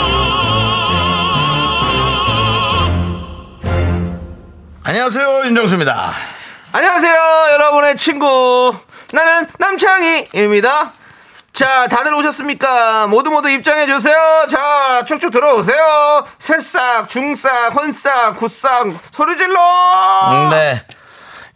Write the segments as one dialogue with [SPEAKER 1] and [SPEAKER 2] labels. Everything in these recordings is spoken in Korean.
[SPEAKER 1] 안녕하세요 윤정수입니다.
[SPEAKER 2] 안녕하세요, 여러분의 친구. 나는 남창희입니다. 자, 다들 오셨습니까? 모두 모두 입장해주세요. 자, 쭉쭉 들어오세요. 새싹, 중싹, 헌싹, 굿싹, 소리 질러!
[SPEAKER 1] 음, 네.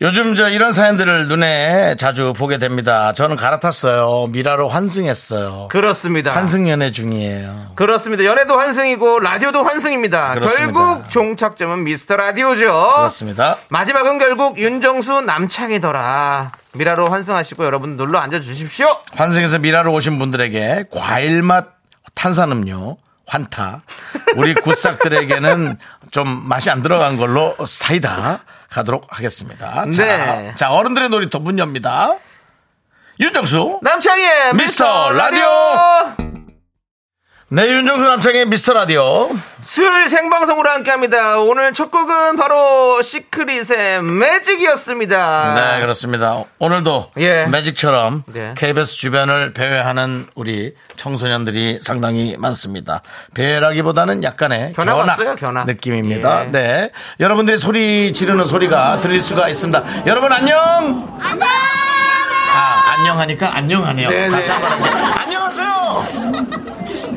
[SPEAKER 1] 요즘 저 이런 사연들을 눈에 자주 보게 됩니다. 저는 갈아탔어요. 미라로 환승했어요.
[SPEAKER 2] 그렇습니다.
[SPEAKER 1] 환승 연애 중이에요.
[SPEAKER 2] 그렇습니다. 연애도 환승이고, 라디오도 환승입니다.
[SPEAKER 1] 그렇습니다.
[SPEAKER 2] 결국 종착점은 미스터 라디오죠.
[SPEAKER 1] 그렇습니다.
[SPEAKER 2] 마지막은 결국 윤정수 남창이더라. 미라로 환승하시고 여러분 눌러 앉아주십시오.
[SPEAKER 1] 환승에서 미라로 오신 분들에게 과일 맛 탄산음료 환타 우리 굿삭들에게는 좀 맛이 안 들어간 걸로 사이다 가도록 하겠습니다. 자,
[SPEAKER 2] 네.
[SPEAKER 1] 자 어른들의 놀이터 문 엽니다. 윤정수 미스터
[SPEAKER 2] 남창희의 미스터
[SPEAKER 1] 라디오.
[SPEAKER 2] 라디오!
[SPEAKER 1] 네 윤정수 남창의 미스터 라디오
[SPEAKER 2] 수요일 생방송으로 함께합니다. 오늘 첫 곡은 바로 시크릿의 매직이었습니다.
[SPEAKER 1] 네, 그렇습니다. 오늘도
[SPEAKER 2] 예.
[SPEAKER 1] 매직처럼
[SPEAKER 2] 네.
[SPEAKER 1] KBS 주변을 배회하는 우리 청소년들이 상당히 많습니다. 배회라기보다는 약간의
[SPEAKER 2] 견학
[SPEAKER 1] 견학
[SPEAKER 2] 왔어요, 견학.
[SPEAKER 1] 느낌입니다.
[SPEAKER 2] 예.
[SPEAKER 1] 네. 여러분들이 소리 지르는 소리가 들릴 수가 있습니다. 여러분 안녕! 안녕! 아, 안녕하니까 안녕하네요.
[SPEAKER 2] 네,
[SPEAKER 1] 다시
[SPEAKER 2] 네.
[SPEAKER 1] 한번 할게요. 안녕하세요!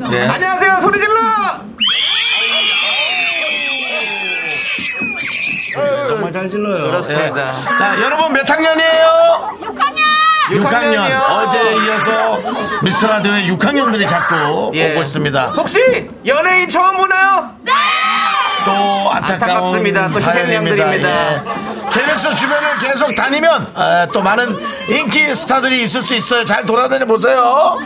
[SPEAKER 1] 네.
[SPEAKER 2] 안녕하세요, 소리 질러!
[SPEAKER 1] 네, 정말 잘 질러요.
[SPEAKER 2] 그렇습니다.
[SPEAKER 1] 예. 자, 여러분 몇 학년이에요? 6학년
[SPEAKER 2] 육학년이요.
[SPEAKER 1] 어제에 이어서 미스터 라디오에 6학년들이 자꾸
[SPEAKER 2] 예.
[SPEAKER 1] 오고 네. 있습니다.
[SPEAKER 2] 혹시 연예인 처음 보나요?
[SPEAKER 1] 또 안타까운
[SPEAKER 2] 안타깝습니다. 또
[SPEAKER 1] 사연입니다.
[SPEAKER 2] 희생양들입니다.
[SPEAKER 1] 예. KBS 주변을 계속 다니면 아, 또 많은 인기 스타들이 있을 수 있어요. 잘 돌아다녀 보세요.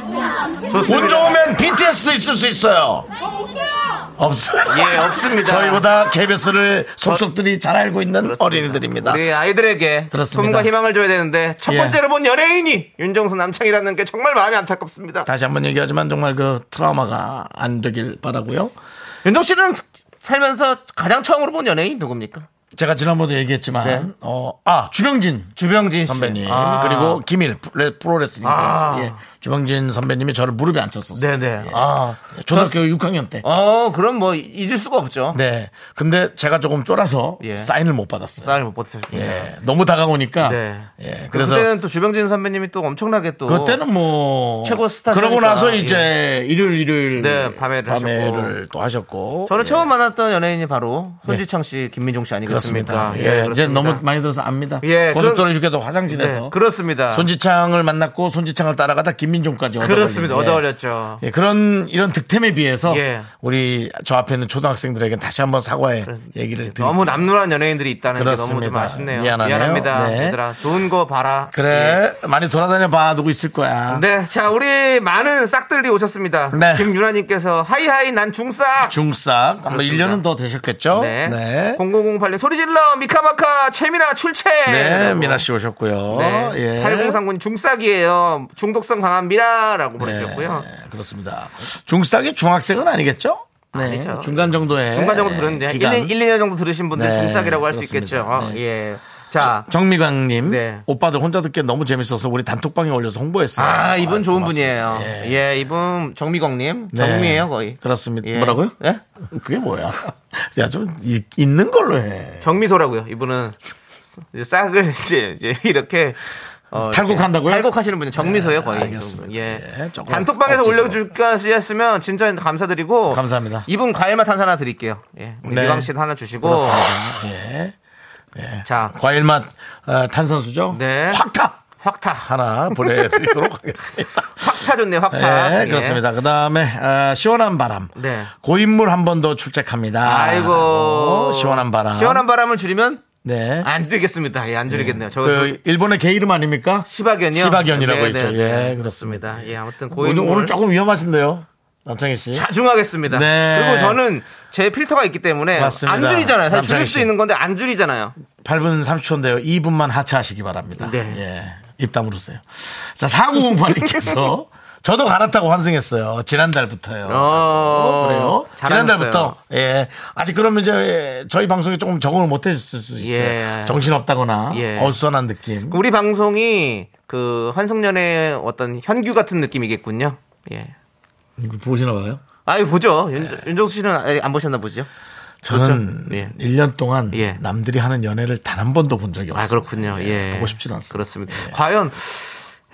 [SPEAKER 1] 운 좋으면 BTS도 있을 수 있어요. 없어요.
[SPEAKER 2] 예, 없습니다.
[SPEAKER 1] 저희보다 KBS를 속속들이 잘 알고 있는 어린이들입니다.
[SPEAKER 2] 우리 아이들에게
[SPEAKER 1] 그렇습니다.
[SPEAKER 2] 꿈과 희망을 줘야 되는데 첫
[SPEAKER 1] 예.
[SPEAKER 2] 번째로 본 연예인이 윤정수 남창이라는 게 정말 마음이 안타깝습니다.
[SPEAKER 1] 다시 한번 얘기하지만 정말 그 트라우마가 안 되길 바라고요.
[SPEAKER 2] 윤정 씨는 살면서 가장 처음으로 본 연예인 누굽니까?
[SPEAKER 1] 제가 지난번도 얘기했지만
[SPEAKER 2] 네.
[SPEAKER 1] 어, 아 주병진
[SPEAKER 2] 주병진 씨.
[SPEAKER 1] 선배님
[SPEAKER 2] 아.
[SPEAKER 1] 그리고 김일 프레- 프로레슬링 선수
[SPEAKER 2] 아.
[SPEAKER 1] 예, 주병진 선배님이 저를 무릎에 앉혔었어요.
[SPEAKER 2] 네네.
[SPEAKER 1] 예.
[SPEAKER 2] 아,
[SPEAKER 1] 초등학교 6학년 때.
[SPEAKER 2] 어, 그럼 뭐 잊을 수가 없죠.
[SPEAKER 1] 네. 근데 제가 조금 쫄아서
[SPEAKER 2] 예.
[SPEAKER 1] 사인을 못 받았어요.
[SPEAKER 2] 쌀을 못 버티셨군요.
[SPEAKER 1] 예. 너무 다가오니까.
[SPEAKER 2] 네.
[SPEAKER 1] 예.
[SPEAKER 2] 그래서
[SPEAKER 1] 그래서
[SPEAKER 2] 그때는 또 주병진 선배님이 또 엄청나게 또
[SPEAKER 1] 그때는 뭐
[SPEAKER 2] 최고 스타
[SPEAKER 1] 그러고
[SPEAKER 2] 세니까.
[SPEAKER 1] 나서 이제 일요일 일요일
[SPEAKER 2] 네, 밤에를
[SPEAKER 1] 밤에를 또 하셨고.
[SPEAKER 2] 저는
[SPEAKER 1] 예.
[SPEAKER 2] 처음 만났던 연예인이 바로 손지창 씨, 김민종 씨 아니겠습니까?
[SPEAKER 1] 그렇습니다. 예, 이제
[SPEAKER 2] 그렇습니다.
[SPEAKER 1] 너무 많이 들어서 압니다.
[SPEAKER 2] 예,
[SPEAKER 1] 고속도로
[SPEAKER 2] 그럼-
[SPEAKER 1] 휴게도
[SPEAKER 2] 네,
[SPEAKER 1] 화장실에서
[SPEAKER 2] 그렇습니다.
[SPEAKER 1] 손지창을 만났고 손지창을 따라가다 김민종까지 얻어
[SPEAKER 2] 그렇습니다.
[SPEAKER 1] 걸린, 예.
[SPEAKER 2] 얻어 걸렸죠.
[SPEAKER 1] 예, 그런 이런 득템에 비해서
[SPEAKER 2] 예.
[SPEAKER 1] 우리 저 앞에 있는 초등학생들에게 다시 한번 사과의 얘기를 드립니다.
[SPEAKER 2] 예, 너무 남루한 연예인들이 있다는 게 너무 좀
[SPEAKER 1] 그렇습니다.
[SPEAKER 2] 아쉽네요.
[SPEAKER 1] 미안하네요.
[SPEAKER 2] 합니다
[SPEAKER 1] 네.
[SPEAKER 2] 얘들아. 좋은 거 봐라.
[SPEAKER 1] 그래 많이 돌아다녀 봐 누구 있을 거야.
[SPEAKER 2] 예. 네, 자 우리 많은 싹들이 오셨습니다.
[SPEAKER 1] 네.
[SPEAKER 2] 김유라님께서 하이하이 난 중싹.
[SPEAKER 1] 중싹 아마
[SPEAKER 2] 그렇습니다.
[SPEAKER 1] 1년은 더 되셨겠죠.
[SPEAKER 2] 네. 0008님 소리 질러 미카마카 채미나 출첵.
[SPEAKER 1] 네,
[SPEAKER 2] 라고.
[SPEAKER 1] 미나 씨 오셨고요.
[SPEAKER 2] 네.
[SPEAKER 1] 예.
[SPEAKER 2] 8039님 중싹이에요. 중독성 강한 미라라고
[SPEAKER 1] 네,
[SPEAKER 2] 보내주셨고요.
[SPEAKER 1] 그렇습니다. 중싹이 중학생은 아니겠죠? 네,
[SPEAKER 2] 아니죠.
[SPEAKER 1] 중간 정도의
[SPEAKER 2] 중간 정도 들었는데 한 1,
[SPEAKER 1] 기간.
[SPEAKER 2] 2, 1, 2년 정도 들으신 분들
[SPEAKER 1] 네,
[SPEAKER 2] 중싹이라고 할 수
[SPEAKER 1] 그렇습니다.
[SPEAKER 2] 있겠죠. 어,
[SPEAKER 1] 네.
[SPEAKER 2] 예. 자.
[SPEAKER 1] 정미광님
[SPEAKER 2] 네.
[SPEAKER 1] 오빠들 혼자 듣기 너무 재밌어서 우리 단톡방에 올려서 홍보했어요.
[SPEAKER 2] 아, 이분 좋은
[SPEAKER 1] 고맙습니다.
[SPEAKER 2] 분이에요.
[SPEAKER 1] 예.
[SPEAKER 2] 예, 이분 정미광님.
[SPEAKER 1] 네.
[SPEAKER 2] 정미예요 거의.
[SPEAKER 1] 그렇습니다.
[SPEAKER 2] 예.
[SPEAKER 1] 뭐라고요?
[SPEAKER 2] 예?
[SPEAKER 1] 그게 뭐야? 야, 좀 이- 있는 걸로 해.
[SPEAKER 2] 정미소라고요. 이분은 이제 싹을 이제, 이제 이렇게 어,
[SPEAKER 1] 탈곡한다고요? 네,
[SPEAKER 2] 이렇게 탈곡하시는 분이 정미소예요 거의.
[SPEAKER 1] 알겠습니다.
[SPEAKER 2] 좀. 예.
[SPEAKER 1] 예, 조금
[SPEAKER 2] 단톡방에서
[SPEAKER 1] 억지스러워.
[SPEAKER 2] 올려주셨으면 진짜 감사드리고.
[SPEAKER 1] 감사합니다.
[SPEAKER 2] 이분 과일맛 한 하나 드릴게요. 예. 우리
[SPEAKER 1] 네.
[SPEAKER 2] 유광 씨도 하나 주시고.
[SPEAKER 1] 그렇습니다. 예.
[SPEAKER 2] 자,
[SPEAKER 1] 과일 맛 어, 탄산수죠?
[SPEAKER 2] 네.
[SPEAKER 1] 확탑
[SPEAKER 2] 확타.
[SPEAKER 1] 하나 보내드리도록 하겠습니다.
[SPEAKER 2] 확타 좋네요. 확타.
[SPEAKER 1] 네,
[SPEAKER 2] 예.
[SPEAKER 1] 그렇습니다. 그 다음에 시원한 바람.
[SPEAKER 2] 네.
[SPEAKER 1] 고인물 한 번 더 출첵합니다.
[SPEAKER 2] 아이고
[SPEAKER 1] 어, 시원한 바람.
[SPEAKER 2] 시원한 바람을 줄이면
[SPEAKER 1] 네.
[SPEAKER 2] 안 줄이겠습니다. 예, 안 줄이겠네요. 저
[SPEAKER 1] 그 일본의 개 이름 아닙니까?
[SPEAKER 2] 시바견이요.
[SPEAKER 1] 시바견이라고
[SPEAKER 2] 네,
[SPEAKER 1] 있죠.
[SPEAKER 2] 네,
[SPEAKER 1] 예,
[SPEAKER 2] 네.
[SPEAKER 1] 그렇습니다.
[SPEAKER 2] 예, 아무튼
[SPEAKER 1] 오늘,
[SPEAKER 2] 고인물
[SPEAKER 1] 오늘 조금 위험하신데요. 남창희 씨.
[SPEAKER 2] 자중하겠습니다.
[SPEAKER 1] 네.
[SPEAKER 2] 그리고 저는 제 필터가 있기 때문에
[SPEAKER 1] 맞습니다.
[SPEAKER 2] 안 줄이잖아요. 사실
[SPEAKER 1] 남창희
[SPEAKER 2] 줄일
[SPEAKER 1] 씨.
[SPEAKER 2] 수 있는 건데 안 줄이잖아요.
[SPEAKER 1] 8분 30초인데요. 2분만 하차하시기 바랍니다.
[SPEAKER 2] 네.
[SPEAKER 1] 예. 입 다물으세요. 자, 4958님께서 저도 갈았다고 환승했어요. 지난달부터요.
[SPEAKER 2] 어,
[SPEAKER 1] 그래요?
[SPEAKER 2] 잘하셨어요.
[SPEAKER 1] 지난달부터 예 아직 그러면 이제 저희 방송에 조금 적응을 못했을 수 있어요.
[SPEAKER 2] 예.
[SPEAKER 1] 정신 없다거나
[SPEAKER 2] 예.
[SPEAKER 1] 어수선한 느낌.
[SPEAKER 2] 우리 방송이 그 환승연의 어떤 현규 같은 느낌이겠군요. 예.
[SPEAKER 1] 이거 보시나 봐요.
[SPEAKER 2] 아유 보죠.
[SPEAKER 1] 네.
[SPEAKER 2] 윤, 정수 씨는 아예 안 보셨나 보죠.
[SPEAKER 1] 저는
[SPEAKER 2] 그렇죠. 예.
[SPEAKER 1] 1년 동안
[SPEAKER 2] 예.
[SPEAKER 1] 남들이 하는 연애를 단 한 번도 본 적이 없어요.
[SPEAKER 2] 아 그렇군요. 예.
[SPEAKER 1] 보고 싶지도 않습니다. 예.
[SPEAKER 2] 그렇습니다. 과연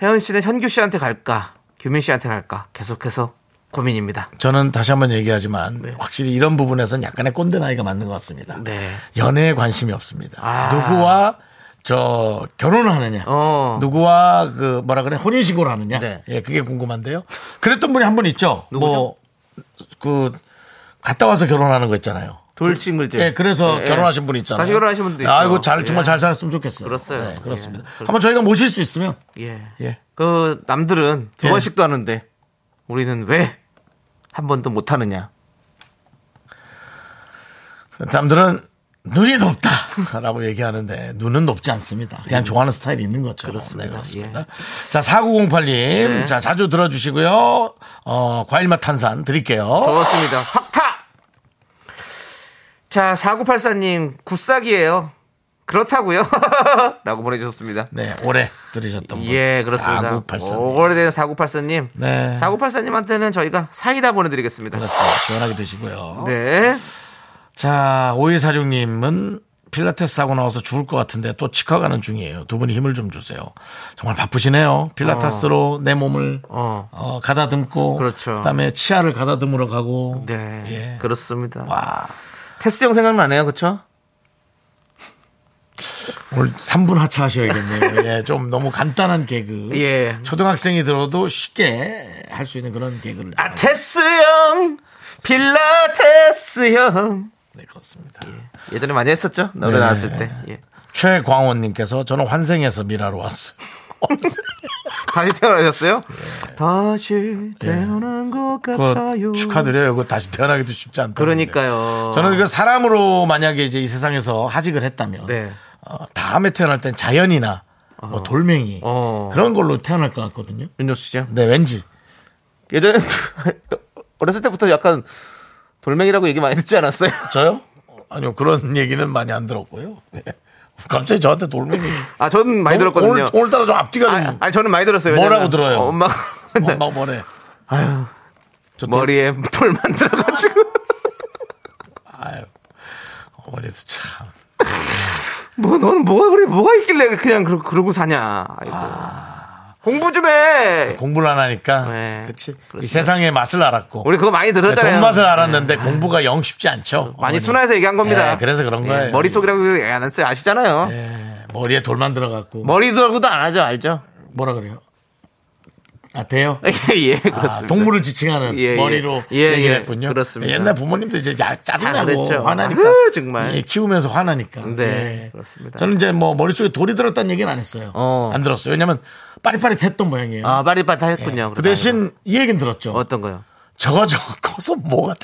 [SPEAKER 2] 혜연 씨는 현규 씨한테 갈까, 규민 씨한테 갈까 계속해서 고민입니다.
[SPEAKER 1] 저는 다시 한번 얘기하지만 확실히 이런 부분에서는 약간의 꼰대 나이가 맞는 것 같습니다.
[SPEAKER 2] 네.
[SPEAKER 1] 연애에 관심이 없습니다.
[SPEAKER 2] 아.
[SPEAKER 1] 누구와 저 결혼을 하느냐,
[SPEAKER 2] 어.
[SPEAKER 1] 누구와 그 뭐라 그래 혼인신고를 하느냐,
[SPEAKER 2] 네.
[SPEAKER 1] 예 그게 궁금한데요. 그랬던 분이 한 분 있죠. 뭐
[SPEAKER 2] 누구죠?
[SPEAKER 1] 뭐그 갔다 와서 결혼하는 거 있잖아요.
[SPEAKER 2] 돌싱글제.
[SPEAKER 1] 예, 그래서
[SPEAKER 2] 예, 예.
[SPEAKER 1] 결혼하신 분 있잖아요.
[SPEAKER 2] 다시 결혼하신 분도 있죠.
[SPEAKER 1] 아이고 잘 정말
[SPEAKER 2] 예.
[SPEAKER 1] 잘 살았으면 좋겠어요.
[SPEAKER 2] 그렇어요.
[SPEAKER 1] 네, 그렇습니다.
[SPEAKER 2] 예, 그렇-
[SPEAKER 1] 한번 저희가 모실 수 있으면
[SPEAKER 2] 예.
[SPEAKER 1] 예.
[SPEAKER 2] 그 남들은 두
[SPEAKER 1] 예.
[SPEAKER 2] 번씩도 하는데 우리는 왜 한 번도 못 하느냐.
[SPEAKER 1] 그 사람들은 눈이 높다라고 얘기하는데 눈은 높지 않습니다. 그냥 좋아하는 스타일이 있는 거죠.
[SPEAKER 2] 예. 그렇습니다. 예.
[SPEAKER 1] 네,
[SPEAKER 2] 네.
[SPEAKER 1] 그렇습니다. 자, 4908님. 자, 자주 들어주시고요. 어, 과일맛 탄산 드릴게요.
[SPEAKER 2] 좋습니다. 확타! 자, 4984님, 굿삭이에요. 그렇다고요 라고 보내주셨습니다.
[SPEAKER 1] 네, 오래 들으셨던 분.
[SPEAKER 2] 예, 그렇습니다.
[SPEAKER 1] 4984님.
[SPEAKER 2] 오래된 4984님.
[SPEAKER 1] 네.
[SPEAKER 2] 4984님한테는 저희가 사이다 보내드리겠습니다.
[SPEAKER 1] 그렇습니다. 시원하게 드시고요.
[SPEAKER 2] 네.
[SPEAKER 1] 자, 5146님은 필라테스 하고 나와서 죽을 것 같은데 또 치과 가는 중이에요. 두 분이 힘을 좀 주세요. 정말 바쁘시네요. 필라테스로 내 몸을
[SPEAKER 2] 어.
[SPEAKER 1] 어, 가다듬고
[SPEAKER 2] 그렇죠.
[SPEAKER 1] 그다음에 치아를 가다듬으러 가고
[SPEAKER 2] 네.
[SPEAKER 1] 예.
[SPEAKER 2] 그렇습니다.
[SPEAKER 1] 와.
[SPEAKER 2] 테스트 형 생각나네요. 그쵸?
[SPEAKER 1] 오늘 3분 하차하셔야겠네요. 예, 좀 너무 간단한 개그.
[SPEAKER 2] 예.
[SPEAKER 1] 초등학생이 들어도 쉽게 할 수 있는 그런 개그를.
[SPEAKER 2] 아, 테스 형! 필라테스 형!
[SPEAKER 1] 네, 그렇습니다.
[SPEAKER 2] 예전에 많이 했었죠? 노래
[SPEAKER 1] 네.
[SPEAKER 2] 나왔을 때. 예.
[SPEAKER 1] 최광원님께서 저는 환생해서 미라로 왔어요.
[SPEAKER 2] 다시 태어나셨어요? 다시 태어난 것 같아요.
[SPEAKER 1] 그거 축하드려요. 그거 다시 태어나기도 쉽지 않다.
[SPEAKER 2] 그러니까요.
[SPEAKER 1] 저는 그 사람으로 만약에 이제 이 세상에서 하직을 했다면
[SPEAKER 2] 네.
[SPEAKER 1] 어, 다음에 태어날 땐 자연이나 뭐 돌멩이
[SPEAKER 2] 어.
[SPEAKER 1] 그런 걸로 태어날 것 같거든요.
[SPEAKER 2] 윤정수 씨요?
[SPEAKER 1] 네, 왠지.
[SPEAKER 2] 예전에 어렸을 때부터 약간 돌멩이라고 얘기 많이 듣지 않았어요?
[SPEAKER 1] 저요? 아니요, 그런 얘기는 많이 안 들었고요. 네. 갑자기 저한테 돌멩이.
[SPEAKER 2] 아, 저는 많이
[SPEAKER 1] 오늘-
[SPEAKER 2] 들었거든요.
[SPEAKER 1] 오늘, 오늘따라 좀 앞뒤가
[SPEAKER 2] 아,
[SPEAKER 1] 좀.
[SPEAKER 2] 아니, 저는 많이 들었어요.
[SPEAKER 1] 뭐라고
[SPEAKER 2] 왜냐면
[SPEAKER 1] 들어요?
[SPEAKER 2] 엄마가 맨날
[SPEAKER 1] 엄마 뭐래. 저 돌-
[SPEAKER 2] 머리에 돌 만들어가지고
[SPEAKER 1] 아유. 어머니도 참.
[SPEAKER 2] 뭐, 넌 뭐가 그래? 뭐가 있길래 그냥 그러, 그러고 사냐? 아이고. 공부 좀 해.
[SPEAKER 1] 공부를 안 하니까.
[SPEAKER 2] 네,
[SPEAKER 1] 그치. 이
[SPEAKER 2] 그렇습니다.
[SPEAKER 1] 세상의 맛을 알았고.
[SPEAKER 2] 우리 그거 많이
[SPEAKER 1] 네,
[SPEAKER 2] 들었잖아요.
[SPEAKER 1] 돈 맛을 알았는데 공부가 영 쉽지 않죠.
[SPEAKER 2] 많이
[SPEAKER 1] 어머니.
[SPEAKER 2] 순화해서 얘기한 겁니다.
[SPEAKER 1] 예, 그래서 그런
[SPEAKER 2] 예,
[SPEAKER 1] 거예요.
[SPEAKER 2] 머릿속이라고 얘기 안 했어요. 아시잖아요.
[SPEAKER 1] 예, 머리에 돌만 들어갔고.
[SPEAKER 2] 머리도라고도 안 하죠. 알죠?
[SPEAKER 1] 뭐라 그래요? 아, 돼요?
[SPEAKER 2] 예, 예, 그렇습니다.
[SPEAKER 1] 아, 동물을 지칭하는
[SPEAKER 2] 예, 예.
[SPEAKER 1] 머리로
[SPEAKER 2] 예,
[SPEAKER 1] 얘기를
[SPEAKER 2] 예.
[SPEAKER 1] 했군요.
[SPEAKER 2] 그렇습니다.
[SPEAKER 1] 옛날 부모님도 이제 야-
[SPEAKER 2] 아,
[SPEAKER 1] 짜증나고
[SPEAKER 2] 그랬죠.
[SPEAKER 1] 화나니까
[SPEAKER 2] 아유, 정말.
[SPEAKER 1] 예, 키우면서 화나니까. 예.
[SPEAKER 2] 네, 그렇습니다.
[SPEAKER 1] 저는 이제 뭐 머릿속에 돌이 들었다는 얘기는 안 했어요.
[SPEAKER 2] 어.
[SPEAKER 1] 안 들었어요. 왜냐면 빠릿빠릿했던 모양이에요.
[SPEAKER 2] 아, 빠리빠리
[SPEAKER 1] 예.
[SPEAKER 2] 했군요.
[SPEAKER 1] 그
[SPEAKER 2] 그러면.
[SPEAKER 1] 대신 이 얘기는 들었죠.
[SPEAKER 2] 어떤 거요?
[SPEAKER 1] 저거 저거 커서 뭐가 돼?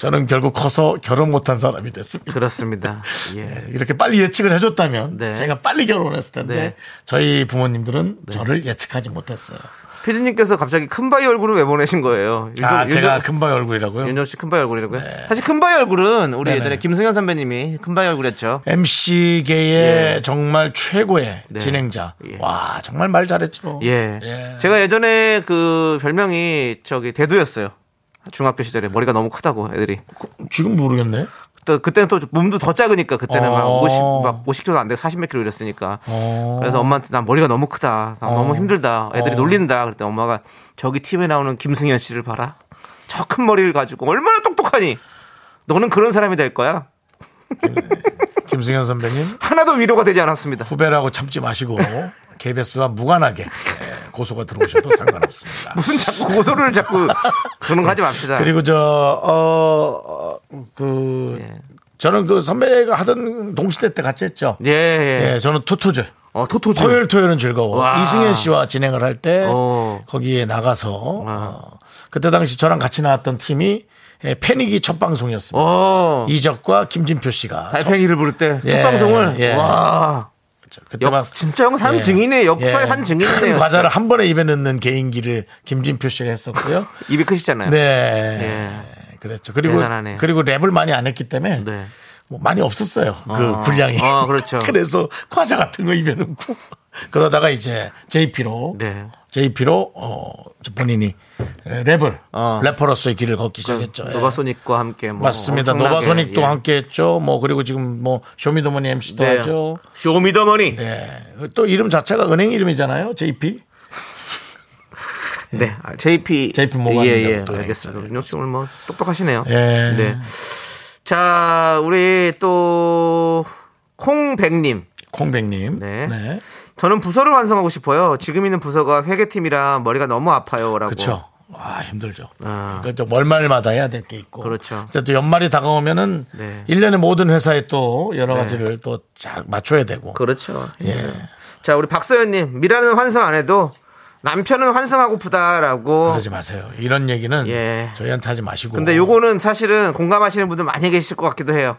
[SPEAKER 1] 저는 결국 커서 결혼 못한 사람이 됐습니다.
[SPEAKER 2] 그렇습니다. 예.
[SPEAKER 1] 예, 이렇게 빨리 예측을 해줬다면
[SPEAKER 2] 네.
[SPEAKER 1] 제가 빨리 결혼했을 텐데
[SPEAKER 2] 네.
[SPEAKER 1] 저희 부모님들은 저를 예측하지 못했어요.
[SPEAKER 2] 피디님께서 갑자기 큰바위 얼굴을 왜 보내신 거예요?
[SPEAKER 1] 아
[SPEAKER 2] 윤정-
[SPEAKER 1] 제가
[SPEAKER 2] 윤정-
[SPEAKER 1] 금방 얼굴이라고요?
[SPEAKER 2] 윤정 씨 큰바위 얼굴이라고요? 사실 큰바위 얼굴은 우리
[SPEAKER 1] 네네.
[SPEAKER 2] 예전에 김승현 선배님이 큰바위 얼굴이었죠.
[SPEAKER 1] MC계의 정말 최고의
[SPEAKER 2] 예. 네.
[SPEAKER 1] 진행자.
[SPEAKER 2] 예.
[SPEAKER 1] 와, 정말 말 잘했죠.
[SPEAKER 2] 예.
[SPEAKER 1] 예.
[SPEAKER 2] 제가 예전에 그 별명이 저기 대두였어요. 중학교 시절에 머리가 너무 크다고 애들이.
[SPEAKER 1] 지금 모르겠네.
[SPEAKER 2] 또 그때는 또 몸도 더 작으니까 그때는 막
[SPEAKER 1] 어.
[SPEAKER 2] 50, 막 50kg도 안 되고 40몇 kg 이랬으니까.
[SPEAKER 1] 어.
[SPEAKER 2] 그래서 엄마한테 난 머리가 너무 크다. 난 너무 힘들다. 애들이
[SPEAKER 1] 어.
[SPEAKER 2] 놀린다. 그랬더니 엄마가 저기 TV에 나오는 김승현 씨를 봐라. 저 큰 머리를 가지고 얼마나 똑똑하니. 너는 그런 사람이 될 거야.
[SPEAKER 1] 김승현 선배님,
[SPEAKER 2] 하나도 위로가 되지 않았습니다.
[SPEAKER 1] 후배라고 참지 마시고 KBS와 무관하게 예, 고소가 들어오셔도 상관없습니다.
[SPEAKER 2] 무슨 자꾸 고소를 자꾸 그런 거 하지 맙시다.
[SPEAKER 1] 그리고 저, 어, 어, 그,
[SPEAKER 2] 예.
[SPEAKER 1] 저는 그 선배가 하던 동시대 때 같이 했죠.
[SPEAKER 2] 예, 예.
[SPEAKER 1] 예, 저는 투투죠.
[SPEAKER 2] 어, 토토즈.
[SPEAKER 1] 토요일 토요일은 즐거워.
[SPEAKER 2] 와.
[SPEAKER 1] 이승현 씨와 진행을 할 때
[SPEAKER 2] 어.
[SPEAKER 1] 거기에 나가서 어, 그때 당시 저랑 같이 나왔던 팀이 예, 패닉이 첫 방송이었습니다.
[SPEAKER 2] 어. 아, 그
[SPEAKER 1] 이적과 김진표 씨가
[SPEAKER 2] 달팽이를 부를 때,
[SPEAKER 1] 예,
[SPEAKER 2] 첫 방송을.
[SPEAKER 1] 예.
[SPEAKER 2] 와.
[SPEAKER 1] 첫- 그때
[SPEAKER 2] 역,
[SPEAKER 1] 막 예.
[SPEAKER 2] 진짜 형산 증인의 역사의 한 증인이네요.
[SPEAKER 1] 큰 과자를 한 번에 입에 넣는 개인기를 김진표 씨가 했었고요.
[SPEAKER 2] 입이 크시잖아요.
[SPEAKER 1] 네. 그랬죠. 그리고
[SPEAKER 2] 대단하네요.
[SPEAKER 1] 그리고 랩을 많이 안 했기 때문에
[SPEAKER 2] 네.
[SPEAKER 1] 뭐 많이 없었어요. 그
[SPEAKER 2] 어.
[SPEAKER 1] 분량이.
[SPEAKER 2] 어, 그렇죠.
[SPEAKER 1] 래서 과자 같은 거 입에 넣고 그러다가 이제 JP로
[SPEAKER 2] 네.
[SPEAKER 1] JP로 어 본인이 랩을
[SPEAKER 2] 어.
[SPEAKER 1] 래퍼로서의 길을 걷기
[SPEAKER 2] 그
[SPEAKER 1] 시작했죠. 예.
[SPEAKER 2] 노바소닉과 함께 뭐
[SPEAKER 1] 맞습니다.
[SPEAKER 2] 엄청나게,
[SPEAKER 1] 노바소닉도
[SPEAKER 2] 예.
[SPEAKER 1] 함께했죠. 뭐 그리고 지금 뭐 쇼미더머니 MC도
[SPEAKER 2] 네.
[SPEAKER 1] 하죠.
[SPEAKER 2] 쇼미더머니. 네.
[SPEAKER 1] 네. 또 이름 자체가 은행 이름이잖아요. JP.
[SPEAKER 2] 아, JP.
[SPEAKER 1] JP 뭐가
[SPEAKER 2] 예,
[SPEAKER 1] 있는데
[SPEAKER 2] 예.
[SPEAKER 1] 또
[SPEAKER 2] 알겠습니다. 윤혁 씨 오늘 뭐 똑똑하시네요.
[SPEAKER 1] 예.
[SPEAKER 2] 네. 자, 우리 또 콩백님.
[SPEAKER 1] 콩백님.
[SPEAKER 2] 네.
[SPEAKER 1] 네.
[SPEAKER 2] 저는 부서를 완성하고 싶어요. 지금 있는 부서가 회계팀이라 머리가 너무 아파요라고.
[SPEAKER 1] 그렇죠. 아 힘들죠.
[SPEAKER 2] 아.
[SPEAKER 1] 그러니까 좀 월말마다 해야 될 게 있고.
[SPEAKER 2] 그렇죠.
[SPEAKER 1] 근데 또 연말이 다가오면은
[SPEAKER 2] 네.
[SPEAKER 1] 일년에 모든 회사에 또 여러
[SPEAKER 2] 네.
[SPEAKER 1] 가지를 또 잘 맞춰야 되고.
[SPEAKER 2] 그렇죠.
[SPEAKER 1] 예.
[SPEAKER 2] 자, 우리 박서연님 미라는 환승 안 해도 남편은 환승하고프다라고.
[SPEAKER 1] 그러지 마세요. 이런 얘기는
[SPEAKER 2] 예.
[SPEAKER 1] 저희한테 하지 마시고.
[SPEAKER 2] 근데 요거는 사실은 공감하시는 분들 많이 계실 것 같기도 해요.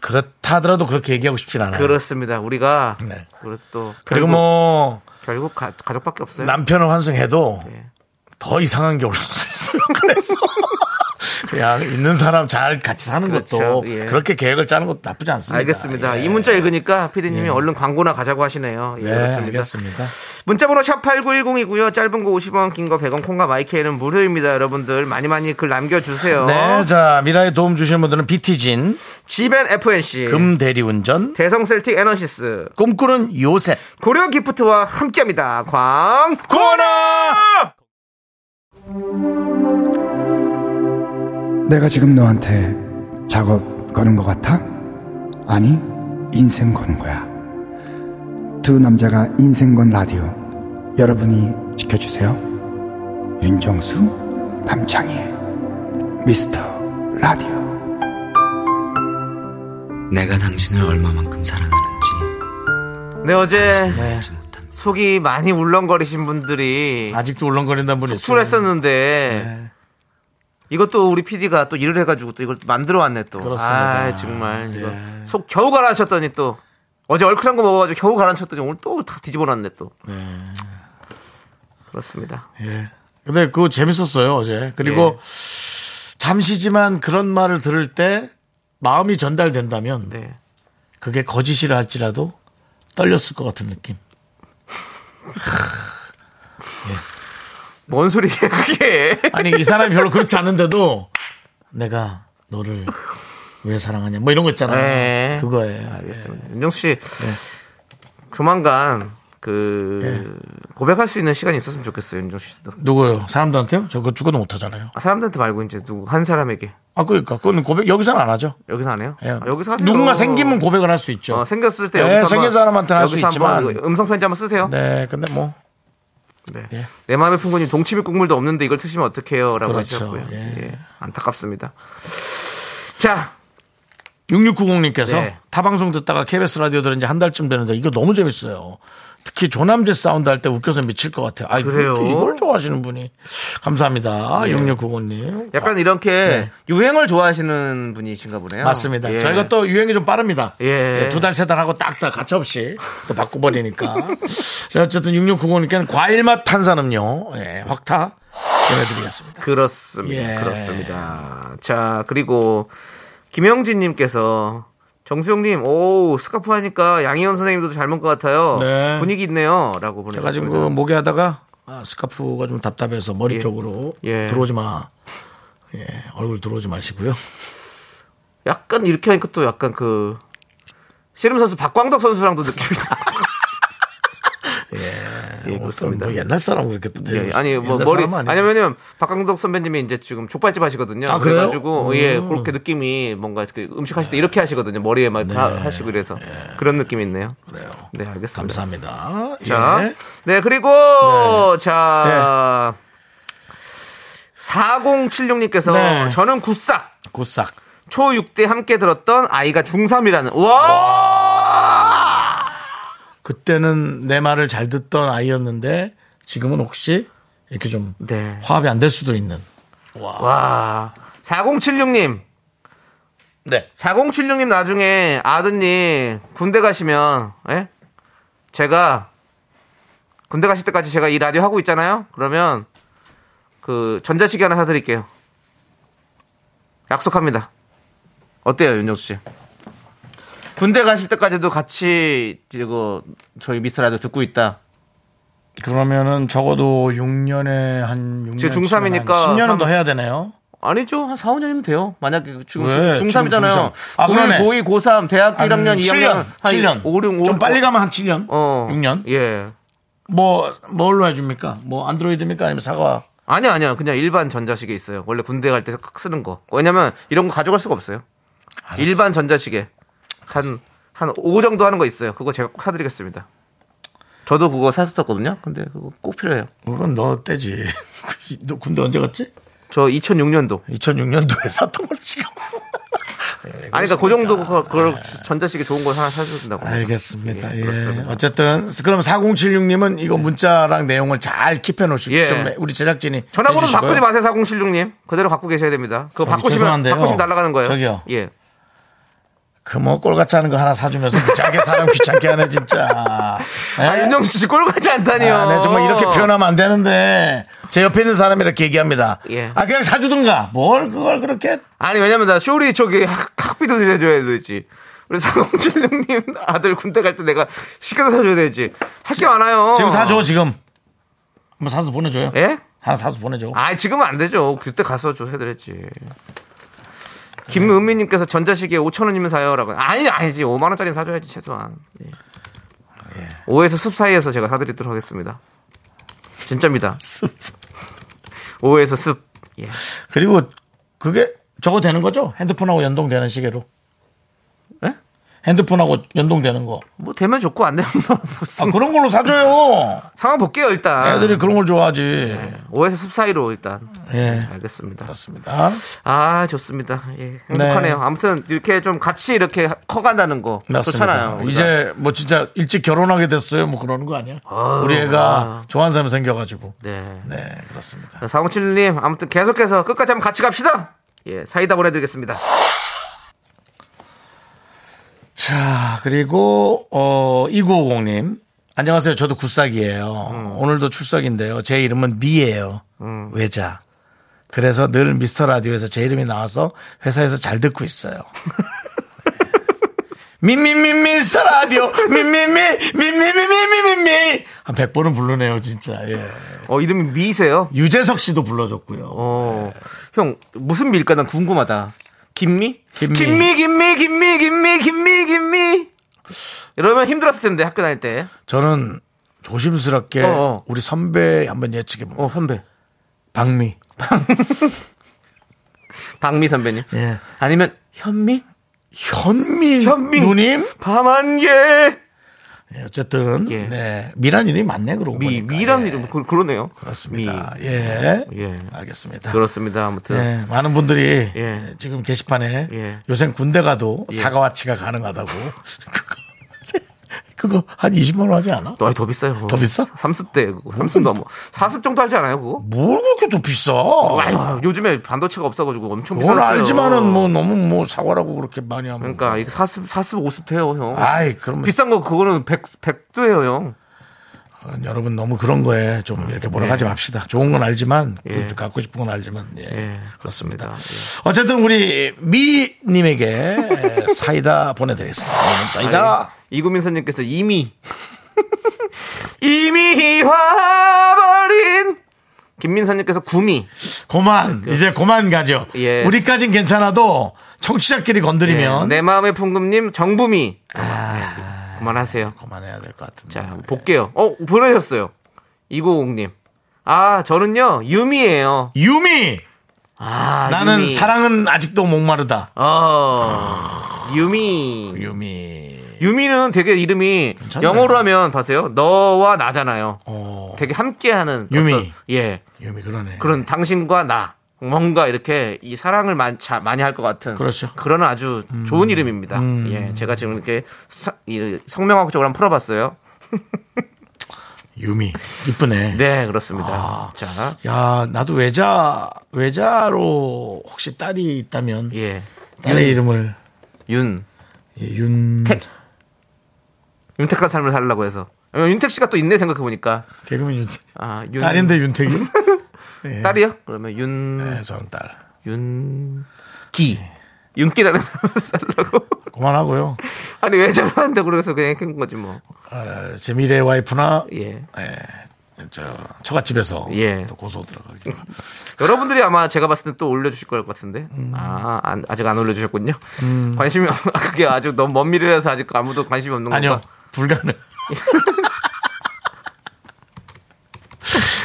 [SPEAKER 1] 그렇다더라도 그렇게 얘기하고 싶진 않아요.
[SPEAKER 2] 그렇습니다. 우리가
[SPEAKER 1] 네.
[SPEAKER 2] 그리고 또
[SPEAKER 1] 그리고
[SPEAKER 2] 결국-
[SPEAKER 1] 뭐
[SPEAKER 2] 결국 가, 족밖에 없어요.
[SPEAKER 1] 남편을 환승해도
[SPEAKER 2] 예.
[SPEAKER 1] 더 이상한 게 올 수 있어요. 그래서 그냥 있는 사람 잘 같이 사는 것도
[SPEAKER 2] 그렇죠. 예.
[SPEAKER 1] 그렇게 계획을 짜는 것도 나쁘지 않습니다.
[SPEAKER 2] 알겠습니다.
[SPEAKER 1] 예.
[SPEAKER 2] 이 문자 읽으니까 피디님이 얼른 광고나 가자고 하시네요. 예,
[SPEAKER 1] 네,
[SPEAKER 2] 그렇습니다.
[SPEAKER 1] 알겠습니다.
[SPEAKER 2] 문자번호 샵 8910이고요. 짧은 거 50원, 긴 거 100원, 콩과 마이크에는 무료입니다. 여러분들 많이 많이 글 남겨주세요.
[SPEAKER 1] 네, 자 미라에 도움 주시는 분들은 비티진,
[SPEAKER 2] 지벤 FNC,
[SPEAKER 1] 금대리운전,
[SPEAKER 2] 대성셀틱 에너시스,
[SPEAKER 1] 꿈꾸는 요셉,
[SPEAKER 2] 고려 기프트와 함께합니다. 광.
[SPEAKER 1] 코너.
[SPEAKER 3] 내가 지금 너한테 작업 거는 것 같아? 아니, 인생 거는 거야. 두 남자가 인생 건 라디오. 여러분이 지켜주세요. 윤정수, 남창희, 미스터 라디오.
[SPEAKER 4] 내가 당신을 얼마만큼 사랑하는지
[SPEAKER 2] 네, 어제
[SPEAKER 4] 알지 못합니다.
[SPEAKER 2] 속이 많이 울렁거리신 분들이
[SPEAKER 1] 아직도 울렁거린다는 분이 있어요.
[SPEAKER 2] 출했었는데
[SPEAKER 1] 네.
[SPEAKER 2] 이것도 우리 PD가 또 일을 해가지고 또 이걸 또 만들어 왔네 또.
[SPEAKER 1] 그렇습니다.
[SPEAKER 2] 아, 정말 이거
[SPEAKER 1] 예.
[SPEAKER 2] 속 겨우 가라앉혔더니 또 어제 얼큰한 거 먹어가지고 겨우 가라앉혔더니 오늘 또 다 뒤집어놨네 또. 그렇습니다.
[SPEAKER 1] 예. 근데 그거 재밌었어요 어제. 그리고
[SPEAKER 2] 예.
[SPEAKER 1] 잠시지만 그런 말을 들을 때 마음이 전달된다면
[SPEAKER 2] 네.
[SPEAKER 1] 그게 거짓이라 할지라도 떨렸을 것 같은 느낌.
[SPEAKER 2] 뭔 소리예요 그게?
[SPEAKER 1] 아니 이 사람이 별로 그렇지 않은데도 내가 너를 왜 사랑하냐 뭐 이런 거 있잖아요.
[SPEAKER 2] 네.
[SPEAKER 1] 그거예요.
[SPEAKER 2] 알겠습니다. 윤정수 씨
[SPEAKER 1] 네.
[SPEAKER 2] 조만간 그
[SPEAKER 1] 예.
[SPEAKER 2] 고백할 수 있는 시간이 있었으면 좋겠어요 윤정수 씨도.
[SPEAKER 1] 누구요? 사람들한테요? 저 그거 죽어도 못하잖아요.
[SPEAKER 2] 아, 사람들한테 말고 이제 누구 한 사람에게
[SPEAKER 1] 아 그러니까 그건 고백 여기서는 안 하죠.
[SPEAKER 2] 여기서 안 해요?
[SPEAKER 1] 예.
[SPEAKER 2] 아, 여기서 하세요.
[SPEAKER 1] 누군가 생기면 고백을 할 수 있죠.
[SPEAKER 2] 어, 생겼을 때
[SPEAKER 1] 예,
[SPEAKER 2] 여기서
[SPEAKER 1] 생긴
[SPEAKER 2] 한번-
[SPEAKER 1] 사람한테는 할수
[SPEAKER 2] 여기서 한번 그
[SPEAKER 1] 있지만.
[SPEAKER 2] 음성 편지 한번 쓰세요.
[SPEAKER 1] 네, 근데 뭐
[SPEAKER 2] 네.
[SPEAKER 1] 예.
[SPEAKER 2] 내 마음의 풍군이 동치미 국물도 없는데 이걸 드시면 어떡해요라고
[SPEAKER 1] 그렇죠.
[SPEAKER 2] 하셨고요.
[SPEAKER 1] 예.
[SPEAKER 2] 예. 안타깝습니다. 자,
[SPEAKER 1] 6690님께서
[SPEAKER 2] 네.
[SPEAKER 1] 타방송 듣다가 KBS 라디오 들은 지 한 달쯤 되는데 이거 너무 재밌어요. 특히 조남재 사운드 할 때 웃겨서 미칠 것 같아요. 아, 이걸
[SPEAKER 2] 그래요? 예.
[SPEAKER 1] 또 이걸 좋아하시는 분이 감사합니다. 6690님.
[SPEAKER 2] 약간 이렇게 유행을 좋아하시는 분이신가
[SPEAKER 1] 네.
[SPEAKER 2] 보네요.
[SPEAKER 1] 맞습니다.
[SPEAKER 2] 예.
[SPEAKER 1] 저희가 또 유행이 좀 빠릅니다.
[SPEAKER 2] 예.
[SPEAKER 1] 두 달, 세 달 하고 딱딱 가차없이 또 바꿔버리니까. 자, 어쨌든 6690님께는 과일맛 탄산음료, 예, 확타 보내드리겠습니다.
[SPEAKER 2] 그렇습니다.
[SPEAKER 1] 예.
[SPEAKER 2] 그렇습니다. 자, 그리고 김영진 님께서 정수영 님, 오, 스카프 하니까 양희원 선생님도 잘 먹은 것 같아요.
[SPEAKER 1] 네.
[SPEAKER 2] 분위기 있네요라고 보내
[SPEAKER 1] 제가
[SPEAKER 2] 주셨습니다.
[SPEAKER 1] 지금 그 목에 하다가 아, 스카프가 좀 답답해서 머리
[SPEAKER 2] 예.
[SPEAKER 1] 쪽으로
[SPEAKER 2] 예.
[SPEAKER 1] 들어오지 마. 예, 얼굴 들어오지 마시고요.
[SPEAKER 2] 약간 이렇게 하니까 또 약간 그 씨름 선수 박광덕 선수랑도 느낌이 나. 예, 그렇습니다.
[SPEAKER 1] 뭐 옛날 사람 그렇게 또
[SPEAKER 2] 예,
[SPEAKER 1] 되는
[SPEAKER 2] 아니 뭐 머리 아니면은 박광덕 선배님이 이제 지금 족발집 하시거든요.
[SPEAKER 1] 아, 그래요? 네.
[SPEAKER 2] 그래가지고
[SPEAKER 1] 음.
[SPEAKER 2] 예 그렇게 느낌이 뭔가 그 음식 하실 때 이렇게 하시거든요. 머리에 막
[SPEAKER 1] 네.
[SPEAKER 2] 하- 하시고 그래서 그런 느낌이 있네요.
[SPEAKER 1] 그래요.
[SPEAKER 2] 네 알겠습니다.
[SPEAKER 1] 감사합니다.
[SPEAKER 2] 자,
[SPEAKER 1] 예.
[SPEAKER 2] 네 그리고 자 4076님께서
[SPEAKER 1] 네.
[SPEAKER 2] 저는 굿삭
[SPEAKER 1] 굿삭.
[SPEAKER 2] 초 6대 함께 들었던 아이가 중3이라는 우와
[SPEAKER 1] 그때는 내 말을 잘 듣던 아이였는데 지금은 혹시 이렇게 좀
[SPEAKER 2] 네.
[SPEAKER 1] 화합이 안 될 수도 있는.
[SPEAKER 2] 와. 4076님.
[SPEAKER 1] 네.
[SPEAKER 2] 4076님 나중에 아드님 군대 가시면, 예? 제가 군대 가실 때까지 제가 이 라디오 하고 있잖아요? 그러면 그 전자시계 하나 사드릴게요. 약속합니다. 어때요, 윤정수 씨? 군대 가실 때까지도 같이 이거 저희 미스터 라디오 듣고 있다.
[SPEAKER 1] 그러면은 적어도 6년에 한 6년.
[SPEAKER 2] 지금 중삼이니까
[SPEAKER 1] 10년은 더
[SPEAKER 2] 삼-
[SPEAKER 1] 해야 되네요.
[SPEAKER 2] 아니죠. 한 4, 5년이면 돼요. 만약에 네, 지금
[SPEAKER 1] 왜? 지금
[SPEAKER 2] 중3이잖아요.
[SPEAKER 1] 중3. 아, 그러네.
[SPEAKER 2] 고1, 고2, 고3, 대학교
[SPEAKER 1] 한
[SPEAKER 2] 1학년, 2학년.
[SPEAKER 1] 7년, 7년.
[SPEAKER 2] 5, 6, 5,
[SPEAKER 1] 좀 빨리 가면 한 7년?
[SPEAKER 2] 어.
[SPEAKER 1] 6년?
[SPEAKER 2] 예.
[SPEAKER 1] 뭐, 뭘로 해줍니까? 뭐, 안드로이드입니까? 아니면 사과?
[SPEAKER 2] 아니야, 아니야. 그냥 일반 전자시계 있어요. 원래 군대 갈 때 쓰는 거. 왜냐면 이런 거 가져갈 수가 없어요. 일반 전자시계. 한, 한 5 정도 하는 거 있어요. 그거 제가 꼭 사드리겠습니다. 저도 그거 샀었거든요. 근데 그거 꼭 필요해요.
[SPEAKER 1] 그건 너 때지. 너 군대 언제 갔지?
[SPEAKER 2] 저 2006년도.
[SPEAKER 1] 2006년도에 샀던 걸 지금.
[SPEAKER 2] 아니, 그러니까 그 정도 그걸, 그걸 전자시계 좋은 걸 하나 사준다고.
[SPEAKER 1] 알겠습니다. 예.
[SPEAKER 2] 예, 그렇습니다.
[SPEAKER 1] 어쨌든 그럼 4076님은 이거 문자랑 내용을 잘 킵해 놓으시고
[SPEAKER 2] 예.
[SPEAKER 1] 좀 우리 제작진이
[SPEAKER 2] 전화번호
[SPEAKER 1] 해주시고요.
[SPEAKER 2] 바꾸지 마세요, 4076님. 그대로 갖고 계셔야 됩니다. 그거
[SPEAKER 1] 저기
[SPEAKER 2] 바꾸시면,
[SPEAKER 1] 죄송한데요.
[SPEAKER 2] 바꾸시면 날아가는 거예요.
[SPEAKER 1] 저기요.
[SPEAKER 2] 예.
[SPEAKER 1] 그뭐 꼴같이 하는 거 하나 사주면서 무지하게 사람 귀찮게 하네 진짜. 예?
[SPEAKER 2] 아, 윤정수 씨 꼴같이 않다니요.
[SPEAKER 1] 아, 네, 정말 이렇게 표현하면 안 되는데 제 옆에 있는 사람이 이렇게 얘기합니다.
[SPEAKER 2] 예.
[SPEAKER 1] 아 그냥 사주든가 뭘 그걸 그렇게
[SPEAKER 2] 아니, 왜냐면 나 쇼리 저기 학- 학비도 드려줘야 되지. 우리 4076님 아들 군대 갈 때 내가 시켜서 사줘야 되지. 할 게 많아요.
[SPEAKER 1] 지금 사줘 지금 한번 사서 보내줘요.
[SPEAKER 2] 어. 예?
[SPEAKER 1] 하나 사서 보내줘.
[SPEAKER 2] 아, 지금은 안 되죠. 그때 가서 좀 해드렸지. 김은미님께서 전자시계 5천원이면 사요라고. 아니, 아니지. 5만원짜리 사줘야지, 최소한. 예.
[SPEAKER 1] 예.
[SPEAKER 2] 5에서 숲 사이에서 제가 사드리도록 하겠습니다. 진짜입니다. 5에서 숲. 예.
[SPEAKER 1] 그리고 그게 저거 되는 거죠? 핸드폰하고 연동되는 시계로.
[SPEAKER 2] 예?
[SPEAKER 1] 핸드폰하고 연동되는 거.
[SPEAKER 2] 뭐, 되면 좋고, 안 되면 뭐,
[SPEAKER 1] 아, 그런 걸로 사줘요.
[SPEAKER 2] 상황 볼게요, 일단.
[SPEAKER 1] 애들이 그런 걸 좋아하지.
[SPEAKER 2] 5에서 숲 사이로, 일단. 네,
[SPEAKER 1] 예.
[SPEAKER 2] 알겠습니다.
[SPEAKER 1] 그렇습니다.
[SPEAKER 2] 아, 좋습니다. 예. 행복하네요. 아무튼, 이렇게 좀 같이 이렇게 커간다는 거.
[SPEAKER 1] 맞습니다.
[SPEAKER 2] 좋잖아요. 우리가.
[SPEAKER 1] 이제 뭐 진짜 일찍 결혼하게 됐어요. 뭐 그러는 거 아니야? 우리 애가 좋아하는 사람 생겨가지고.
[SPEAKER 2] 네.
[SPEAKER 1] 네, 그렇습니다.
[SPEAKER 2] 자, 4577님 아무튼 계속해서 끝까지 한번 같이 갑시다. 예, 사이다 보내드리겠습니다.
[SPEAKER 1] 자, 그리고 어 2950님. 안녕하세요. 저도 굿삭이에요.
[SPEAKER 2] 음.
[SPEAKER 1] 오늘도 출석인데요. 제 이름은 미예요. 외자. 그래서 늘 미스터 라디오에서 제 이름이 나와서 회사에서 잘 듣고 있어요. 미미미 미스터 라디오 미미미 미미미미미미 한 100번은 부르네요, 진짜. 예.
[SPEAKER 2] 어 이름이 미세요.
[SPEAKER 1] 유재석 씨도 불러줬고요.
[SPEAKER 2] 어, 형 무슨 미일까 난 궁금하다. 김미?
[SPEAKER 1] 김미.
[SPEAKER 2] 김미 김미 김미 김미 김미 김미. 이러면 힘들었을 텐데 학교 다닐 때.
[SPEAKER 1] 저는 조심스럽게
[SPEAKER 2] 어, 어.
[SPEAKER 1] 우리 선배 한번 예측해 봅니다.
[SPEAKER 2] 어 선배.
[SPEAKER 1] 박미.
[SPEAKER 2] 박미 선배님.
[SPEAKER 1] 예.
[SPEAKER 2] 아니면 현미?
[SPEAKER 1] 현미,
[SPEAKER 2] 현미.
[SPEAKER 1] 누님?
[SPEAKER 2] 밤한개.
[SPEAKER 1] 예, 어쨌든
[SPEAKER 2] 예.
[SPEAKER 1] 네. 미란 이름이 맞네 그러고
[SPEAKER 2] 미
[SPEAKER 1] 보니까.
[SPEAKER 2] 미란
[SPEAKER 1] 예,
[SPEAKER 2] 이름 그, 그러네요.
[SPEAKER 1] 그렇습니다. 예.
[SPEAKER 2] 예.
[SPEAKER 1] 알겠습니다.
[SPEAKER 2] 미. 그렇습니다. 아무튼
[SPEAKER 1] 예, 많은 분들이
[SPEAKER 2] 예.
[SPEAKER 1] 지금 게시판에
[SPEAKER 2] 예.
[SPEAKER 1] 요새 군대 가도 사과와치가 가능하다고 그거 그거 한 20만 원 하지 않아?
[SPEAKER 2] 또 아니 더 비싸요.
[SPEAKER 1] 더 비싸?
[SPEAKER 2] 30대 그거 30 넘어. 40 정도 하지 않아요 그거?
[SPEAKER 1] 뭘 그렇게 또 비싸?
[SPEAKER 2] 어, 아유, 요즘에 반도체가 없어가지고 엄청
[SPEAKER 1] 어. 그건
[SPEAKER 2] 비싸졌어요.
[SPEAKER 1] 알지만은 뭐 너무 뭐 사과라고 그렇게 많이 하면
[SPEAKER 2] 그러니까 이게 40, 40, 50 돼요 형.
[SPEAKER 1] 아이 뭐. 그러면
[SPEAKER 2] 비싼 거 그거는 100, 100도 해요 형.
[SPEAKER 1] 그건 어, 여러분 너무 그런 거에 좀 이렇게 뭐라 하지 맙시다. 좋은 건 알지만
[SPEAKER 2] 음, 예.
[SPEAKER 1] 좀 갖고 싶은 건 알지만 예, 그렇습니다.
[SPEAKER 2] 그렇습니다.
[SPEAKER 1] 어쨌든 우리 미님에게 사이다 보내드리겠습니다. 미님 사이다.
[SPEAKER 2] 이구민선님께서 이미 이미 화버린 김민선님께서 구미
[SPEAKER 1] 고만 이제 고만 가죠.
[SPEAKER 2] 그 예.
[SPEAKER 1] 우리까진 괜찮아도 청취자끼리 건드리면
[SPEAKER 2] 네, 내 마음의 풍금님 정부미 아, 그만하세요.
[SPEAKER 1] 그만해야 될 것 같은데.
[SPEAKER 2] 자 볼게요. 어 보내셨어요. 이구공님. 아 저는요 유미예요.
[SPEAKER 1] 유미
[SPEAKER 2] 아
[SPEAKER 1] 나는
[SPEAKER 2] 유미.
[SPEAKER 1] 사랑은 아직도 목마르다.
[SPEAKER 2] 어 유미.
[SPEAKER 1] 유미
[SPEAKER 2] 유미는 되게 이름이
[SPEAKER 1] 괜찮네.
[SPEAKER 2] 영어로 하면 봐세요. 너와 나잖아요.
[SPEAKER 1] 어
[SPEAKER 2] 되게 함께하는
[SPEAKER 1] 유미.
[SPEAKER 2] 어떤- 예
[SPEAKER 1] 유미 그러네.
[SPEAKER 2] 그런 당신과 나 뭔가 이렇게 이 사랑을 많, 자, 많이 할 것 같은
[SPEAKER 1] 그렇죠. 음.
[SPEAKER 2] 그런 아주 좋은 이름입니다. 예 제가 지금 이렇게 사- 이 성명학적으로 한번 풀어봤어요.
[SPEAKER 1] 유미 이쁘네.
[SPEAKER 2] 네,
[SPEAKER 1] 아.
[SPEAKER 2] 그렇습니다. 자,
[SPEAKER 1] 야 나도 외자 외자로 혹시 딸이 있다면
[SPEAKER 2] 예.
[SPEAKER 1] 딸의 이름을
[SPEAKER 2] 윤.
[SPEAKER 1] 예, 윤
[SPEAKER 2] 택. 윤택한 삶을 살려고 해서. 어, 윤택 씨가 또 있네 생각해보니까.
[SPEAKER 1] 개그맨 윤
[SPEAKER 2] 아, 윤.
[SPEAKER 1] 딸인데 윤택이
[SPEAKER 2] 딸이요? 그러면 윤.
[SPEAKER 1] 네, 저는 딸
[SPEAKER 2] 윤기. 윤기라는 사람을 살려고.
[SPEAKER 1] 그만하고요
[SPEAKER 2] 아니, 왜 저러는데 그래서 그냥 큰 거지 뭐.
[SPEAKER 1] 어, 제 미래 와이프나
[SPEAKER 2] 예.
[SPEAKER 1] 예, 저 처갓집에서
[SPEAKER 2] 예. 음.
[SPEAKER 1] 또 고소 들어가기
[SPEAKER 2] 여러분들이 아마 제가 봤을 때 또 올려주실 것 같은데
[SPEAKER 1] 음.
[SPEAKER 2] 아 안- 아직 안 올려주셨군요 관심이 없- 그게 아주 너무 먼 미래라서 아직 아무도 관심이 없는
[SPEAKER 1] 아니요
[SPEAKER 2] 건가
[SPEAKER 1] 불가능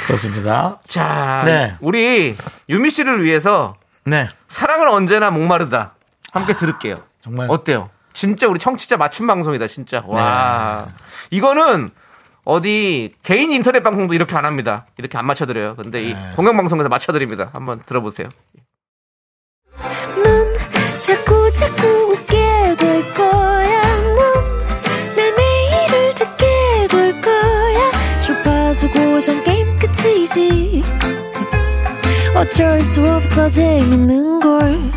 [SPEAKER 1] 그렇습니다
[SPEAKER 2] 자
[SPEAKER 1] 네.
[SPEAKER 2] 우리 유미 씨를 위해서
[SPEAKER 1] 네
[SPEAKER 2] 사랑은 언제나 목마르다 함께 들을게요
[SPEAKER 1] 아, 정말. 네.
[SPEAKER 2] 어때요 진짜 우리 청취자 맞춤 방송이다 진짜 와 이거는 어디 개인 인터넷 방송도 이렇게 안 합니다 이렇게 안 맞춰드려요 근데
[SPEAKER 1] 네.
[SPEAKER 2] 이 공영 방송에서 맞춰드립니다 한번 들어보세요
[SPEAKER 5] 넌 자꾸 자꾸 웃게 될 거야. 넌내 매일을 듣게 될 거야. 주파수 고정 게임 끝이지. 어쩔 수 없어 재밌는 걸.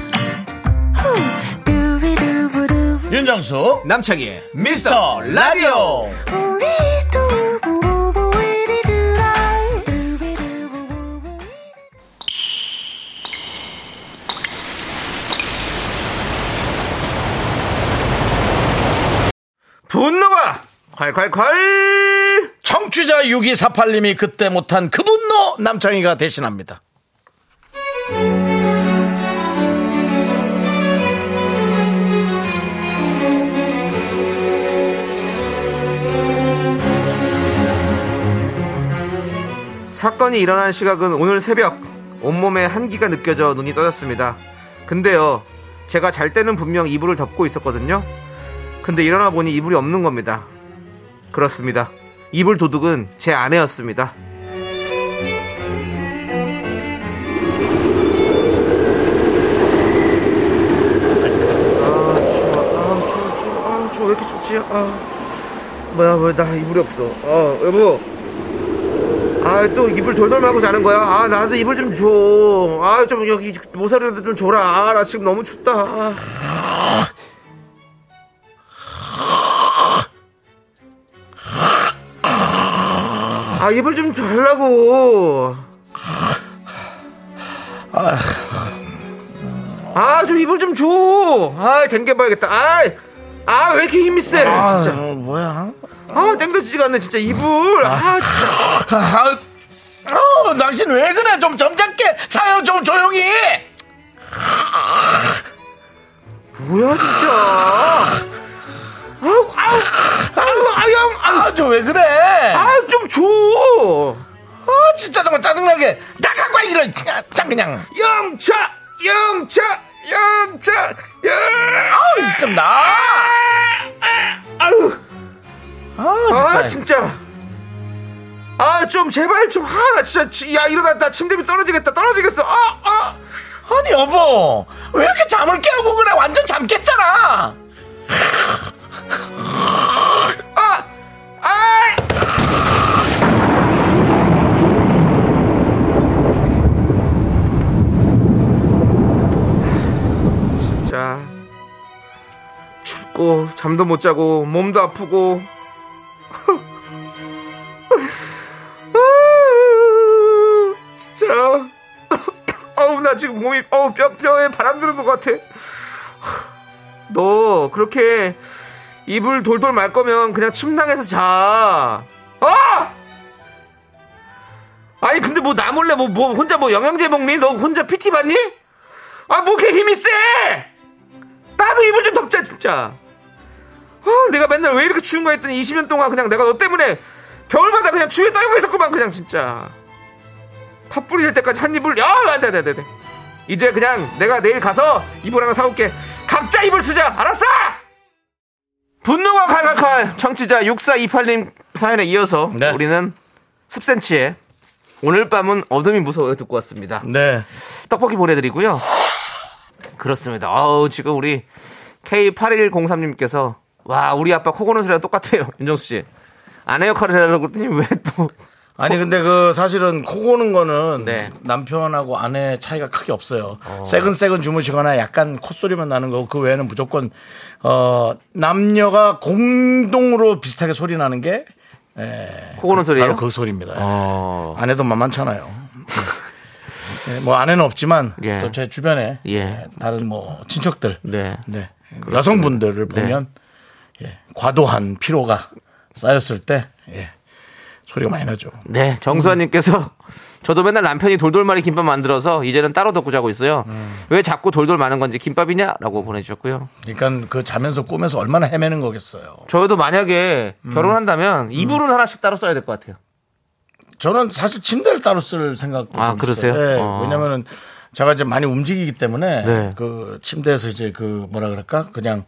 [SPEAKER 5] 후. 두비두부두부.
[SPEAKER 1] 윤정수
[SPEAKER 2] 남창희의
[SPEAKER 1] 미스터 라디오
[SPEAKER 5] 우리 두부부부 우리 두라. 두비두부부부 우리
[SPEAKER 2] 분노가 콸콸콸
[SPEAKER 1] 청취자 6248님이 그때 못한 그 분노 남창희가 대신합니다
[SPEAKER 2] 사건이 일어난 시각은 오늘 새벽 온몸에 한기가 느껴져 눈이 떠졌습니다. 근데요, 제가 잘 때는 분명 이불을 덮고 있었거든요. 근데 일어나 보니 이불이 없는 겁니다. 그렇습니다. 이불 도둑은 제 아내였습니다. 아 추워, 아 추워, 추워, 아 추워, 왜 이렇게 춥지? 아 뭐야, 뭐야, 나 이불이 없어. 어, 여보, 아 또 이불 돌돌 말고 자는 거야 아 나도 이불 좀줘아 좀 여기 모서리라도 좀 줘라 아, 나 지금 너무 춥다 아. 아 이불 좀 달라고 아 좀 이불 좀줘아 댕겨봐야겠다 아아 왜 이렇게 힘이 세 진짜
[SPEAKER 1] 어, 뭐야
[SPEAKER 2] 아 땡겨지지가 않네 진짜 이불 아 진짜
[SPEAKER 1] 아, 어, 당신 왜 그래? 좀 점잖게 자요, 좀 조용히!
[SPEAKER 2] 뭐야 진짜 아우 아우 아우 아우 아우
[SPEAKER 1] 아, 좀 왜 그래? 아,
[SPEAKER 2] 아우 좀줘
[SPEAKER 1] 진짜 정말 짜증나게. 나가과 이런, 짱, 그냥.
[SPEAKER 2] 영차 영차 영차 영
[SPEAKER 1] 아우, 좀 나!
[SPEAKER 2] 아우
[SPEAKER 1] 아,
[SPEAKER 2] 아
[SPEAKER 1] 진짜.
[SPEAKER 2] 진짜 아 좀 제발 좀하나 진짜 지- 야 이러다 나 침대 밑 떨어지겠다 떨어지겠어 아아
[SPEAKER 1] 아, 니 여보. 왜 이렇게 잠을 깨우고 그래? 완전 잠 깼잖아!
[SPEAKER 2] 아! 아! 진짜 춥고 잠도 못 자고 몸도 아프고 아, 진짜 어우 나 지금 몸이 어우 뼈 뼈에 바람 드는 것 같아 너 그렇게 이불 돌돌 말 거면 그냥 침낭에서 자. 아! 아니 근데 뭐 나 몰래 뭐, 뭐 혼자 뭐 영양제 먹니? 너 혼자 PT 받니? 아 뭐 이렇게 힘이 세! 나도 이불 좀 덮자 진짜. 아 내가 맨날 왜 이렇게 추운 거 했더니 20년 동안 그냥 내가 너 때문에 겨울마다 그냥 추위에 떨고 있었구만 그냥 진짜. 팥불이 될 때까지 한 이불 야 안돼 안돼 안돼 이제 그냥 내가 내일 가서 이불 하나 사올게 각자 이불 쓰자 알았어 분노가 칼칼칼 청취자 6428님 사연에 이어서
[SPEAKER 1] 네.
[SPEAKER 2] 우리는 습센치의 오늘 밤은 어둠이 무서워요 듣고 왔습니다
[SPEAKER 1] 네.
[SPEAKER 2] 떡볶이 보내드리고요 그렇습니다 아우 지금 우리 K8103님께서 와 우리 아빠 코 고는 소리랑 똑같아요 윤정수씨 아내 역할을 하려고 그랬더니 왜 또
[SPEAKER 1] 아니 근데 그 사실은 코 고는 거는
[SPEAKER 2] 네.
[SPEAKER 1] 남편하고 아내 차이가 크게 없어요. 세근세근 주무시거나 약간 콧소리만 나는 거고 그 외에는 무조건 어 남녀가 공동으로 비슷하게 소리 나는 게
[SPEAKER 2] 코고는 소리예요?
[SPEAKER 1] 바로 그 소리입니다. 예.
[SPEAKER 2] 어.
[SPEAKER 1] 아내도 만만찮아요. 네, 뭐 아내는 없지만
[SPEAKER 2] 예.
[SPEAKER 1] 또 제 주변에
[SPEAKER 2] 예.
[SPEAKER 1] 다른 뭐 친척들
[SPEAKER 2] 네.
[SPEAKER 1] 네. 여성분들을 보면 예, 과도한 피로가 쌓였을 때 예, 소리가 많이 나죠.
[SPEAKER 2] 네, 정수아님께서 저도 맨날 남편이 돌돌말이 김밥 만들어서 이제는 따로 덮고 자고 있어요. 왜 자꾸 돌돌 마는 건지 김밥이냐라고 보내주셨고요.
[SPEAKER 1] 그러니까 그 자면서 꿈에서 얼마나 헤매는 거겠어요.
[SPEAKER 2] 저도 만약에 결혼한다면 이불은 하나씩 따로 써야 될 것 같아요.
[SPEAKER 1] 저는 사실 침대를 따로 쓸 생각.
[SPEAKER 2] 아, 그러세요? 어.
[SPEAKER 1] 예, 왜냐면은 제가 이제 많이 움직이기 때문에
[SPEAKER 2] 네.
[SPEAKER 1] 그 침대에서 이제 그 뭐라 그럴까 그냥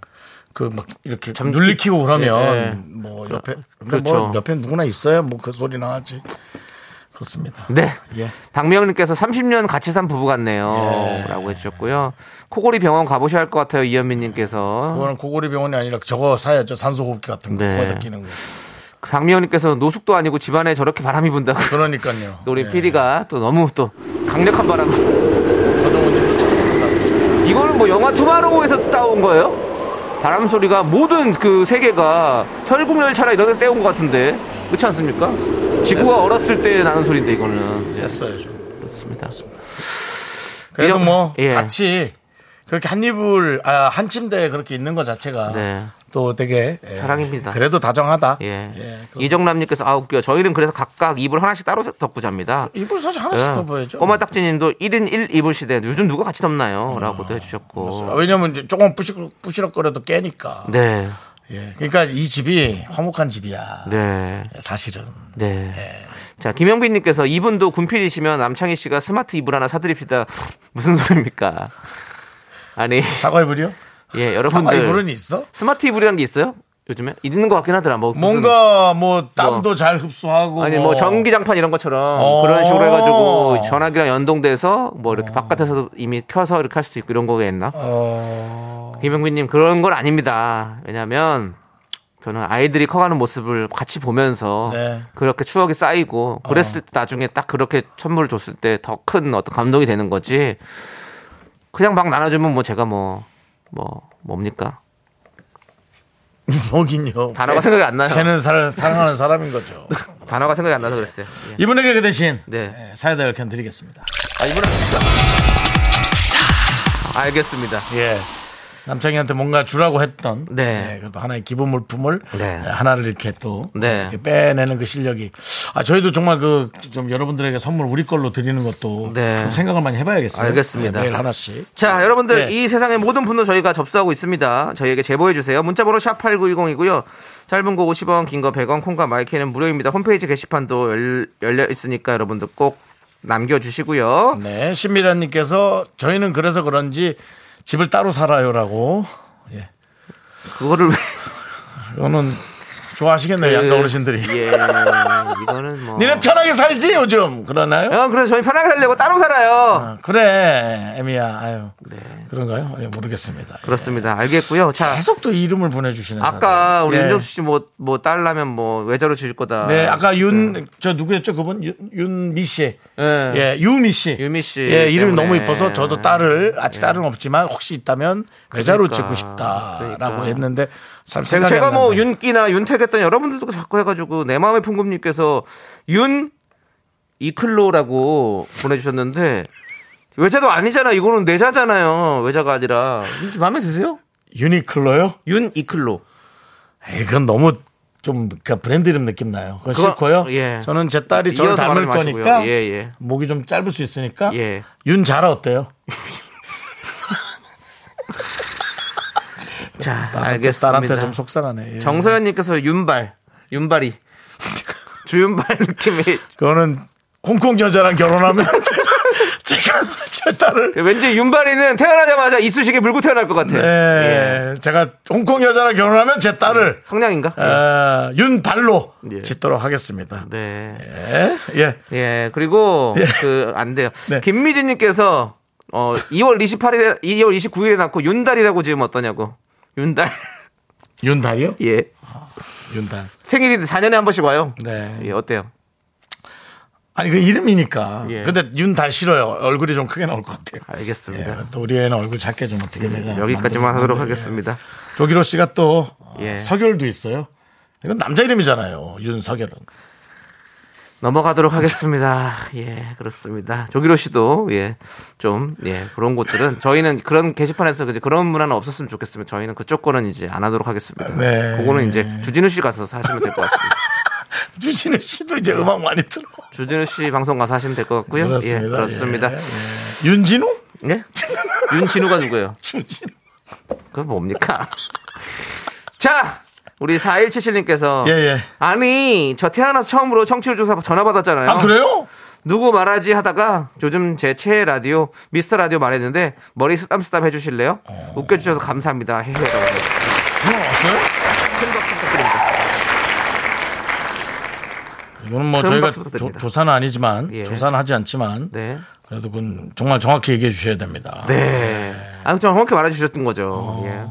[SPEAKER 1] 그 막 이렇게
[SPEAKER 2] 잠기-
[SPEAKER 1] 눌리키고 그러면
[SPEAKER 2] 예, 예.
[SPEAKER 1] 뭐 옆에 근데
[SPEAKER 2] 그렇죠.
[SPEAKER 1] 뭐 옆에 누구나 있어요. 뭐 그 소리 나지. 그렇습니다.
[SPEAKER 2] 네.
[SPEAKER 1] 예.
[SPEAKER 2] 박미영님께서 30년 같이 산 부부 같네요.
[SPEAKER 1] 예.
[SPEAKER 2] 라고 해주셨고요. 코골이 병원 가보셔야 할 것 같아요. 이현민님께서.
[SPEAKER 1] 그거는 고고리 병원이 아니라 저거 사야죠. 산소호흡기 같은 거
[SPEAKER 2] 네.
[SPEAKER 1] 거기다 끼는 거.
[SPEAKER 2] 박미영님께서 노숙도 아니고 집안에 저렇게 바람이 분다고.
[SPEAKER 1] 그러니까요. 예.
[SPEAKER 2] 우리 PD가 또 너무 또 강력한 바람.
[SPEAKER 1] 서정훈님도
[SPEAKER 2] 이거는 뭐 영화 투마로우에서 따온 거예요? 바람 소리가 모든 그 세계가 설국열차나 이런 데 떼온 것 같은데. 그렇지 않습니까? 지구가 얼었을 때 나는 소리인데 이거는.
[SPEAKER 1] 쨌어요 좀.
[SPEAKER 2] 그렇습니다.
[SPEAKER 1] 그래도
[SPEAKER 2] 이런-
[SPEAKER 1] 뭐
[SPEAKER 2] 예.
[SPEAKER 1] 같이 그렇게 한 이불 아, 한 침대에 그렇게 있는 것 자체가
[SPEAKER 2] 네.
[SPEAKER 1] 또 되게 예,
[SPEAKER 2] 사랑입니다.
[SPEAKER 1] 그래도 다정하다.
[SPEAKER 2] 예.
[SPEAKER 1] 그-
[SPEAKER 2] 이정남님께서 아 웃겨. 저희는 그래서 각각 이불 하나씩 따로 덮고 잡니다.
[SPEAKER 1] 이불 사실 하나씩
[SPEAKER 2] 예.
[SPEAKER 1] 더 보여줘.
[SPEAKER 2] 꼬마딱지님도 1인 1 이불 시대 요즘 누가 같이
[SPEAKER 1] 음,
[SPEAKER 2] 덮나요? 라고도 해주셨고.
[SPEAKER 1] 뭐. 왜냐면 이제 조금 부시럭, 부시럭거려도 깨니까.
[SPEAKER 2] 네,
[SPEAKER 1] 예. 그러니까 이 집이 화목한 집이야.
[SPEAKER 2] 네,
[SPEAKER 1] 예, 사실은.
[SPEAKER 2] 네.
[SPEAKER 1] 예.
[SPEAKER 2] 자 김영빈님께서 이분도 군필이시면 남창희 씨가 스마트 이불 하나 사드립시다. 무슨 소리입니까? 아니
[SPEAKER 1] 사과 이불이요?
[SPEAKER 2] 예
[SPEAKER 1] 사과
[SPEAKER 2] 여러분들
[SPEAKER 1] 이불은 있어?
[SPEAKER 2] 스마트 이불이란 게 있어요? 요즘에 있는 것 같긴 하더라. 뭐 무슨-
[SPEAKER 1] 뭔가 뭐 땀도 잘 흡수하고
[SPEAKER 2] 아니 뭐 전기장판 이런 것처럼
[SPEAKER 1] 어.
[SPEAKER 2] 그런 식으로 해가지고 전화기랑 연동돼서 뭐 이렇게 바깥에서도 이미 켜서 이렇게 할 수도 있고 이런 거겠나?
[SPEAKER 1] 어.
[SPEAKER 2] 김영빈님 그런 건 아닙니다. 왜냐하면 저는 아이들이 커가는 모습을 같이 보면서
[SPEAKER 1] 네. 어.
[SPEAKER 2] 그렇게 추억이 쌓이고 그랬을 때 나중에 딱 그렇게 선물을 줬을 때 더 큰 어떤 감동이 되는 거지. 그냥 막 나눠주면 뭐 제가 뭐 뭐 뭡니까
[SPEAKER 1] 뭐긴요.
[SPEAKER 2] 단어가 생각이 안 나요.
[SPEAKER 1] 걔는 살, 사랑하는 사람인 거죠.
[SPEAKER 2] 단어가 생각이 안 나서 그랬어요. 예.
[SPEAKER 1] 이분에게 그 대신
[SPEAKER 2] 네.
[SPEAKER 1] 예, 사이다 열캔 드리겠습니다.
[SPEAKER 2] 아 이번엔 진짜 알겠습니다.
[SPEAKER 1] 예. 남창희한테 뭔가 주라고 했던
[SPEAKER 2] 네.
[SPEAKER 1] 예, 그래도 하나의 기본 물품을 예,
[SPEAKER 2] 네.
[SPEAKER 1] 하나를 이렇게 또
[SPEAKER 2] 네.
[SPEAKER 1] 이렇게 빼내는 그 실력이 아 저희도 정말 그 좀 여러분들에게 선물 우리 걸로 드리는 것도
[SPEAKER 2] 네.
[SPEAKER 1] 좀 생각을 많이 해봐야겠어요.
[SPEAKER 2] 알겠습니다.
[SPEAKER 1] 예, 매일 하나씩.
[SPEAKER 2] 자, 여러분들
[SPEAKER 1] 네.
[SPEAKER 2] 이 세상의 모든 분노 저희가 접수하고 있습니다. 저희에게 제보해 주세요. 문자 번호 샵 8910이고요. 짧은 거 50원, 긴 거 100원, 콩과 마이크는 무료입니다. 홈페이지 게시판도 열, 열려 있으니까 여러분들 꼭 남겨 주시고요.
[SPEAKER 1] 네, 신미란님께서 저희는 그래서 그런지 집을 따로 살아요라고. 예,
[SPEAKER 2] 그거를 왜
[SPEAKER 1] 이거는 좋아하시겠네요, 양가 어르신들이.
[SPEAKER 2] 예. 이거는 뭐
[SPEAKER 1] 니네 편하게 살지 요즘 그러나요?
[SPEAKER 2] 어, 그래서 저희 편하게 살려고 따로 살아요.
[SPEAKER 1] 아, 그래, 애미야, 아유. 그런가요? 예, 모르겠습니다. 예.
[SPEAKER 2] 네. 그렇습니다. 알겠고요. 자,
[SPEAKER 1] 계속 또 이름을 보내주시는.
[SPEAKER 2] 아까
[SPEAKER 1] 거예요.
[SPEAKER 2] 우리
[SPEAKER 1] 예.
[SPEAKER 2] 윤정수 씨뭐뭐 딸라면 뭐 외자로 지을 거다.
[SPEAKER 1] 네, 아까 윤, 저 누구였죠? 그분? 윤, 윤미 씨.
[SPEAKER 2] 예.
[SPEAKER 1] 예, 유미 씨.
[SPEAKER 2] 유미 씨
[SPEAKER 1] 예, 이름이
[SPEAKER 2] 때문에. 예.
[SPEAKER 1] 너무 이뻐서 저도 딸을, 아직 딸은 없지만 혹시 있다면 외자로
[SPEAKER 2] 그러니까.
[SPEAKER 1] 찍고 싶다라고
[SPEAKER 2] 그러니까.
[SPEAKER 1] 했는데 참
[SPEAKER 2] 제가,
[SPEAKER 1] 생각이 안
[SPEAKER 2] 뭐
[SPEAKER 1] 나네요.
[SPEAKER 2] 윤기나 윤택했던 여러분들도 자꾸 해가지고 내 마음의 풍금님께서 윤 이클로라고 보내주셨는데 외자도 아니잖아 이거는 내자잖아요 외자가 아니라 윤씨 마음에 드세요?
[SPEAKER 1] 유니클로요?
[SPEAKER 2] 윤 이클로
[SPEAKER 1] 에이, 그건 너무 좀, 그 브랜드 이름 느낌 나요. 그건
[SPEAKER 2] 그거-
[SPEAKER 1] 싫고요.
[SPEAKER 2] 예.
[SPEAKER 1] 저는 제 딸이 저를
[SPEAKER 2] 이어서
[SPEAKER 1] 닮을
[SPEAKER 2] 말하지 마시고요.
[SPEAKER 1] 거니까.
[SPEAKER 2] 예, 예.
[SPEAKER 1] 목이 좀 짧을 수 있으니까.
[SPEAKER 2] 예.
[SPEAKER 1] 윤자라 어때요?
[SPEAKER 2] 자
[SPEAKER 1] 딸한테- 딸한테
[SPEAKER 2] 알겠습니다
[SPEAKER 1] 좀 속상하네. 예.
[SPEAKER 2] 정서연님께서 윤발 윤발이 주윤발 느낌이
[SPEAKER 1] 그거는 홍콩 여자랑 결혼하면 제가, 제가 제 딸을
[SPEAKER 2] 왠지 윤발이는 태어나자마자 이쑤시개 물고 태어날 것 같아요
[SPEAKER 1] 예, 제가 홍콩 여자랑 결혼하면 제 딸을
[SPEAKER 2] 성냥인가?
[SPEAKER 1] 어, 윤발로
[SPEAKER 2] 네. 예.
[SPEAKER 1] 짓도록 하겠습니다.
[SPEAKER 2] 네
[SPEAKER 1] 예, 예.
[SPEAKER 2] 예, 그리고 그 안 돼요.
[SPEAKER 1] 네.
[SPEAKER 2] 김미진 님께서 어 2월 28일에 2월 29일에 낳고 윤달이라고 지으면 어떠냐고. 윤달.
[SPEAKER 1] 윤달이요?
[SPEAKER 2] 예.
[SPEAKER 1] 윤달.
[SPEAKER 2] 생일인데 4년에 한 번씩 와요.
[SPEAKER 1] 네.
[SPEAKER 2] 예, 어때요?
[SPEAKER 1] 아니 그 이름이니까.
[SPEAKER 2] 예.
[SPEAKER 1] 근데 윤달 싫어요. 얼굴이 좀 크게 나올 것 같아요.
[SPEAKER 2] 알겠습니다. 예.
[SPEAKER 1] 예, 네, 또 우리 애는 얼굴 작게 좀 어떻게 내가
[SPEAKER 2] 여기까지만
[SPEAKER 1] 만들어봤는데.
[SPEAKER 2] 하도록
[SPEAKER 1] 예.
[SPEAKER 2] 하겠습니다.
[SPEAKER 1] 조기로 씨가 또 어,
[SPEAKER 2] 예.
[SPEAKER 1] 서결도 있어요. 이건 남자 이름이잖아요. 윤서결은.
[SPEAKER 2] 넘어가도록 하겠습니다. 예, 그렇습니다. 조기로 씨도 예, 좀 예, 그런 곳들은 저희는 그런 게시판에서 이제 그런 문화는 없었으면 좋겠으면 저희는 그쪽 거는 이제 안 하도록 하겠습니다.
[SPEAKER 1] 네.
[SPEAKER 2] 그거는 이제 주진우 씨 가서 하시면 될 것 같습니다.
[SPEAKER 1] 유진우 씨도 이제 음악 많이 들어.
[SPEAKER 2] 주진우 씨 방송 가서 하시면 될 것 같고요.
[SPEAKER 1] 그렇습니다.
[SPEAKER 2] 예, 그렇습니다.
[SPEAKER 1] 예, 윤진우?
[SPEAKER 2] 예? 윤진우가 누구예요?
[SPEAKER 1] 윤진우.
[SPEAKER 2] 그건 뭡니까? 자, 우리 4177님께서
[SPEAKER 1] 예, 예.
[SPEAKER 2] 아니, 저 태어나서 처음으로 청취율 조사 전화 받았잖아요.
[SPEAKER 1] 아 그래요?
[SPEAKER 2] 누구 말하지 하다가 요즘 제 최애 라디오 미스터 라디오 말했는데 머리 쓰담쓰담 해주실래요?
[SPEAKER 1] 어.
[SPEAKER 2] 웃겨주셔서 감사합니다. 헤헤라고 해요.
[SPEAKER 1] 그거
[SPEAKER 2] 네.
[SPEAKER 1] 왔어요?
[SPEAKER 2] 큰 박수 부탁드립니다.
[SPEAKER 1] 이거는 뭐
[SPEAKER 2] 큰
[SPEAKER 1] 저희가
[SPEAKER 2] 박수
[SPEAKER 1] 조,
[SPEAKER 2] 부탁드립니다.
[SPEAKER 1] 조사는 아니지만
[SPEAKER 2] 예.
[SPEAKER 1] 조사는 하지 않지만
[SPEAKER 2] 네.
[SPEAKER 1] 그래도 그건 정말 정확히 얘기해 주셔야 됩니다.
[SPEAKER 2] 네. 아, 좀 정확히 말해주셨던
[SPEAKER 1] 어.
[SPEAKER 2] 거죠. 예.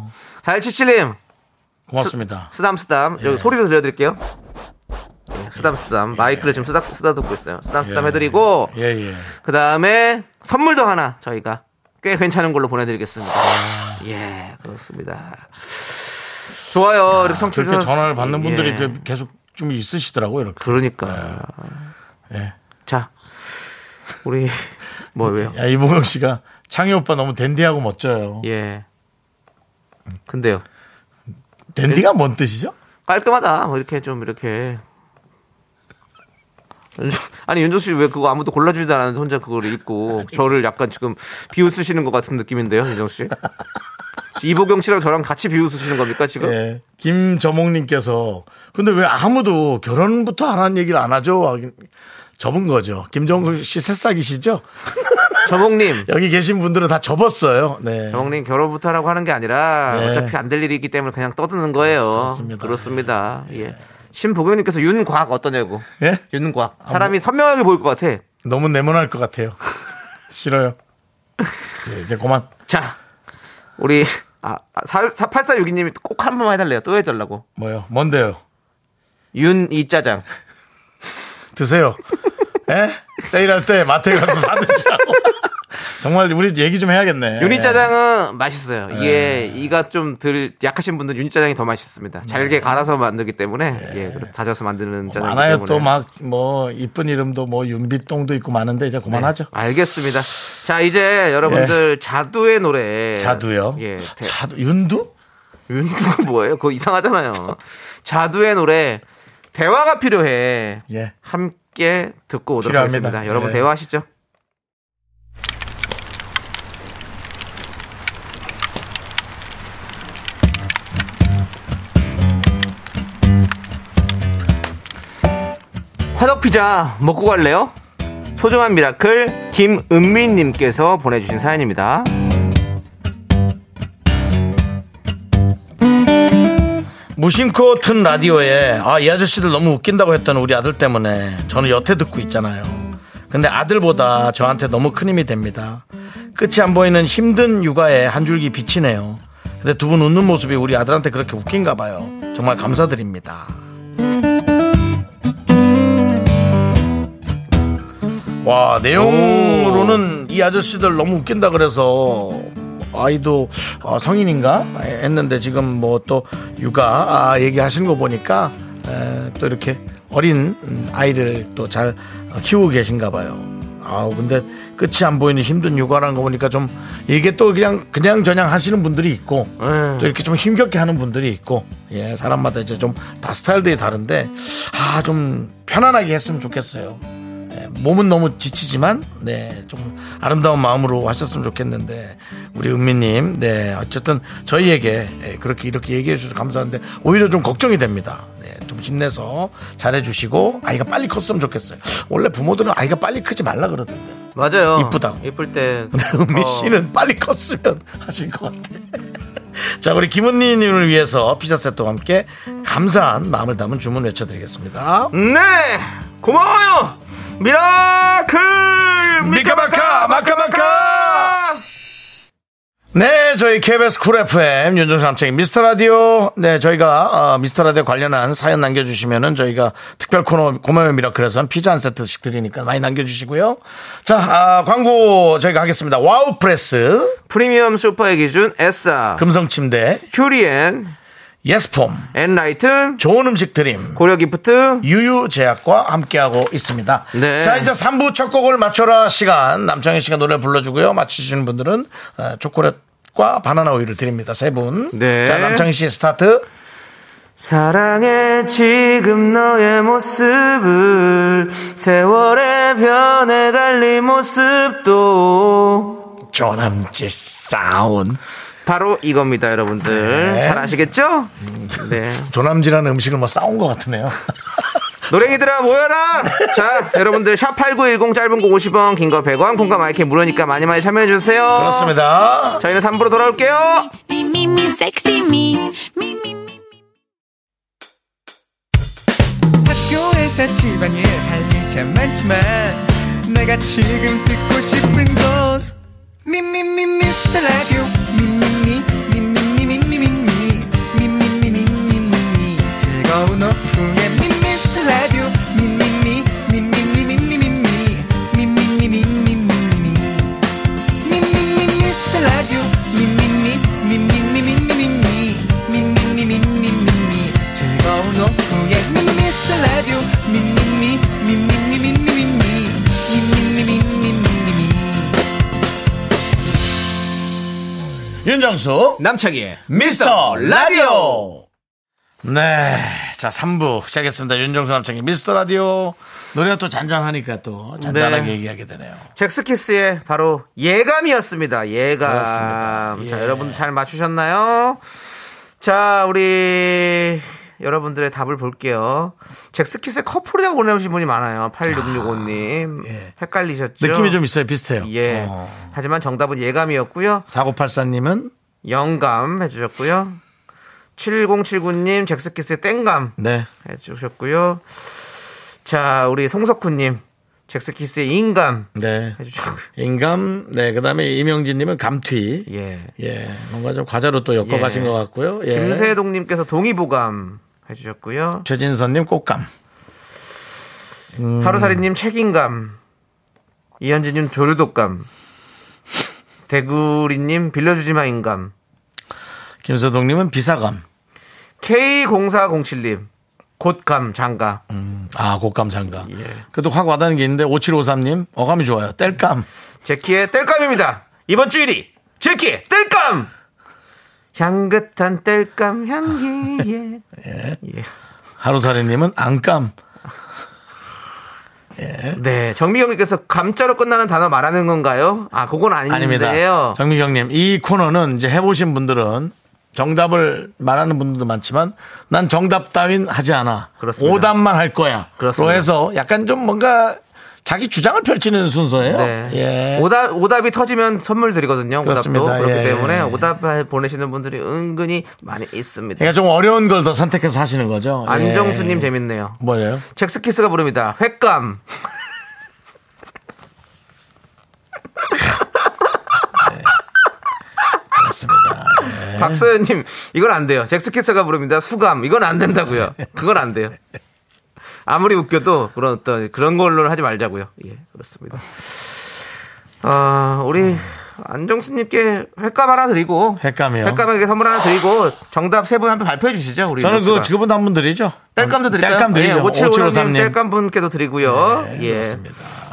[SPEAKER 2] 잘칠칠님
[SPEAKER 1] 고맙습니다.
[SPEAKER 2] 쓰담쓰담 여기 소리로 들려드릴게요. 예, 쓰담쓰담 마이크를 지금 쓰다 쓰다듬고 있어요. 쓰담쓰담 해드리고
[SPEAKER 1] 예, 예.
[SPEAKER 2] 그 다음에 선물도 하나 저희가 꽤 괜찮은 걸로 보내드리겠습니다.
[SPEAKER 1] 아.
[SPEAKER 2] 예, 그렇습니다. 좋아요. 이렇게 청취자
[SPEAKER 1] 그렇게 전화를 받는 분들이
[SPEAKER 2] 예,
[SPEAKER 1] 그 계속 좀 있으시더라고요. 이렇게.
[SPEAKER 2] 그러니까.
[SPEAKER 1] 예.
[SPEAKER 2] 자, 우리 뭐 왜요?
[SPEAKER 1] 야, 이봉영 씨가 창희 오빠 너무 댄디하고 멋져요.
[SPEAKER 2] 예. 근데요.
[SPEAKER 1] 댄디가 뭔 뜻이죠?
[SPEAKER 2] 깔끔하다. 뭐 이렇게 좀 이렇게. 윤정- 아니 윤종 씨왜 그거 아무도 골라주지도 않았는데 혼자 그걸 읽고 저를 약간 지금 비웃으시는 것 같은 느낌인데요, 윤정 씨. 이보경 씨랑 저랑 같이 비웃으시는 겁니까 지금?
[SPEAKER 1] 예. 김저몽님께서 근데 왜 아무도 결혼부터 하라는 얘기를 안 하죠? 하긴 접은 거죠. 김정국 씨 새싹이시죠?
[SPEAKER 2] 저몽님,
[SPEAKER 1] 여기 계신 분들은 다 접었어요. 네.
[SPEAKER 2] 저몽님 결혼부터 하라고 하는 게 아니라
[SPEAKER 1] 네.
[SPEAKER 2] 어차피 안 될 일이기 때문에 그냥 떠드는 거예요.
[SPEAKER 1] 그렇습니다.
[SPEAKER 2] 그렇습니다. 예. 신보경님께서 윤곽 어떠냐고.
[SPEAKER 1] 예?
[SPEAKER 2] 윤곽. 사람이 선명하게 보일 것 같아.
[SPEAKER 1] 너무 네모날 것 같아요. 싫어요. 예, 이제 그만.
[SPEAKER 2] 자, 우리 아, 아, 8462님이 꼭 한 번만 해달래요. 또 해달라고.
[SPEAKER 1] 뭐요? 뭔데요?
[SPEAKER 2] 윤이 짜장.
[SPEAKER 1] 드세요. 예? 세일할 때 마트에 가서 사드자고. 정말 우리 얘기 좀 해야겠네. 예.
[SPEAKER 2] 윤이 짜장은 맛있어요.
[SPEAKER 1] 네.
[SPEAKER 2] 이게 이가 좀 덜 약하신 분들 윤이 짜장이 더 맛있습니다. 잘게 갈아서 만들기 때문에 예, 그렇- 다져서 만드는 짜장.
[SPEAKER 1] 네. 어, 많아요. 또 막 뭐 이쁜 이름도 뭐 윤빛동도 있고 많은데 이제 그만하죠.
[SPEAKER 2] 네,
[SPEAKER 1] 네.
[SPEAKER 2] 알겠습니다. 자, 이제 여러분들 자두의 노래.
[SPEAKER 1] 자두요.
[SPEAKER 2] 예. 대-
[SPEAKER 1] 자두 윤두?
[SPEAKER 2] 윤두가 뭐예요? 그거 이상하잖아요. 자두의 노래. 대화가 필요해.
[SPEAKER 1] 예.
[SPEAKER 2] 함께 듣고 오도록
[SPEAKER 1] 필요합니다.
[SPEAKER 2] 하겠습니다. 네. 여러분
[SPEAKER 1] 예.
[SPEAKER 2] 대화하시죠. 화덕피자 먹고 갈래요? 소중한 미라클 김은미님께서 보내주신 사연입니다.
[SPEAKER 1] 무심코 튼 라디오에 아 이 아저씨들 너무 웃긴다고 했던 우리 아들 때문에 저는 여태 듣고 있잖아요. 근데 아들보다 저한테 너무 큰 힘이 됩니다. 끝이 안 보이는 힘든 육아에 한 줄기 빛이네요. 근데 두 분 웃는 모습이 우리 아들한테 그렇게 웃긴가 봐요. 정말 감사드립니다. 와 내용으로는 이 아저씨들 너무 웃긴다 그래서 아이도 어, 성인인가 했는데 지금 뭐 또 육아 아, 얘기하시는 거 보니까 에, 또 이렇게 어린 음, 아이를 또 잘 키우고 계신가 봐요. 아 근데 끝이 안 보이는 힘든 육아라는 거 보니까 좀 이게 또 그냥 그냥 저냥 하시는 분들이 있고
[SPEAKER 2] 음.
[SPEAKER 1] 또 이렇게 좀 힘겹게 하는 분들이 있고 예 사람마다 이제 좀 다 스타일들이 다른데 아 좀 편안하게 했으면 좋겠어요. 예, 몸은 너무 지치지만 네, 좀 아름다운 마음으로 하셨으면 좋겠는데 우리 은미님 네 어쨌든 저희에게 예, 그렇게 이렇게 얘기해 주셔서 감사한데 오히려 좀 걱정이 됩니다. 네, 좀 힘내서 잘해주시고 아이가 빨리 컸으면 좋겠어요. 원래 부모들은 아이가 빨리 크지 말라 그러던데
[SPEAKER 2] 맞아요.
[SPEAKER 1] 이쁘다고.
[SPEAKER 2] 이쁠 때.
[SPEAKER 1] 근데 은미
[SPEAKER 2] 어,
[SPEAKER 1] 씨는 빨리 컸으면 하실 것 같아. 자 우리 김은미님을 위해서 피자 세트와 함께 감사한 마음을 담은 주문 외쳐드리겠습니다.
[SPEAKER 2] 네! 고마워요! 미라클! 미카마카!
[SPEAKER 1] 미카마카 마카마카 네, 저희 KBS 쿨 FM 윤정수 남창희 미스터 라디오. 네, 저희가 어, 미스터 라디오 관련한 사연 남겨주시면은 저희가 특별 코너 고마워 미라클에서는 피자 한 세트씩 드리니까 많이 남겨주시고요. 자, 아, 광고 저희가 하겠습니다. 와우 프레스,
[SPEAKER 2] 프리미엄 소파의 기준 에싸
[SPEAKER 1] 금성 침대,
[SPEAKER 2] 큐리엔
[SPEAKER 1] 예스폼,
[SPEAKER 2] 엔라이튼
[SPEAKER 1] 좋은 음식 드림.
[SPEAKER 2] 고려 기프트
[SPEAKER 1] 유유제약과 함께하고 있습니다.
[SPEAKER 2] 네.
[SPEAKER 1] 자, 이제 3부 첫 곡을 맞춰라 시간. 남창희 씨가 노래 불러주고요. 맞추시는 분들은 어, 초콜릿과 바나나 우유를 드립니다. 세 분.
[SPEAKER 2] 네.
[SPEAKER 1] 자, 남창희 씨 스타트.
[SPEAKER 2] 사랑해 지금 너의 모습을 세월에 변해갈 네 모습도
[SPEAKER 1] 조남지 사운.
[SPEAKER 2] 바로 이겁니다 여러분들
[SPEAKER 1] 네.
[SPEAKER 2] 잘 아시겠죠? 네
[SPEAKER 1] 조남지라는 음식을 뭐 싸운 것 같으네요.
[SPEAKER 2] 노랭이들아 모여라 자 여러분들 샵8910 짧은 거 50원 긴 거 100원 콩과 마이크 무료니까 많이 많이 참여해주세요
[SPEAKER 1] 그렇습니다.
[SPEAKER 2] 저희는 3부로 돌아올게요
[SPEAKER 5] Me, me, me, sexy me. Me, me, me.
[SPEAKER 6] 학교에서 집안일 할 일 참 많지만 내가 지금 듣고 싶은 건 미미미 미스터 라디오 미미미 미미미 미미미 미미미 미미미 즐거운 오후에 미스터 라디오 미미미 미미미 미미미 미미미 미미미 미미미 미스터 라디오 미미미 미미미 미미미 미미미 미미미 즐거운
[SPEAKER 5] oh,
[SPEAKER 6] 오후에 미스터 라디오 미미미 미미미 미미미 미미미 미미미
[SPEAKER 1] 윤정수.
[SPEAKER 2] 남창희의
[SPEAKER 1] 미스터 라디오. 네. 자, 3부 시작했습니다. 윤정수 남창희 미스터 라디오. 노래가 또 잔잔하니까 또 잔잔하게
[SPEAKER 2] 네.
[SPEAKER 1] 얘기하게 되네요.
[SPEAKER 2] 잭스키스의 바로 예감이었습니다. 예감.
[SPEAKER 1] 그렇습니다. 예.
[SPEAKER 2] 자, 여러분 잘 맞추셨나요? 자, 우리 여러분들의 답을 볼게요. 잭스키스의 커플이라고 보내주신 분이 많아요. 8665님.
[SPEAKER 1] 예.
[SPEAKER 2] 헷갈리셨죠?
[SPEAKER 1] 느낌이 좀 있어요. 비슷해요.
[SPEAKER 2] 예.
[SPEAKER 1] 어.
[SPEAKER 2] 하지만 정답은 예감이었고요.
[SPEAKER 1] 4984님은
[SPEAKER 2] 영감 해주셨고요. 7079님 잭스키스의 땡감
[SPEAKER 1] 네.
[SPEAKER 2] 해주셨고요. 자, 우리 송석훈님 잭스키스의 인감
[SPEAKER 1] 네.
[SPEAKER 2] 해주셨고요.
[SPEAKER 1] 인감, 네, 그 다음에 이명진님은 감튀. 예.
[SPEAKER 2] 예.
[SPEAKER 1] 뭔가 좀 과자로 또 엮어가신
[SPEAKER 2] 예.
[SPEAKER 1] 것 같고요. 예.
[SPEAKER 2] 김세동님께서 동의보감 해주셨고요.
[SPEAKER 1] 최진선님 꽃감. 음.
[SPEAKER 2] 하루살이님 책임감. 이현진님 조류독감. 대구리님 빌려주지마 인감.
[SPEAKER 1] 김서동님은 비사감.
[SPEAKER 2] K0407님 곧감 장가.
[SPEAKER 1] 음, 아, 곶감 장가.
[SPEAKER 2] 예.
[SPEAKER 1] 그래도 확 와닿는 게 있는데, 5753님, 어감이 좋아요. 뗄감.
[SPEAKER 2] 제키의 뗄감입니다. 이번 주 1위 제키 뗄감. 향긋한 뗄감 향기에. 예.
[SPEAKER 1] 하루살이님은 안감.
[SPEAKER 2] 네 정미경님께서 감자로 끝나는 단어 말하는 건가요? 아 그건
[SPEAKER 1] 아닙니다.
[SPEAKER 2] 아닌데요.
[SPEAKER 1] 정미경님, 이 코너는 이제 해보신 분들은 정답을 말하는 분들도 많지만 난 정답 따윈 하지 않아.
[SPEAKER 2] 그렇습니다.
[SPEAKER 1] 오답만 할 거야.
[SPEAKER 2] 그렇습니다.
[SPEAKER 1] 로 해서 약간 좀 뭔가 자기 주장을 펼치는 순서예요.
[SPEAKER 2] 네.
[SPEAKER 1] 예.
[SPEAKER 2] 오답, 오답이 터지면 선물 드리거든요. 오답도.
[SPEAKER 1] 그렇습니다.
[SPEAKER 2] 그렇기
[SPEAKER 1] 예.
[SPEAKER 2] 때문에 오답 보내시는 분들이 은근히 많이 있습니다.
[SPEAKER 1] 그러니까 좀 어려운 걸 더 선택해서 하시는 거죠. 예.
[SPEAKER 2] 안정수님 재밌네요.
[SPEAKER 1] 뭐예요?
[SPEAKER 2] 잭스키스가 부릅니다. 횟감.
[SPEAKER 1] 네. 그렇습니다. 네.
[SPEAKER 2] 박서연님, 이건 안 돼요. 잭스키스가 부릅니다. 수감. 이건 안 된다고요. 그건 안 돼요. 아무리 웃겨도 그런 어떤 그런 걸로는 하지 말자고요. 예, 그렇습니다. 아, 우리 안정수님께 횟감 하나 드리고
[SPEAKER 1] 횟감이요?
[SPEAKER 2] 횟감에게 선물 하나 드리고 정답 세 분 한 번 발표해 주시죠. 우리
[SPEAKER 1] 저는 그
[SPEAKER 2] 뉴스가.
[SPEAKER 1] 직원분 한분 드리죠.
[SPEAKER 2] 뗄감도 드릴까요?
[SPEAKER 1] 뗄감 드리죠.
[SPEAKER 2] 예, 5753님
[SPEAKER 1] 5753님. 네,
[SPEAKER 2] 뗄감 분께도 드리고요. 예.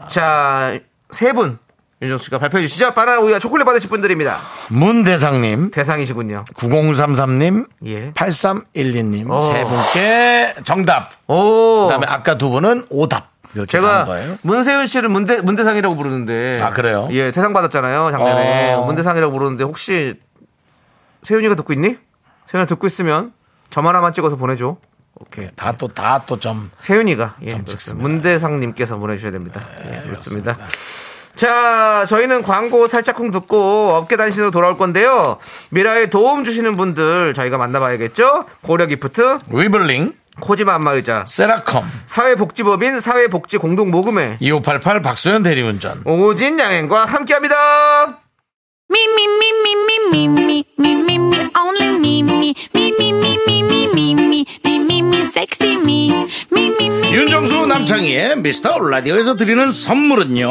[SPEAKER 2] 자, 세 분. 윤정 씨가 발표해 주시죠. 바나나 우유와 초콜릿 받으실 분들입니다.
[SPEAKER 1] 문대상님,
[SPEAKER 2] 대상이시군요.
[SPEAKER 1] 9033님,
[SPEAKER 2] 예.
[SPEAKER 1] 8312님
[SPEAKER 2] 어.
[SPEAKER 1] 세 분께 정답.
[SPEAKER 2] 오.
[SPEAKER 1] 그다음에 아까 두 분은 오답 이렇게 한
[SPEAKER 2] 제가
[SPEAKER 1] 거예요.
[SPEAKER 2] 문세윤 씨를 문대 문대상이라고 부르는데
[SPEAKER 1] 아, 그래요?
[SPEAKER 2] 예, 대상 받았잖아요. 작년에
[SPEAKER 1] 어.
[SPEAKER 2] 문대상이라고 부르는데 혹시 세윤이가 듣고 있니? 세윤아 듣고 있으면 점 하나만 찍어서 보내 줘. 오케이.
[SPEAKER 1] 다 또 다 또 좀
[SPEAKER 2] 세윤이가 예,
[SPEAKER 1] 점
[SPEAKER 2] 그렇습니다.
[SPEAKER 1] 찍습니다.
[SPEAKER 2] 문대상님께서 보내주셔야 됩니다. 예, 그렇습니다. 자, 저희는 광고 살짝쿵 듣고 업계 단신으로 돌아올 건데요. 미라에 도움 주시는 분들 저희가 만나봐야겠죠. 고려 기프트,
[SPEAKER 1] 위블링,
[SPEAKER 2] 코지마 안마의자,
[SPEAKER 1] 세라컴,
[SPEAKER 2] 사회복지법인 사회복지 공동 모금회
[SPEAKER 1] 2588 박소연 대리운전,
[SPEAKER 2] 오진 양행과 함께합니다.
[SPEAKER 5] Me, me, me, me, me, me.
[SPEAKER 1] 남창희의 미스터 라디오에서 드리는 선물은요.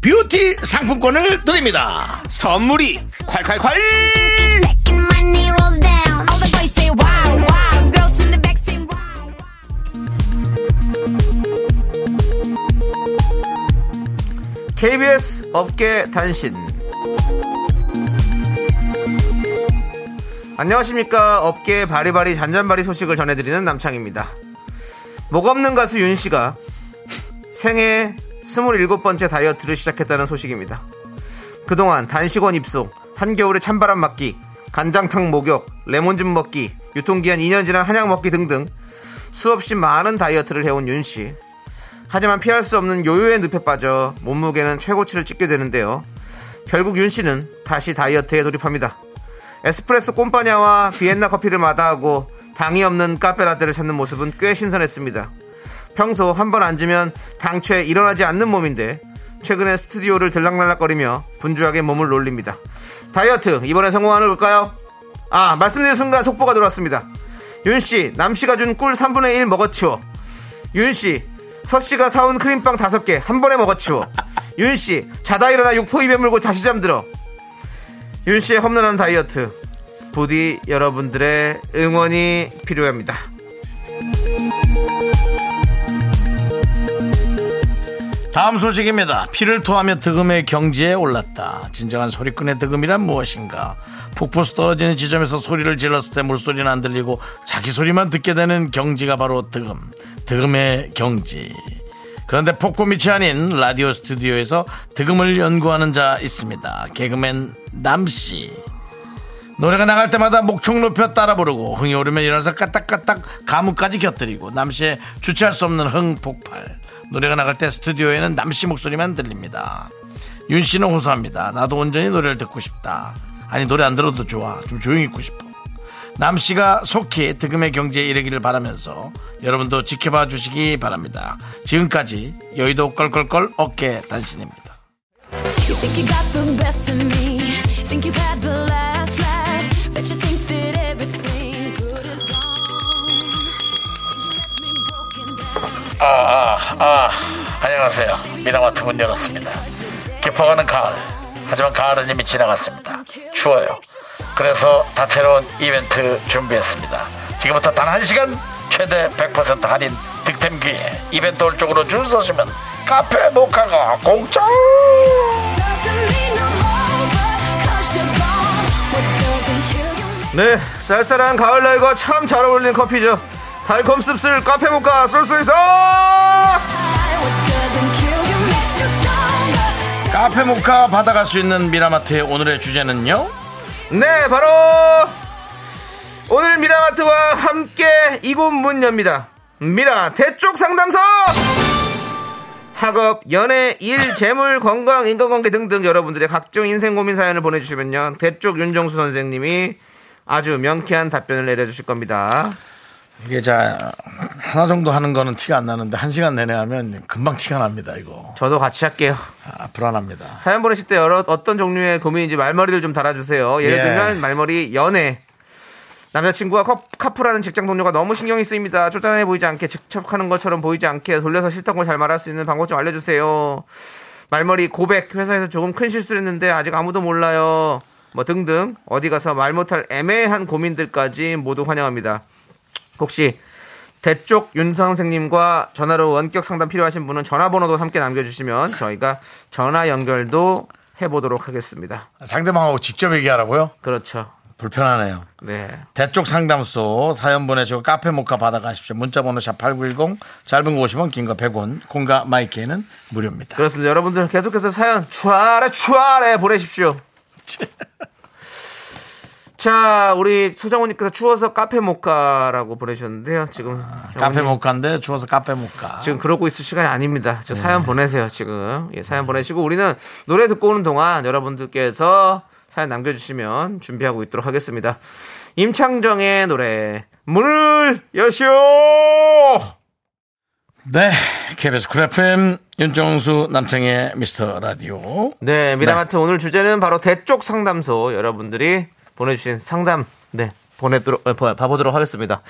[SPEAKER 1] 뷰티 상품권을 드립니다.
[SPEAKER 2] 선물이 콸콸콸! KBS 업계 단신 안녕하십니까 업계 바리바리 잔잔바리 소식을 전해드리는 남창입니다 목 없는 가수 윤씨가 생애 27번째 다이어트를 시작했다는 소식입니다 그동안 단식원 입속 한겨울에 찬바람 맞기 간장탕 목욕 레몬즙 먹기 유통기한 2년 지난 한약 먹기 등등 수없이 많은 다이어트를 해온 윤씨 하지만 피할 수 없는 요요의 늪에 빠져 몸무게는 최고치를 찍게 되는데요. 결국 윤 씨는 다시 다이어트에 돌입합니다. 에스프레소 꼼파냐와 비엔나 커피를 마다하고 당이 없는 카페라떼를 찾는 모습은 꽤 신선했습니다. 평소 한 번 앉으면 당최 일어나지 않는 몸인데 최근에 스튜디오를 들락날락거리며 분주하게 몸을 놀립니다. 다이어트 이번에 성공하는 걸까요? 아 말씀드린 순간 속보가 들어왔습니다. 윤씨 남씨가 준 꿀 3분의 1 먹어치워 윤씨 서씨가 사온 크림빵 다섯 개 한 번에 먹어치워 윤씨 자다 일어나 육포 입에 물고 다시 잠들어 윤씨의 험난한 다이어트 부디 여러분들의 응원이 필요합니다
[SPEAKER 1] 다음 소식입니다. 피를 토하며 득음의 경지에 올랐다. 진정한 소리꾼의 득음이란 무엇인가? 폭포수 떨어지는 지점에서 소리를 질렀을 때 물소리는 안 들리고 자기 소리만 듣게 되는 경지가 바로 득음. 득음의 경지. 그런데 폭포 밑이 아닌 라디오 스튜디오에서 득음을 연구하는 자 있습니다. 개그맨 남씨. 노래가 나갈 때마다 목청 높여 따라 부르고 흥이 오르면 일어나서 까딱까딱 가무까지 곁들이고 남씨의 주체할 수 없는 흥 폭발 노래가 나갈 때 스튜디오에는 남씨 목소리만 들립니다 윤씨는 호소합니다 나도 온전히 노래를 듣고 싶다 아니 노래 안 들어도 좋아 좀 조용히 있고 싶어 남씨가 속히 득음의 경제에 이르기를 바라면서 여러분도 지켜봐 주시기 바랍니다 지금까지 여의도 껄껄껄 어깨 단신입니다 아, 아, 안녕하세요. 미나마트 문 열었습니다. 깊어가는 가을. 하지만 가을은 이미 지나갔습니다. 추워요. 그래서 다채로운 이벤트 준비했습니다. 지금부터 단 한시간 최대 100% 할인 득템 기회. 이벤트 올 쪽으로 줄 서시면 카페 모카가 공짜!
[SPEAKER 2] 네 쌀쌀한 가을날과 참 잘 어울리는 커피죠 달콤 씁쓸 카페 모카 쏠쏠해서
[SPEAKER 1] 카페 모카 받아갈 수 있는 미라마트의 오늘의 주제는요?
[SPEAKER 2] 네 바로 오늘 미라마트와 함께 이곳 문 엽니다 미라 대쪽 상담소 학업, 연애, 일, 재물, 건강, 인간관계 등등 여러분들의 각종 인생 고민 사연을 보내주시면요 대쪽 윤정수 선생님이 아주 명쾌한 답변을 내려주실 겁니다
[SPEAKER 1] 이게 자, 하나 정도 하는 거는 티가 안 나는데 한 시간 내내 하면 금방 티가 납니다, 이거.
[SPEAKER 2] 저도 같이 할게요
[SPEAKER 1] 아, 불안합니다.
[SPEAKER 2] 사연 보내실 때 여러 어떤 종류의 고민인지 말머리를 좀 달아주세요. 예를
[SPEAKER 1] 예.
[SPEAKER 2] 들면 말머리 연애. 남자친구와 커- 카풀하는 직장 동료가 너무 신경이 쓰입니다. 쫓아내 보이지 않게 직접하는 것처럼 보이지 않게 돌려서 싫다는 걸 잘 말할 수 있는 방법 좀 알려주세요. 말머리 고백 회사에서 조금 큰 실수를 했는데 아직 아무도 몰라요. 뭐 등등 어디 가서 말 못할 애매한 고민들까지 모두 환영합니다. 혹시 대쪽 윤 선생님과 전화로 원격 상담 필요하신 분은 전화번호도 함께 남겨주시면 저희가 전화 연결도 해보도록 하겠습니다.
[SPEAKER 1] 상대방하고 직접 얘기하라고요?
[SPEAKER 2] 그렇죠.
[SPEAKER 1] 불편하네요.
[SPEAKER 2] 네.
[SPEAKER 1] 대쪽 상담소 사연 보내시고 카페 모카 받아가십시오. 문자번호 샵8910 짧은 거 50원 긴 거 100원 콩과 마이키에는 무료입니다.
[SPEAKER 2] 그렇습니다. 여러분들 계속해서 사연 추아래 추아래 보내십시오. 자, 우리 서정훈님께서 추워서 카페 못 가라고 보내주셨는데요. 지금
[SPEAKER 1] 카페
[SPEAKER 2] 정훈님
[SPEAKER 1] 못 간데 추워서 카페 못 가.
[SPEAKER 2] 지금 그러고 있을 시간이 아닙니다.
[SPEAKER 1] 네.
[SPEAKER 2] 저 사연 보내세요, 지금. 예, 사연 보내시고 우리는 노래 듣고 오는 동안 여러분들께서 사연 남겨주시면 준비하고 있도록 하겠습니다. 임창정의 노래, 문을 여시오!
[SPEAKER 1] 네, KBS 쿨 FM 윤정수 남창의 미스터 라디오.
[SPEAKER 2] 네, 미라마트 오늘 주제는 바로 대쪽 상담소 여러분들이 보내주신 상담, 네, 보내도록, 어, 봐- 봐보도록 하겠습니다.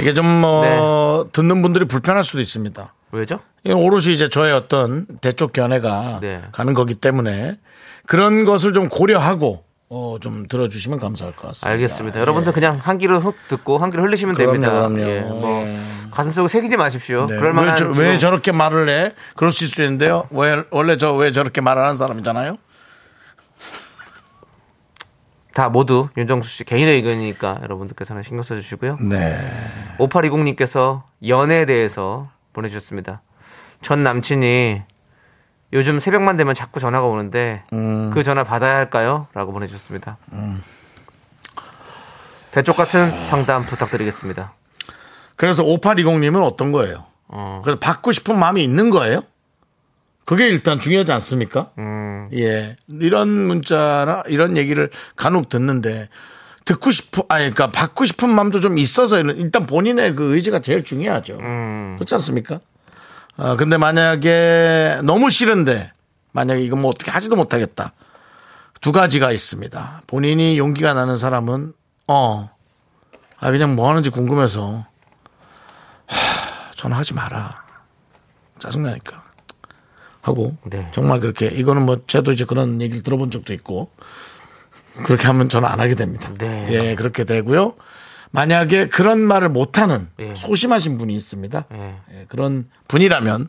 [SPEAKER 1] 이게 좀 뭐
[SPEAKER 2] 네.
[SPEAKER 1] 듣는 분들이 불편할 수도 있습니다.
[SPEAKER 2] 왜죠?
[SPEAKER 1] 이건 오롯이 이제 저의 어떤 대쪽 견해가
[SPEAKER 2] 네.
[SPEAKER 1] 가는 거기 때문에 그런 것을 좀 고려하고 어, 좀 들어주시면 감사할 것 같습니다.
[SPEAKER 2] 알겠습니다. 여러분들 그냥 한 귀로 훅 듣고 한 귀로 흘리시면
[SPEAKER 1] 예. 그럼요,
[SPEAKER 2] 됩니다.
[SPEAKER 1] 그럼요.
[SPEAKER 2] 예, 뭐
[SPEAKER 1] 예.
[SPEAKER 2] 가슴속에 새기지 마십시오.
[SPEAKER 1] 네.
[SPEAKER 2] 그럴
[SPEAKER 1] 왜,
[SPEAKER 2] 만한
[SPEAKER 1] 저,
[SPEAKER 2] 지금-
[SPEAKER 1] 왜 저렇게 말을 해? 그럴 수 있는데요. 왜, 원래 저 왜 저렇게 말을 하는 사람이잖아요.
[SPEAKER 2] 다 모두 윤정수 씨 개인의 의견이니까 여러분들께서는 신경 써주시고요.
[SPEAKER 1] 네.
[SPEAKER 2] 5820님께서 연애에 대해서 보내주셨습니다. 전 남친이 요즘 새벽만 되면 자꾸 전화가 오는데
[SPEAKER 1] 음.
[SPEAKER 2] 그 전화 받아야 할까요? 라고 보내주셨습니다. 대쪽 같은 상담 부탁드리겠습니다.
[SPEAKER 1] 그래서 5820님은 어떤 거예요?
[SPEAKER 2] 어.
[SPEAKER 1] 그래서 받고 싶은 마음이 있는 거예요? 그게 일단 중요하지 않습니까?
[SPEAKER 2] 음,
[SPEAKER 1] 예. 이런 문자나 이런 얘기를 간혹 듣는데 듣고 싶어 아니 그러니까 받고 싶은 마음도 좀 있어서 이런- 일단 본인의 그 의지가 제일 중요하죠.
[SPEAKER 2] 음.
[SPEAKER 1] 그렇지 않습니까? 아, 근데 만약에 너무 싫은데 만약에 이건 뭐 어떻게 하지도 못하겠다. 두 가지가 있습니다. 본인이 용기가 나는 사람은 어. 아 그냥 뭐 하는지 궁금해서 하, 전화하지 마라. 짜증나니까. 하고
[SPEAKER 2] 네.
[SPEAKER 1] 정말 그렇게 이거는 뭐 저도 이제 그런 얘기를 들어본 적도 있고 그렇게 하면 저는 안 하게 됩니다.
[SPEAKER 2] 네.
[SPEAKER 1] 예, 그렇게 되고요. 만약에 그런 말을 못하는
[SPEAKER 2] 예.
[SPEAKER 1] 소심하신 분이 있습니다.
[SPEAKER 2] 예.
[SPEAKER 1] 예, 그런 분이라면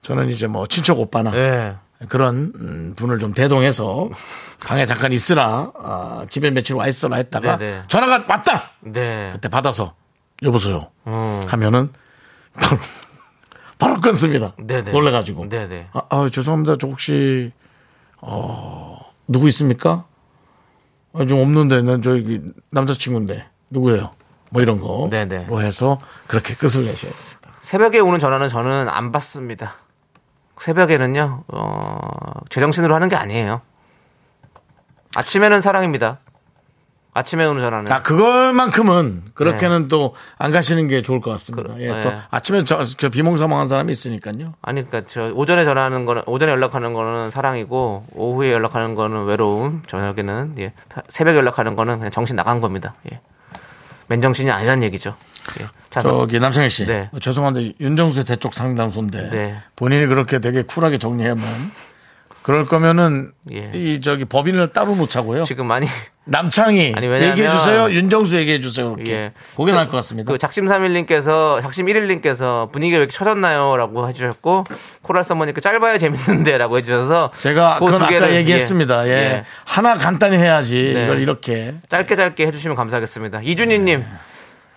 [SPEAKER 1] 저는 이제 뭐 친척 오빠나
[SPEAKER 2] 예.
[SPEAKER 1] 그런 음, 분을 좀 대동해서 방에 잠깐 있으라 아, 집에 며칠 와 있어라 했다가
[SPEAKER 2] 네, 네.
[SPEAKER 1] 전화가 왔다
[SPEAKER 2] 네.
[SPEAKER 1] 그때 받아서 여보세요
[SPEAKER 2] 음.
[SPEAKER 1] 하면은 바로, 바로 끊습니다.
[SPEAKER 2] 네네.
[SPEAKER 1] 놀래가지고.
[SPEAKER 2] 네네.
[SPEAKER 1] 아, 아, 죄송합니다. 저 혹시 어 누구 있습니까? 아, 좀 없는데 난 저기 남자친구인데 누구예요? 뭐 이런 거.
[SPEAKER 2] 네네.
[SPEAKER 1] 로 해서 그렇게 끝을 내셔요.
[SPEAKER 2] 새벽에 오는 전화는 저는 안 받습니다. 새벽에는요, 어, 제정신으로 하는 게 아니에요. 아침에는 사랑입니다. 아침에 오는 전화는.
[SPEAKER 1] 아, 그것만큼은 그렇게는 또 안 가시는 게 좋을 것 같습니다.
[SPEAKER 2] 네. 그-
[SPEAKER 1] 예,
[SPEAKER 2] 네.
[SPEAKER 1] 또 아침에 저, 저 비몽사몽한 사람이 있으니까요.
[SPEAKER 2] 아니, 그니까, 저, 오전에 전화하는 거는, 오전에 연락하는 거는 사랑이고, 오후에 연락하는 거는 외로움, 저녁에는, 예, 파- 새벽에 연락하는 거는 그냥 정신 나간 겁니다. 예. 맨정신이 아니란 얘기죠. 예. 자,
[SPEAKER 1] 저기 남창희 씨,
[SPEAKER 2] 네.
[SPEAKER 1] 어, 죄송한데 윤정수의 대쪽 상담소인데
[SPEAKER 2] 네.
[SPEAKER 1] 본인이 그렇게 되게 쿨하게 정리하면 그럴 거면은
[SPEAKER 2] 예.
[SPEAKER 1] 이 저기 법인을 따로 놓자고요.
[SPEAKER 2] 지금 많이,
[SPEAKER 1] 남창희
[SPEAKER 2] 아니, 왜냐면-
[SPEAKER 1] 얘기해 주세요. 윤정수 얘기해 주세요. 이렇게
[SPEAKER 2] 예.
[SPEAKER 1] 그게 나을 것 같습니다.
[SPEAKER 2] 그 작심 3일님께서 작심 1일님께서 분위기 왜 이렇게 처졌나요라고 해주셨고 코랄 선머니께 짧아야 재밌는데라고 해주셔서
[SPEAKER 1] 제가
[SPEAKER 2] 그두
[SPEAKER 1] 그건 아까
[SPEAKER 2] 개를,
[SPEAKER 1] 얘기했습니다. 예.
[SPEAKER 2] 예.
[SPEAKER 1] 하나 간단히 해야지
[SPEAKER 2] 네.
[SPEAKER 1] 이걸 이렇게
[SPEAKER 2] 짧게 짧게 해주시면 감사하겠습니다. 이준희님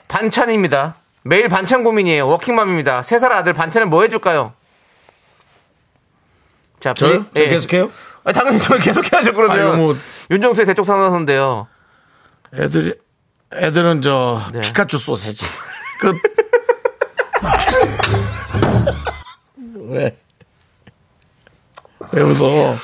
[SPEAKER 2] 반찬입니다. 매일 반찬 고민이에요. 워킹맘입니다. 세 살 아들 반찬을 뭐 해줄까요? 자,
[SPEAKER 1] 저요?
[SPEAKER 2] 분위-
[SPEAKER 1] 저
[SPEAKER 2] 예.
[SPEAKER 1] 계속해요?
[SPEAKER 2] 아, 당연히 저 계속해야죠
[SPEAKER 1] 아,
[SPEAKER 2] 그러면.
[SPEAKER 1] 이거 뭐-
[SPEAKER 2] 윤정수의 대쪽 상황인데요.
[SPEAKER 1] 애들이 애들은 저
[SPEAKER 2] 네.
[SPEAKER 1] 피카츄 소세지 끝. 왜? 왜 웃어?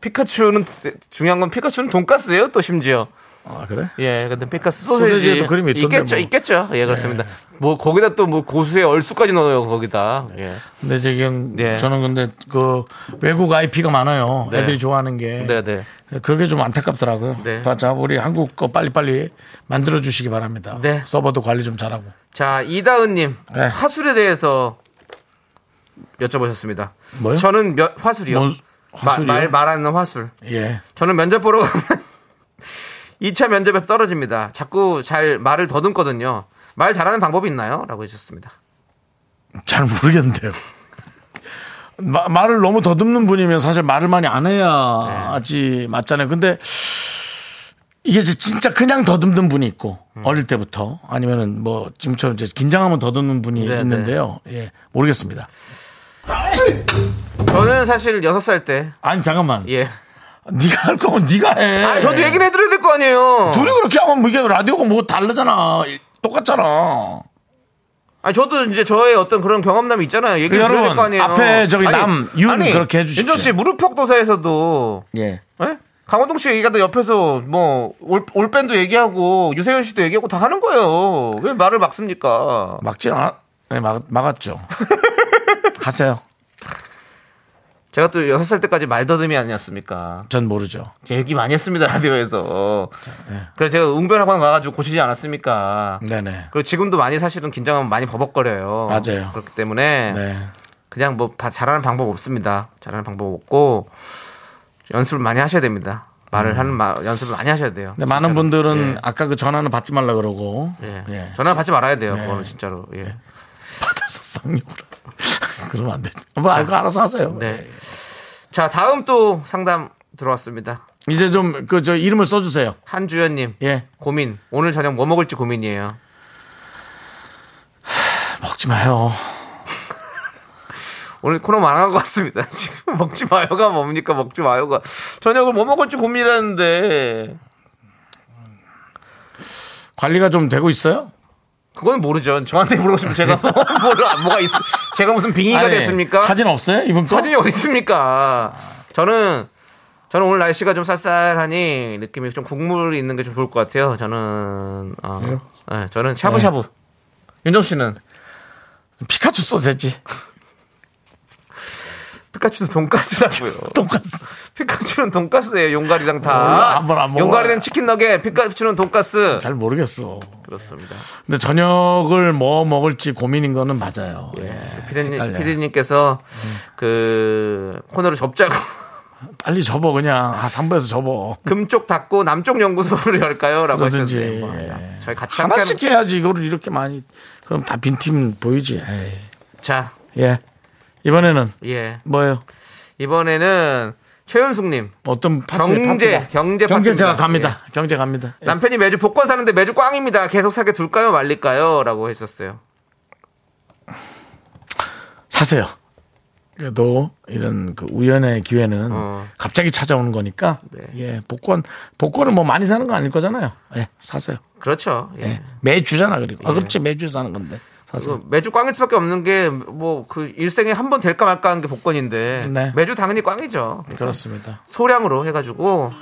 [SPEAKER 2] 피카츄는 중요한 건 피카츄는 돈가스예요. 또 심지어.
[SPEAKER 1] 아 그래?
[SPEAKER 2] 예, 근데 피카소 소세지
[SPEAKER 1] 소세지에도 그림이 있던데,
[SPEAKER 2] 있겠죠,
[SPEAKER 1] 뭐. 네.
[SPEAKER 2] 있겠죠. 예, 그렇습니다. 뭐 거기다 또 뭐 고수의 얼쑤까지 넣어요 거기다.
[SPEAKER 1] 네.
[SPEAKER 2] 예,
[SPEAKER 1] 근데 지금
[SPEAKER 2] 네.
[SPEAKER 1] 저는 근데 그 외국 IP가 많아요.
[SPEAKER 2] 네.
[SPEAKER 1] 애들이 좋아하는 게.
[SPEAKER 2] 네, 네,
[SPEAKER 1] 그게 좀 안타깝더라고요.
[SPEAKER 2] 네.
[SPEAKER 1] 자, 우리 한국 거 빨리빨리 만들어 주시기 바랍니다.
[SPEAKER 2] 네.
[SPEAKER 1] 서버도 관리 좀 잘하고.
[SPEAKER 2] 자 이다은님
[SPEAKER 1] 네.
[SPEAKER 2] 화술에 대해서 여쭤보셨습니다.
[SPEAKER 1] 뭐요?
[SPEAKER 2] 저는 몇- 화술이요.
[SPEAKER 1] 뭔 화술이요?
[SPEAKER 2] 마- 말 말하는 화술.
[SPEAKER 1] 예.
[SPEAKER 2] 저는 면접 보러 가면 2차 면접에서 떨어집니다. 자꾸 잘 말을 더듬거든요. 말 잘하는 방법이 있나요? 라고 해주셨습니다.
[SPEAKER 1] 잘 모르겠는데요. 마- 말을 너무 더듬는 분이면 사실 말을 많이 안 해야지
[SPEAKER 2] 네.
[SPEAKER 1] 맞잖아요. 근데 이게 이제 진짜 그냥 더듬는 분이 있고
[SPEAKER 2] 음.
[SPEAKER 1] 어릴 때부터 아니면은 뭐 지금처럼 이제 긴장하면 더듬는 분이
[SPEAKER 2] 네,
[SPEAKER 1] 있는데요. 예. 모르겠습니다.
[SPEAKER 2] 저는 사실 6살 때,
[SPEAKER 1] 아니 잠깐만.
[SPEAKER 2] 예.
[SPEAKER 1] 네가 할 거면 네가 해.
[SPEAKER 2] 아, 저도 얘기를 해드려야 될 거 아니에요.
[SPEAKER 1] 둘이 그렇게 하면 이게 라디오가 뭐 다르잖아. 똑같잖아.
[SPEAKER 2] 아, 저도 이제 저의 어떤 그런 경험담이 있잖아요. 얘기를
[SPEAKER 1] 여러분,
[SPEAKER 2] 드려야 될 거 아니에요.
[SPEAKER 1] 앞에 저기
[SPEAKER 2] 아니,
[SPEAKER 1] 남, 윤
[SPEAKER 2] 아니,
[SPEAKER 1] 그렇게 해주십시오.
[SPEAKER 2] 윤정 씨, 무릎팍도사에서도
[SPEAKER 1] 예.
[SPEAKER 2] 예? 강호동 씨 얘기가 또 옆에서 뭐 올, 올밴도 얘기하고 유세윤 씨도 얘기하고 다 하는 거예요. 왜 말을 막습니까?
[SPEAKER 1] 막진 않았, 네, 막, 막았죠. 하세요.
[SPEAKER 2] 제가 또 여섯 살 때까지 말더듬이 아니었습니까?
[SPEAKER 1] 전 모르죠.
[SPEAKER 2] 얘기 많이 했습니다 라디오에서. 그래서 제가 응변학원 가가지고 고치지 않았습니까?
[SPEAKER 1] 네. 네네.
[SPEAKER 2] 그리고 지금도 많이 사실은 긴장하면 많이 버벅거려요.
[SPEAKER 1] 맞아요.
[SPEAKER 2] 그렇기 때문에
[SPEAKER 1] 네.
[SPEAKER 2] 그냥 뭐 바- 잘하는 방법 없습니다. 잘하는 방법 없고 연습을 많이 하셔야 됩니다. 말을 하는 마- 연습을 많이 하셔야 돼요.
[SPEAKER 1] 음. 근데 많은
[SPEAKER 2] 진짜로.
[SPEAKER 1] 분들은 아까 그 전화는 받지 말라 그러고.
[SPEAKER 2] 예.
[SPEAKER 1] 예. 네.
[SPEAKER 2] 전화 받지 말아야 돼요. 그거는 진짜로. 예.
[SPEAKER 1] 받아서 쌍욕을 하세요. 그러면 안 되죠. 뭐, 알고 알아서 하세요.
[SPEAKER 2] 네. 자, 다음 또 상담 들어왔습니다.
[SPEAKER 1] 이제 좀 그 저 이름을 써주세요.
[SPEAKER 2] 한주연님.
[SPEAKER 1] 예.
[SPEAKER 2] 고민. 오늘 저녁 뭐 먹을지 고민이에요.
[SPEAKER 1] 먹지 마요.
[SPEAKER 2] 오늘 코너 망한 것 같습니다. 지금 먹지 마요가 뭡니까? 먹지 마요가. 저녁을 뭐 먹을지 고민하는데.
[SPEAKER 1] 관리가 좀 되고 있어요?
[SPEAKER 2] 그건 모르죠. 저한테 물어보시면 제가 뭐를 뭐가 있어. 제가 무슨 빙의가
[SPEAKER 1] 네. 아니,
[SPEAKER 2] 됐습니까?
[SPEAKER 1] 사진 없어요? 이분 거?
[SPEAKER 2] 사진이 어디 있습니까? 저는 저는 오늘 날씨가 좀 쌀쌀하니 느낌이 좀 국물이 있는 게 좀 좋을 것 같아요. 저는 어, 네, 저는 샤브샤브. 윤정 씨는
[SPEAKER 1] 피카츄 소세지.
[SPEAKER 2] 피카츄도 돈까스라고요.
[SPEAKER 1] 돈까스.
[SPEAKER 2] 피카츄는 돈까스예요. 용가리랑 다.
[SPEAKER 1] 몰라, 한번안 먹어요.
[SPEAKER 2] 용가리는 치킨 너겟, 피카츄는 돈까스.
[SPEAKER 1] 잘 모르겠어.
[SPEAKER 2] 그렇습니다.
[SPEAKER 1] 근데 저녁을 뭐 먹을지 고민인 거는 맞아요. 예.
[SPEAKER 2] 네, 피디님,
[SPEAKER 1] 헷갈려요. 음.
[SPEAKER 2] 피디님께서 그 코너를 접자고
[SPEAKER 1] 빨리 접어 그냥. 아, 3부에서 접어.
[SPEAKER 2] 금쪽 닫고 남쪽 연구소를 열까요?라고
[SPEAKER 1] 그러든지.
[SPEAKER 2] 했었는데
[SPEAKER 1] 예.
[SPEAKER 2] 저희 같이
[SPEAKER 1] 하나씩
[SPEAKER 2] 함께하는-
[SPEAKER 1] 해야지 이거를 이렇게 많이 그럼 다 빈팀 보이지. 에이.
[SPEAKER 2] 자,
[SPEAKER 1] 예. 이번에는
[SPEAKER 2] 예.
[SPEAKER 1] 뭐예요?
[SPEAKER 2] 이번에는 최윤숙님
[SPEAKER 1] 어떤 파트
[SPEAKER 2] 경제,
[SPEAKER 1] 파트가?
[SPEAKER 2] 경제
[SPEAKER 1] 경제 제가
[SPEAKER 2] 파트입니다.
[SPEAKER 1] 갑니다. 경제 갑니다. 예.
[SPEAKER 2] 남편이 매주 복권 사는데 매주 꽝입니다. 계속 사게 둘까요, 말릴까요?라고 했었어요.
[SPEAKER 1] 사세요. 그래도 이런 그 우연의 기회는
[SPEAKER 2] 어.
[SPEAKER 1] 갑자기 찾아오는 거니까
[SPEAKER 2] 네.
[SPEAKER 1] 예 복권 복권을 뭐 많이 사는 거 아닐 거잖아요. 예 사세요.
[SPEAKER 2] 그렇죠. 예.
[SPEAKER 1] 예. 매주잖아 그리고 아
[SPEAKER 2] 예.
[SPEAKER 1] 그렇지 매주 사는 건데
[SPEAKER 2] 그거
[SPEAKER 1] 사세요.
[SPEAKER 2] 매주 꽝일 수밖에 없는 게 뭐 그 일생에 한 번 될까 말까 하는 게 복권인데
[SPEAKER 1] 네.
[SPEAKER 2] 매주 당연히 꽝이죠.
[SPEAKER 1] 예, 그렇습니다.
[SPEAKER 2] 소량으로 해가지고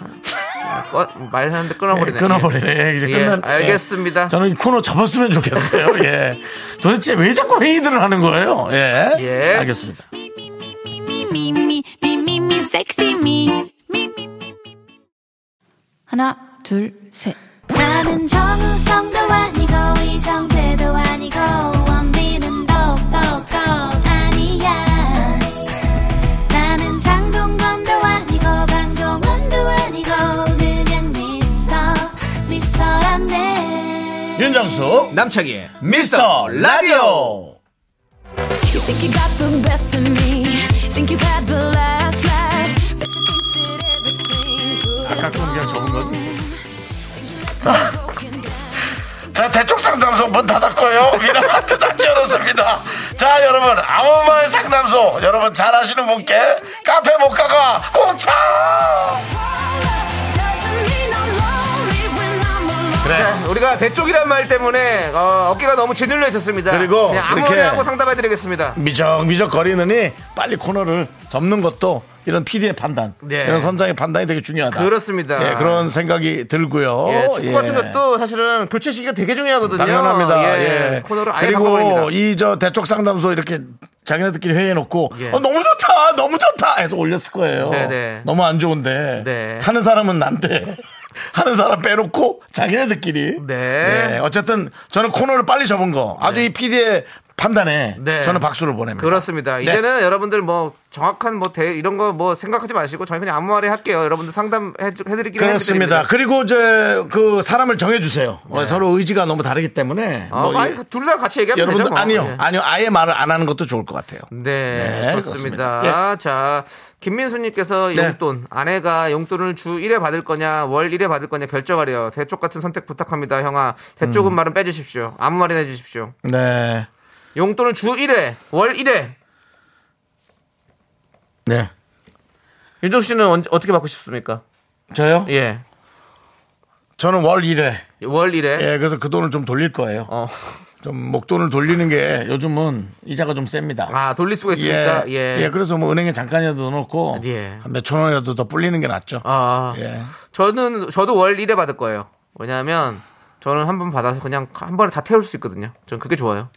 [SPEAKER 2] 꺼- 말하는데 끊어버리네.
[SPEAKER 1] 예, 끊어버리네 이제
[SPEAKER 2] 예,
[SPEAKER 1] 끝난.
[SPEAKER 2] 알겠습니다.
[SPEAKER 1] 예. 저는 이 코너 접었으면 좋겠어요. 예 도대체 왜 자꾸 회의들을 하는 거예요? 예,
[SPEAKER 2] 예.
[SPEAKER 1] 알겠습니다.
[SPEAKER 5] me, me, me, me, me, sexy me.
[SPEAKER 7] 하나, 둘, 셋.
[SPEAKER 5] 나는 정우성도 아니고 이정재도 아니고 원빈은 더욱더 아니야 나는 장동건도 아니고 강동원도 아니고 그냥 미스터 미스터란데
[SPEAKER 1] 예. 윤정수 남창희 미스터 라디오.
[SPEAKER 8] Think you got the best of me. Think you've had the last laugh. But you think that everything good
[SPEAKER 1] 아까 건 그냥 접은 거지. 아.
[SPEAKER 8] is broken down.
[SPEAKER 1] 자, 대쪽 상담소 문 닫았고요. 미라마트 닫지 않았습니다. 자, 여러분, 아무 말 상담소. 여러분, 잘 아시는 분께 카페 못 가가 공차!
[SPEAKER 8] Doesn't mean I'm lonely when I'm alone.
[SPEAKER 2] 네, 우리가 대쪽이란 말 때문에 어, 깨가 너무 짓눌려 있었습니다.
[SPEAKER 1] 그리고
[SPEAKER 2] 그냥 아무나
[SPEAKER 1] 이렇게-
[SPEAKER 2] 하고 상담해드리겠습니다.
[SPEAKER 1] 미적미적 거리느니 빨리 코너를 접는 것도 이런 PD의 판단,
[SPEAKER 2] 네.
[SPEAKER 1] 이런 선장의 판단이 되게 중요하다.
[SPEAKER 2] 그렇습니다.
[SPEAKER 1] 예, 그런 생각이 들고요.
[SPEAKER 2] 예, 축구 같은
[SPEAKER 1] 예.
[SPEAKER 2] 것도 사실은 교체 시기가 되게 중요하거든요.
[SPEAKER 1] 당연합니다. 예.
[SPEAKER 2] 코너를 아예
[SPEAKER 1] 그리고
[SPEAKER 2] 바꿔버립니다.
[SPEAKER 1] 이 저 대쪽 상담소 이렇게 자기네들끼리 회의해놓고
[SPEAKER 2] 예.
[SPEAKER 1] 어, 너무 좋다, 너무 좋다 해서 올렸을 거예요.
[SPEAKER 2] 네네.
[SPEAKER 1] 너무 안 좋은데
[SPEAKER 2] 네.
[SPEAKER 1] 하는 사람은 난데 하는 사람 빼놓고 자기네들끼리.
[SPEAKER 2] 네.
[SPEAKER 1] 예, 어쨌든 저는 코너를 빨리 접은 거 아주 이 PD의 판단에
[SPEAKER 2] 네.
[SPEAKER 1] 저는 박수를 보냅니다.
[SPEAKER 2] 그렇습니다.
[SPEAKER 1] 네.
[SPEAKER 2] 이제는 여러분들 뭐 정확한 뭐 대, 이런 거 뭐 생각하지 마시고 저희 그냥 아무 말이 할게요. 여러분들 상담해 해드리기로
[SPEAKER 1] 그렇습니다. 그리고 이제 그 사람을 정해주세요. 어, 서로 의지가 너무 다르기 때문에
[SPEAKER 2] 네. 아,
[SPEAKER 1] 뭐 이-
[SPEAKER 2] 둘다 같이 얘기하면
[SPEAKER 1] 여러분들
[SPEAKER 2] 되죠. 뭐.
[SPEAKER 1] 아니요,
[SPEAKER 2] 예.
[SPEAKER 1] 아니요, 아예 말을 안 하는 것도 좋을 것 같아요.
[SPEAKER 2] 네,
[SPEAKER 1] 네,
[SPEAKER 2] 좋습니다.
[SPEAKER 1] 그렇습니다. 네.
[SPEAKER 2] 자, 김민수님께서 용돈 아내가 용돈을 주 1회 받을 거냐 월 1회 받을 거냐 결정하래요. 대쪽 같은 선택 부탁합니다, 형아. 대쪽은
[SPEAKER 1] 음.
[SPEAKER 2] 말은 빼주십시오. 아무 말이나 해주십시오.
[SPEAKER 1] 네,
[SPEAKER 2] 용돈을 주 1회 월 1회
[SPEAKER 1] 네.
[SPEAKER 2] 윤정수 씨는 언제, 어떻게 받고 싶습니까?
[SPEAKER 1] 저요?
[SPEAKER 2] 예.
[SPEAKER 1] 저는 월 1회.
[SPEAKER 2] 월 1회.
[SPEAKER 1] 예, 그래서 그 돈을 좀 돌릴 거예요.
[SPEAKER 2] 어.
[SPEAKER 1] 좀 목돈을 돌리는 게 요즘은 이자가 좀 셉니다.
[SPEAKER 2] 아, 돌릴 수가 있으니까. 예.
[SPEAKER 1] 예, 그래서 뭐 은행에 잠깐이라도 넣어놓고
[SPEAKER 2] 예.
[SPEAKER 1] 한 몇 천 원이라도 더 불리는 게 낫죠.
[SPEAKER 2] 아.
[SPEAKER 1] 예.
[SPEAKER 2] 저는 저도 월 1회 받을 거예요. 왜냐하면 저는 한 번 받아서 그냥 한 번에 다 태울 수 있거든요. 전 그게 좋아요.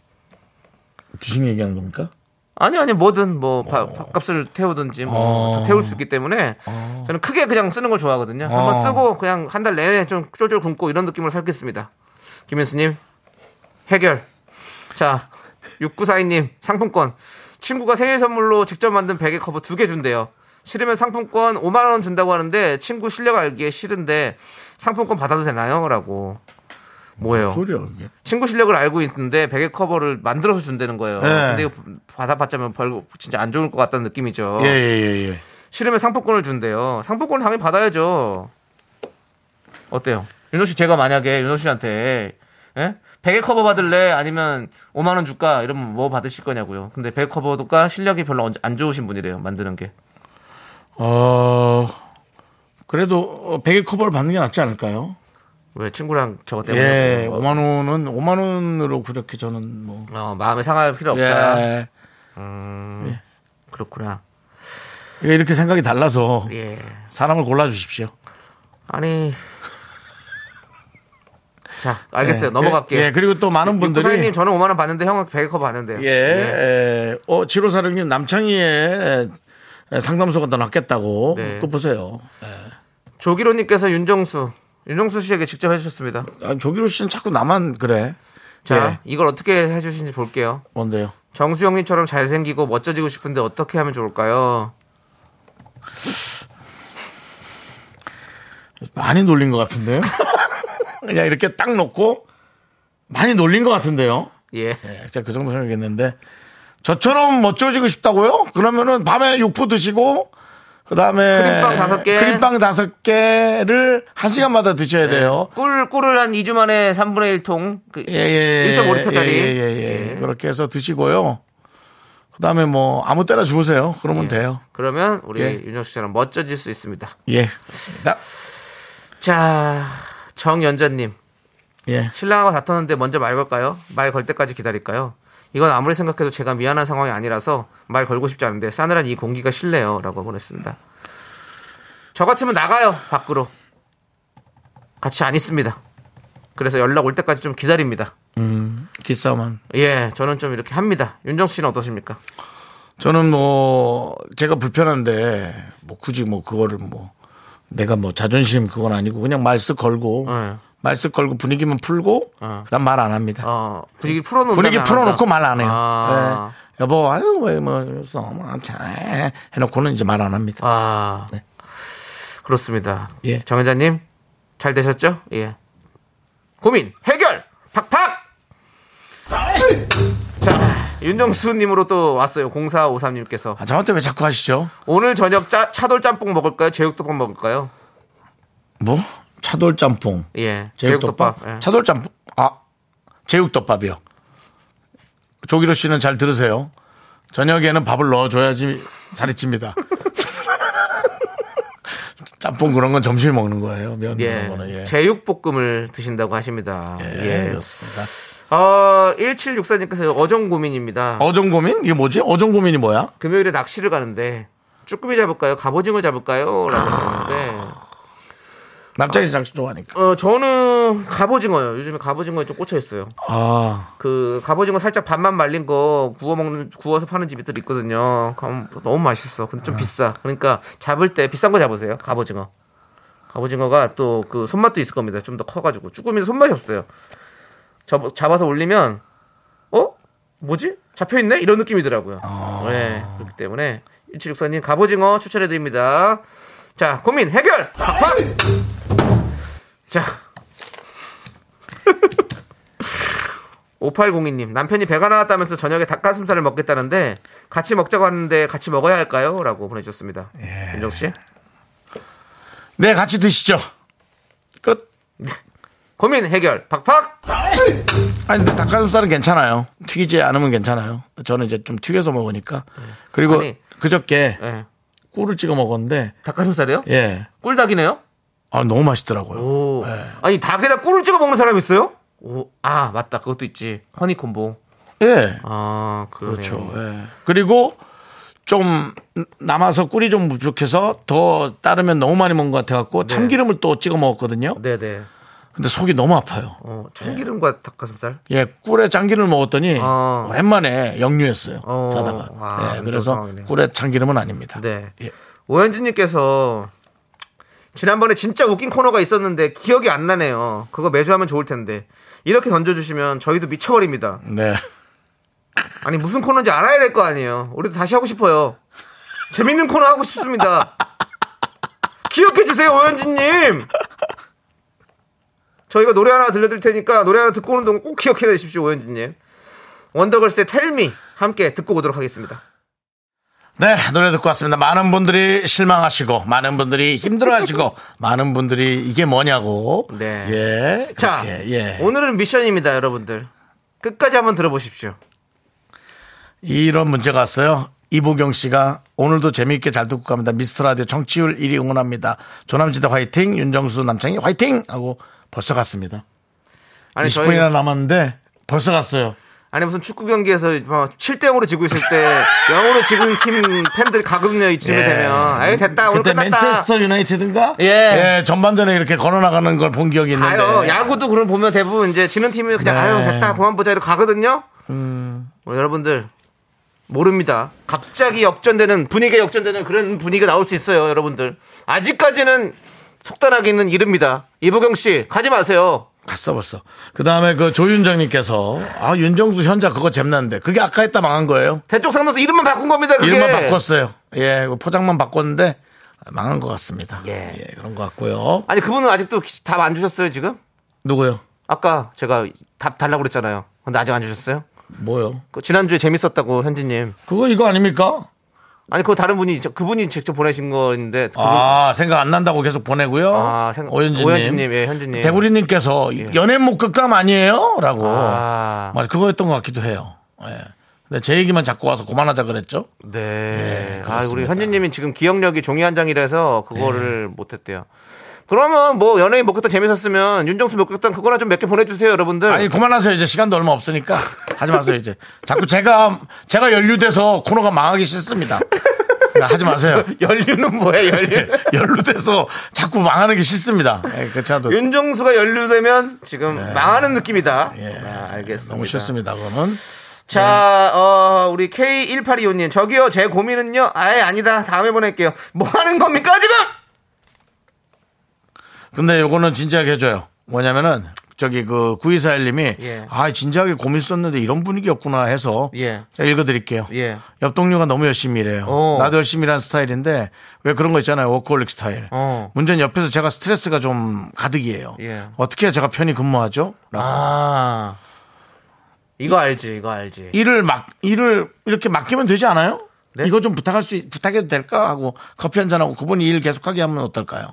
[SPEAKER 1] 주식 얘기하는 겁니까?
[SPEAKER 2] 아니 아니 뭐든 뭐 바- 밥값을 태우든지 뭐
[SPEAKER 1] 어.
[SPEAKER 2] 다 태울 수 있기 때문에 저는 크게 그냥 쓰는 걸 좋아하거든요. 한번
[SPEAKER 1] 어.
[SPEAKER 2] 쓰고 그냥 한 달 내내 좀 쫄쫄 굶고 이런 느낌으로 살겠습니다. 김현수님 해결. 자 6942님 상품권 친구가 생일 선물로 직접 만든 베개 커버 두 개 준대요. 싫으면 상품권 5만 원 준다고 하는데 친구 실력 알기에 싫은데 상품권 받아도 되나요?라고 뭐예요?
[SPEAKER 1] 소리야, 이게.
[SPEAKER 2] 친구 실력을 알고 있는데 베개 커버를 만들어서 준다는 거예요.
[SPEAKER 1] 네.
[SPEAKER 2] 근데 이거 받아봤자면 별거 진짜 안 좋을 것 같다는 느낌이죠.
[SPEAKER 1] 예, 예, 예, 예.
[SPEAKER 2] 싫으면 상품권을 준대요. 상품권 당연히 받아야죠. 어때요? 윤호 씨 제가 만약에 윤호 씨한테 예? 베개 커버 받을래 아니면 5만 원 줄까 이러면 뭐 받으실 거냐고요. 근데 베개 커버가 실력이 별로 언- 안 좋으신 분이래요. 만드는 게.
[SPEAKER 1] 어, 그래도 베개 커버를 받는 게 낫지 않을까요?
[SPEAKER 2] 왜 친구랑 저거 때문에
[SPEAKER 1] 예,
[SPEAKER 2] 뭐,
[SPEAKER 1] 5만 원은 5만 원으로 그렇게 저는 뭐
[SPEAKER 2] 어, 마음에 상할 필요 없다.
[SPEAKER 1] 예,
[SPEAKER 2] 그렇구나.
[SPEAKER 1] 예, 이렇게 생각이 달라서
[SPEAKER 2] 예.
[SPEAKER 1] 사람을 골라 주십시오.
[SPEAKER 2] 아니. 자, 알겠어요. 넘어갈게요.
[SPEAKER 1] 예, 그리고 또 많은 분들이
[SPEAKER 2] 사장님 저는 5만 원 받는데 형은 100컵 받는데요.
[SPEAKER 1] 예, 예. 어, 7546님 남창희의 상담소가 더 낫겠다고.
[SPEAKER 2] 네.
[SPEAKER 1] 그거 보세요.
[SPEAKER 2] 조기로 님께서 윤정수 윤정수 씨에게 직접 해 주셨습니다.
[SPEAKER 1] 아, 조기로 씨는 자꾸 나만 그래.
[SPEAKER 2] 자,
[SPEAKER 1] 예.
[SPEAKER 2] 이걸 어떻게 해 주시는지 볼게요.
[SPEAKER 1] 뭔데요?
[SPEAKER 2] 정수영 님처럼 잘생기고 멋져지고 싶은데 어떻게 하면 좋을까요?
[SPEAKER 1] 많이 놀린 것 같은데요? 그냥 이렇게 딱 놓고 많이 놀린 것 같은데요?
[SPEAKER 2] 예.
[SPEAKER 1] 예, 제가 그 정도 생각했는데 저처럼 멋져지고 싶다고요? 그러면은 밤에 육포 드시고 그다음에
[SPEAKER 2] 크림빵 다섯 개.
[SPEAKER 1] 크림빵 다섯 개를 한 시간마다 드셔야
[SPEAKER 2] 네.
[SPEAKER 1] 돼요.
[SPEAKER 2] 꿀 꿀을 한 2주 만에 3분의 1통 그
[SPEAKER 1] 예, 예,
[SPEAKER 2] 1.5리터짜리. 네.
[SPEAKER 1] 예, 예, 예, 예. 그렇게 해서 드시고요. 그다음에 뭐 아무 때나 주무세요. 그러면
[SPEAKER 2] 예.
[SPEAKER 1] 돼요.
[SPEAKER 2] 그러면 우리
[SPEAKER 1] 예.
[SPEAKER 2] 윤정수 씨처럼 멋져질 수 있습니다.
[SPEAKER 1] 예, 그렇습니다.
[SPEAKER 2] 자, 정연자 님.
[SPEAKER 1] 예.
[SPEAKER 2] 신랑하고 다퉜는데 먼저 말 걸까요? 말 걸 때까지 기다릴까요? 이건 아무리 생각해도 제가 미안한 상황이 아니라서 말 걸고 싶지 않은데 싸늘한 이 공기가 싫네요. 라고 보냈습니다. 저 같으면 나가요. 밖으로. 같이 안 있습니다. 그래서 연락 올 때까지 좀 기다립니다.
[SPEAKER 1] 기싸움은
[SPEAKER 2] 예, 저는 좀 이렇게 합니다. 윤정수 씨는 어떠십니까?
[SPEAKER 1] 저는 뭐 제가 불편한데 뭐 굳이 뭐 그거를 뭐 내가 뭐 자존심 그건 아니고 그냥 말쓱 걸고
[SPEAKER 2] 네.
[SPEAKER 1] 말쓱 걸고 분위기만 풀고
[SPEAKER 2] 어.
[SPEAKER 1] 그다음 말 안 합니다.
[SPEAKER 2] 어, 분위기 풀어놓는
[SPEAKER 1] 분위기 풀어놓고 말 안 해요.
[SPEAKER 2] 아.
[SPEAKER 1] 네. 여보 아유 왜뭐 잘 해놓고는 이제 말 안 합니다.
[SPEAKER 2] 아,
[SPEAKER 1] 네.
[SPEAKER 2] 그렇습니다.
[SPEAKER 1] 예.
[SPEAKER 2] 정현자님, 잘 되셨죠? 예. 고민, 해결! 팍팍! 자, 윤정수님으로 또 왔어요. 0453님께서.
[SPEAKER 1] 아, 저한테 왜 자꾸 하시죠?
[SPEAKER 2] 오늘 저녁 짜, 차돌 짬뽕 먹을까요? 제육덮밥 먹을까요?
[SPEAKER 1] 뭐 차돌 짬뽕,
[SPEAKER 2] 예.
[SPEAKER 1] 제육덮밥,
[SPEAKER 2] 제육덮밥. 예.
[SPEAKER 1] 차돌 짬뽕, 아 제육덮밥이요. 조기로 씨는 잘 들으세요. 저녁에는 밥을 넣어줘야지 살이 찝니다. 짬뽕 그런 건 점심에 먹는 거예요. 면
[SPEAKER 2] 예.
[SPEAKER 1] 그런 거는 예.
[SPEAKER 2] 제육볶음을 드신다고 하십니다.
[SPEAKER 1] 예,
[SPEAKER 2] 예.
[SPEAKER 1] 그렇습니다.
[SPEAKER 2] 어, 1764님께서 어정 고민입니다.
[SPEAKER 1] 어종 고민? 이게 뭐지? 어종 고민이 뭐야?
[SPEAKER 2] 금요일에 낚시를 가는데 쭈꾸미 잡을까요? 갑오징어 잡을까요? 라고 하는데
[SPEAKER 1] 남자이 장식 좋아하니까.
[SPEAKER 2] 어, 저는 갑오징어요. 요즘에 갑오징어에 좀 꽂혀 있어요.
[SPEAKER 1] 아,
[SPEAKER 2] 그 갑오징어 살짝 반만 말린 거 구워 먹는 구워서 파는 집들 있거든요. 그럼 너무 맛있어. 근데 좀 비싸. 그러니까 잡을 때 비싼 거 잡으세요. 갑오징어. 갑오징어가 또 그 손맛도 있을 겁니다. 좀 더 커가지고 쭈꾸미는 손맛이 없어요. 잡, 잡아서 올리면 어 뭐지 잡혀 있네 이런 느낌이더라고요. 네 그렇기 때문에 1764님 갑오징어 추천해 드립니다. 자 고민 해결. 팍팍! 자 5802님 남편이 배가 나왔다면서 저녁에 닭가슴살을 먹겠다는데 같이 먹자고 하는데 같이 먹어야 할까요? 라고 보내주셨습니다. 윤정 씨
[SPEAKER 1] 네 같이 드시죠. 끝.
[SPEAKER 2] 고민 해결 팍팍
[SPEAKER 1] 아니 근데 닭가슴살은 괜찮아요. 튀기지 않으면 괜찮아요. 저는 이제 좀 튀겨서 먹으니까. 그리고
[SPEAKER 2] 아니.
[SPEAKER 1] 그저께
[SPEAKER 2] 예.
[SPEAKER 1] 꿀을 찍어 먹었는데
[SPEAKER 2] 닭가슴살이요?
[SPEAKER 1] 예.
[SPEAKER 2] 꿀닭이네요?
[SPEAKER 1] 아 너무 맛있더라고요.
[SPEAKER 2] 오. 아니, 닭에다 꿀을 찍어 먹는 사람이 있어요? 오. 아, 맞다. 그것도 있지. 허니콤보.
[SPEAKER 1] 예.
[SPEAKER 2] 아, 그러네요.
[SPEAKER 1] 그렇죠. 예. 그리고 좀 남아서 꿀이 좀 부족해서 더 따르면 너무 많이 먹은 것
[SPEAKER 2] 네.
[SPEAKER 1] 같아갖고 참기름을 또 찍어 먹었거든요.
[SPEAKER 2] 네네.
[SPEAKER 1] 근데 속이 너무 아파요.
[SPEAKER 2] 어, 참기름과 닭가슴살?
[SPEAKER 1] 예, 꿀에 참기름을 먹었더니
[SPEAKER 2] 아.
[SPEAKER 1] 오랜만에 역류했어요.
[SPEAKER 2] 어.
[SPEAKER 1] 자다가.
[SPEAKER 2] 아,
[SPEAKER 1] 예,
[SPEAKER 2] 안 좋은
[SPEAKER 1] 그래서
[SPEAKER 2] 상황이네요.
[SPEAKER 1] 꿀에 참기름은 아닙니다.
[SPEAKER 2] 네.
[SPEAKER 1] 예.
[SPEAKER 2] 오현진님께서 지난번에 진짜 웃긴 코너가 있었는데 기억이 안 나네요. 그거 매주 하면 좋을 텐데. 이렇게 던져주시면 저희도 미쳐버립니다.
[SPEAKER 1] 네.
[SPEAKER 2] 아니, 무슨 코너인지 알아야 될 거 아니에요. 우리도 다시 하고 싶어요. 재밌는 코너 하고 싶습니다. 기억해주세요, 오현진님! 저희가 노래 하나 들려드릴 테니까 노래 하나 듣고 오는 동안 꼭 기억해 주십시오, 오현진님. 원더걸스의 텔미 함께 듣고 오도록 하겠습니다.
[SPEAKER 1] 네, 노래 듣고 왔습니다. 많은 분들이 실망하시고, 많은 분들이 힘들어하시고, 많은 분들이 이게 뭐냐고.
[SPEAKER 2] 네.
[SPEAKER 1] 예.
[SPEAKER 2] 자,
[SPEAKER 1] 그렇게, 예.
[SPEAKER 2] 오늘은 미션입니다, 여러분들. 끝까지 한번 들어보십시오.
[SPEAKER 1] 이런 문제가 왔어요. 이보경 씨가 오늘도 재미있게 잘 듣고 갑니다. 미스터 라디오 청취율 1위 응원합니다. 조남지대 화이팅, 윤정수 남창희 화이팅 하고 벌써 갔습니다.
[SPEAKER 2] 아니,
[SPEAKER 1] 20분이나
[SPEAKER 2] 저희
[SPEAKER 1] 남았는데 벌써 갔어요.
[SPEAKER 2] 아니 무슨 축구 경기에서 7대 0으로 지고 있을 때 0으로 지는 팀 팬들이 가급요 이쯤에
[SPEAKER 1] 예.
[SPEAKER 2] 되면 아유 됐다 오늘
[SPEAKER 1] 그때
[SPEAKER 2] 끝났다.
[SPEAKER 1] 맨체스터 유나이티드인가?
[SPEAKER 2] 예.
[SPEAKER 1] 전반전에 이렇게 걸어나가는 걸 본 기억이 있는데.
[SPEAKER 2] 아유 야구도 그런 보면 대부분 이제 지는 팀이 그냥
[SPEAKER 1] 네. 음.
[SPEAKER 2] 아유 됐다 그만 보자 이렇게 가거든요. 우리 여러분들 모릅니다. 갑자기 역전되는 분위기 역전되는 그런 분위기가 나올 수 있어요, 여러분들. 아직까지는 속단하기는 이릅니다. 이보경 씨 가지 마세요.
[SPEAKER 1] 갔어 벌써. 그 다음에 그 조윤정님께서 아 윤정수 현자 그거 잼난데 그게 아까 했다 망한 거예요.
[SPEAKER 2] 대쪽 상도수 이름만 바꾼 겁니다. 그게.
[SPEAKER 1] 이름만 바꿨어요. 예 포장만 바꿨는데 망한 것 같습니다.
[SPEAKER 2] 예.
[SPEAKER 1] 예 그런 것 같고요.
[SPEAKER 2] 아니 그분은 아직도 답 안 주셨어요 지금?
[SPEAKER 1] 누구요?
[SPEAKER 2] 아까 제가 답 달라고 그랬잖아요. 근데 아직 안 주셨어요?
[SPEAKER 1] 뭐요?
[SPEAKER 2] 그 지난주에 재밌었다고 현진님.
[SPEAKER 1] 그거 이거 아닙니까?
[SPEAKER 2] 아니 그거 다른 분이 저- 그분이 직접 보내신 거인데 그분-
[SPEAKER 1] 아 생각 안 난다고 계속 보내고요.
[SPEAKER 2] 아, 생각-
[SPEAKER 1] 오현진님,
[SPEAKER 2] 오현진님, 예, 현진님. 예.
[SPEAKER 1] 대구리님께서 연애 목격담 아니에요?라고.
[SPEAKER 2] 아.
[SPEAKER 1] 맞아 그거였던 것 같기도 해요. 예. 근데 제 얘기만 자꾸 와서 그만하자 그랬죠.
[SPEAKER 2] 네.
[SPEAKER 1] 예,
[SPEAKER 2] 아 우리
[SPEAKER 1] 그렇습니다. 네.
[SPEAKER 2] 현진님이 지금 기억력이 종이 한 장이라서 그거를 못했대요. 그러면 뭐 연예인 목격단 재밌었으면 윤정수 목격단 그거나 좀 몇 개 보내주세요 여러분들.
[SPEAKER 1] 아니 그만하세요 이제 시간도 얼마 없으니까 하지 마세요 이제 자꾸 제가 제가 연루돼서 코너가 망하기 싫습니다. 그러니까 하지 마세요.
[SPEAKER 2] 연류는 뭐야 연류?
[SPEAKER 1] 연루돼서 자꾸 망하는 게 싫습니다. 예, 그렇죠.
[SPEAKER 2] 윤정수가 연류되면 지금 망하는 느낌이다. 아,
[SPEAKER 1] 네.
[SPEAKER 2] 알겠습니다.
[SPEAKER 1] 예. 너무 싫습니다. 네. 그거는
[SPEAKER 2] 자, 어, 우리 K1825님, 저기요, 제 고민은요, 아예 아니다. 다음에 보낼게요. 뭐 하는 겁니까, 지금?
[SPEAKER 1] 근데 요거는 진지하게 해줘요. 뭐냐면은 저기 그 구이사일님이
[SPEAKER 2] 예.
[SPEAKER 1] 아 진지하게 고민 썼는데 이런 분위기였구나 해서
[SPEAKER 2] 예.
[SPEAKER 1] 제가 읽어드릴게요.
[SPEAKER 2] 예.
[SPEAKER 1] 옆 동료가 너무 열심히 일해요.
[SPEAKER 2] 어.
[SPEAKER 1] 나도 열심히 일하는 스타일인데 왜 그런 거 있잖아요. 워크홀릭 스타일.
[SPEAKER 2] 어.
[SPEAKER 1] 문제는 옆에서 제가 스트레스가 좀 가득이에요.
[SPEAKER 2] 예.
[SPEAKER 1] 어떻게 해야 제가 편히 근무하죠? 라고.
[SPEAKER 2] 아. 이거 알지, 이거 알지.
[SPEAKER 1] 일을 막 일을 이렇게 맡기면 되지 않아요?
[SPEAKER 2] 네?
[SPEAKER 1] 이거 좀 부탁할 수 있- 부탁해도 될까 하고 커피 한 잔 하고 그분이 일 계속하게 하면 어떨까요?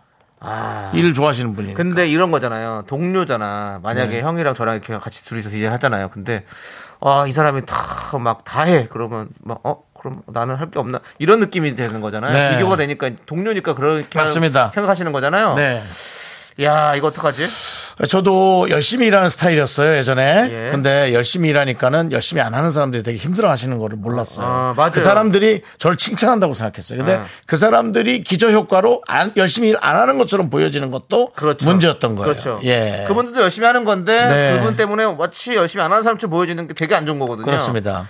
[SPEAKER 2] 아.
[SPEAKER 1] 일을 좋아하시는 분이. 까 네.
[SPEAKER 2] 근데 이런 거잖아요. 동료잖아. 만약에 형이랑 저랑 이렇게 같이 둘이서 디제이 하잖아요. 근데, 아, 이 사람이 다 막 다 해. 그러면 막, 어? 그럼 나는 할 게 없나? 이런 느낌이 되는 거잖아요.
[SPEAKER 1] 네.
[SPEAKER 2] 비교가 되니까 동료니까 그렇게
[SPEAKER 1] 맞습니다.
[SPEAKER 2] 생각하시는 거잖아요.
[SPEAKER 1] 네.
[SPEAKER 2] 야, 이거 어떡하지?
[SPEAKER 1] 저도 열심히 일하는 스타일이었어요 예전에.
[SPEAKER 2] 예.
[SPEAKER 1] 근데 열심히 일하니까는 열심히 안 하는 사람들이 되게 힘들어하시는 거를 몰랐어요.
[SPEAKER 2] 아, 맞아요.
[SPEAKER 1] 그 사람들이 저를 칭찬한다고 생각했어요. 근데
[SPEAKER 2] 아.
[SPEAKER 1] 그 사람들이 기저 효과로 안, 열심히 일 안 하는 것처럼 보여지는 것도
[SPEAKER 2] 그렇죠.
[SPEAKER 1] 문제였던 거예요.
[SPEAKER 2] 그렇죠.
[SPEAKER 1] 예.
[SPEAKER 2] 그분들도 열심히 하는 건데
[SPEAKER 1] 네.
[SPEAKER 2] 그분 때문에 마치 열심히 안 하는 사람처럼 보여지는 게 되게 안 좋은 거거든요.
[SPEAKER 1] 그렇습니다.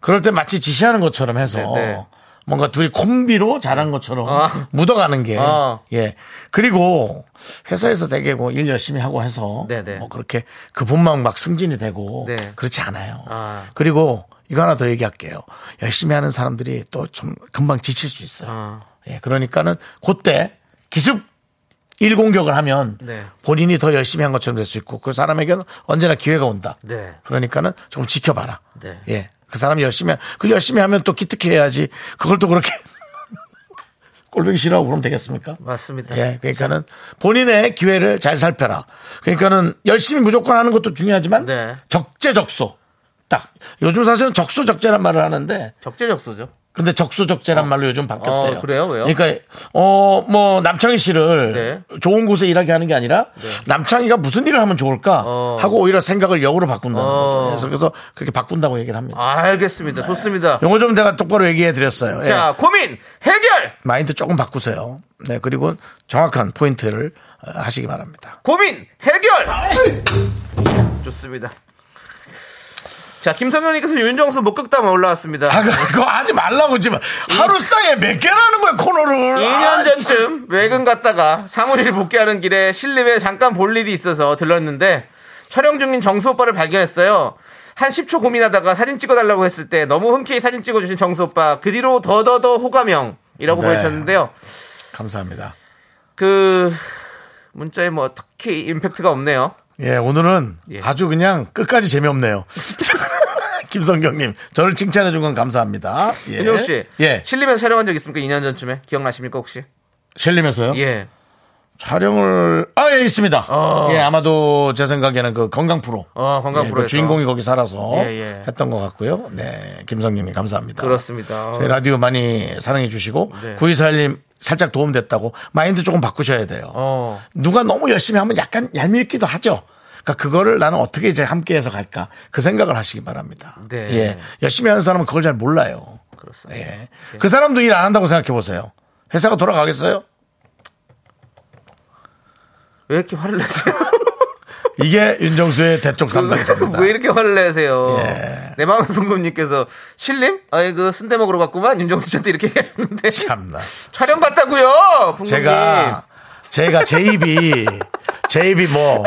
[SPEAKER 1] 그럴 때 마치 지시하는 것처럼 해서
[SPEAKER 2] 네, 네.
[SPEAKER 1] 뭔가 둘이 콤비로 잘한 것처럼
[SPEAKER 2] 아.
[SPEAKER 1] 묻어가는 게.
[SPEAKER 2] 아.
[SPEAKER 1] 예. 그리고 회사에서 되게 뭐 일 열심히 하고 해서
[SPEAKER 2] 네, 네.
[SPEAKER 1] 뭐 그렇게 그분만 막 승진이 되고
[SPEAKER 2] 네.
[SPEAKER 1] 그렇지 않아요.
[SPEAKER 2] 아.
[SPEAKER 1] 그리고 이거 하나 더 얘기할게요. 열심히 하는 사람들이 또 좀 금방 지칠 수 있어요.
[SPEAKER 2] 아.
[SPEAKER 1] 예. 그러니까는 그때 기습 일공격을 하면
[SPEAKER 2] 네.
[SPEAKER 1] 본인이 더 열심히 한 것처럼 될 수 있고 그 사람에게는 언제나 기회가 온다.
[SPEAKER 2] 네.
[SPEAKER 1] 그러니까는 조금 지켜봐라.
[SPEAKER 2] 네.
[SPEAKER 1] 예. 그 사람이 열심히, 하- 그 열심히 하면 또 기특해야지. 그걸 또 그렇게 꼴보기 싫어하고 그러면 되겠습니까?
[SPEAKER 2] 맞습니다.
[SPEAKER 1] 예. 그러니까는 본인의 기회를 잘 살펴라. 그러니까는 열심히 무조건 하는 것도 중요하지만
[SPEAKER 2] 네.
[SPEAKER 1] 적재적소. 딱. 요즘 사실은 적소적재란 말을 하는데
[SPEAKER 2] 적재적소죠.
[SPEAKER 1] 근데 적수적재란 말로 요즘 바뀌었대요.
[SPEAKER 2] 어, 그래요? 왜요?
[SPEAKER 1] 그러니까 어 뭐 남창희 씨를
[SPEAKER 2] 네.
[SPEAKER 1] 좋은 곳에 일하게 하는 게 아니라 남창희가 무슨 일을 하면 좋을까
[SPEAKER 2] 어.
[SPEAKER 1] 하고 오히려 생각을 역으로 바꾼다는
[SPEAKER 2] 어.
[SPEAKER 1] 거죠. 그래서, 그래서 그렇게 바꾼다고 얘기를 합니다.
[SPEAKER 2] 알겠습니다. 좋습니다.
[SPEAKER 1] 용어 좀 내가 똑바로 얘기해 드렸어요. 예.
[SPEAKER 2] 자, 고민 해결!
[SPEAKER 1] 마인드 조금 바꾸세요. 네, 그리고 정확한 포인트를 어, 하시기 바랍니다.
[SPEAKER 2] 고민 해결! 좋습니다. 자, 김선영님께서 윤정수 목격담 올라왔습니다.
[SPEAKER 1] 아, 그- 그거 하지 말라고 지금 하루 사이에 몇 개라는 거야, 코너를. 아,
[SPEAKER 2] 2년 전쯤 외근 갔다가 사무실 복귀하는 길에 실림에 잠깐 볼 일이 있어서 들렀는데 촬영 중인 정수 오빠를 발견했어요. 한 10초 고민하다가 사진 찍어달라고 했을 때 너무 흔쾌히 사진 찍어주신 정수 오빠 그 뒤로 더더더 호감형이라고
[SPEAKER 1] 네.
[SPEAKER 2] 보내셨는데요.
[SPEAKER 1] 감사합니다.
[SPEAKER 2] 그 문자에 뭐 특히 임팩트가 없네요.
[SPEAKER 1] 예, 오늘은
[SPEAKER 2] 예.
[SPEAKER 1] 아주 그냥 끝까지 재미없네요. 김성경님, 저를 칭찬해 준 건 감사합니다. 예.
[SPEAKER 2] 윤정 씨,
[SPEAKER 1] 예.
[SPEAKER 2] 실림에서 촬영한 적 있습니까? 2년 전쯤에 기억나십니까 혹시?
[SPEAKER 1] 실림에서요?
[SPEAKER 2] 예.
[SPEAKER 1] 촬영을, 아, 예, 있습니다.
[SPEAKER 2] 어.
[SPEAKER 1] 예, 아마도 제 생각에는 그 건강 프로.
[SPEAKER 2] 어 건강
[SPEAKER 1] 예, 그
[SPEAKER 2] 프로에서
[SPEAKER 1] 주인공이 거기 살아서
[SPEAKER 2] 예, 예.
[SPEAKER 1] 했던 것 같고요. 네, 김성님이 감사합니다.
[SPEAKER 2] 그렇습니다.
[SPEAKER 1] 저희 라디오 많이 사랑해 주시고
[SPEAKER 2] 네.
[SPEAKER 1] 구이사일님 살짝 도움됐다고 마인드 조금 바꾸셔야 돼요.
[SPEAKER 2] 어.
[SPEAKER 1] 누가 너무 열심히 하면 약간 얄밉기도 하죠. 그러니까 그거를 나는 어떻게 이제 함께해서 갈까 그 생각을 하시기 바랍니다.
[SPEAKER 2] 네.
[SPEAKER 1] 예, 열심히 하는 사람은 그걸 잘 몰라요.
[SPEAKER 2] 그렇습니다.
[SPEAKER 1] 예, 그 사람도 일 안 한다고 생각해 보세요. 회사가 돌아가겠어요?
[SPEAKER 2] 왜 이렇게 화를 내세요?
[SPEAKER 1] 이게 윤정수의 대쪽 삼각입니다.
[SPEAKER 2] 왜 이렇게 화를 내세요?
[SPEAKER 1] 예.
[SPEAKER 2] 내 마음의 분금님께서 실림? 아이 그 순대 먹으러 갔구만 윤정수 씨한테 이렇게 했는데
[SPEAKER 1] 참나.
[SPEAKER 2] 촬영 갔다고요. 분금님.
[SPEAKER 1] 제가
[SPEAKER 2] 네.
[SPEAKER 1] 제가 제 입이 제 입이 뭐.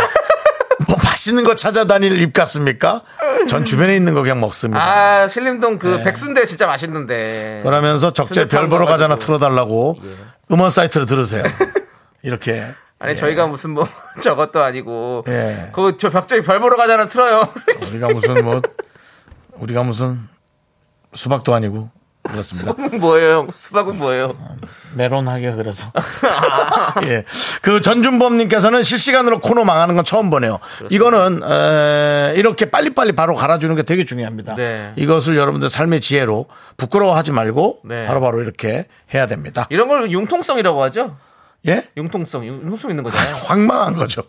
[SPEAKER 1] 뭐 맛있는 거 찾아다닐 입 같습니까? 전 주변에 있는 거 그냥 먹습니다.
[SPEAKER 2] 아 신림동 그 백순대 진짜 맛있는데.
[SPEAKER 1] 네. 그러면서 적재
[SPEAKER 2] 순대탕
[SPEAKER 1] 별 보러 네. 가잖아
[SPEAKER 2] 가지고.
[SPEAKER 1] 틀어달라고 네. 음원 사이트를 들으세요. 이렇게.
[SPEAKER 2] 아니 저희가 무슨 뭐 저것도 아니고
[SPEAKER 1] 예.
[SPEAKER 2] 그저 벽장이 별 보러 가잖아 틀어요.
[SPEAKER 1] 우리가 무슨 뭐 우리가 무슨 수박도 아니고 그렇습니다.
[SPEAKER 2] 수박은 뭐예요? 형? 수박은 뭐예요?
[SPEAKER 1] 어. 메론하게 그래서. 예. 그 전준범님께서는 실시간으로 코너 망하는 건 처음 보네요. 이거는 에, 이렇게 빨리빨리 바로 갈아주는 게 되게 중요합니다.
[SPEAKER 2] 네.
[SPEAKER 1] 이것을 여러분들 삶의 지혜로 부끄러워하지 말고
[SPEAKER 2] 네.
[SPEAKER 1] 바로바로 이렇게 해야 됩니다.
[SPEAKER 2] 이런 걸 융통성이라고 하죠?
[SPEAKER 1] 예?
[SPEAKER 2] 융통성, 융- 융통성 있는 거잖아요.
[SPEAKER 1] 황망한 거죠.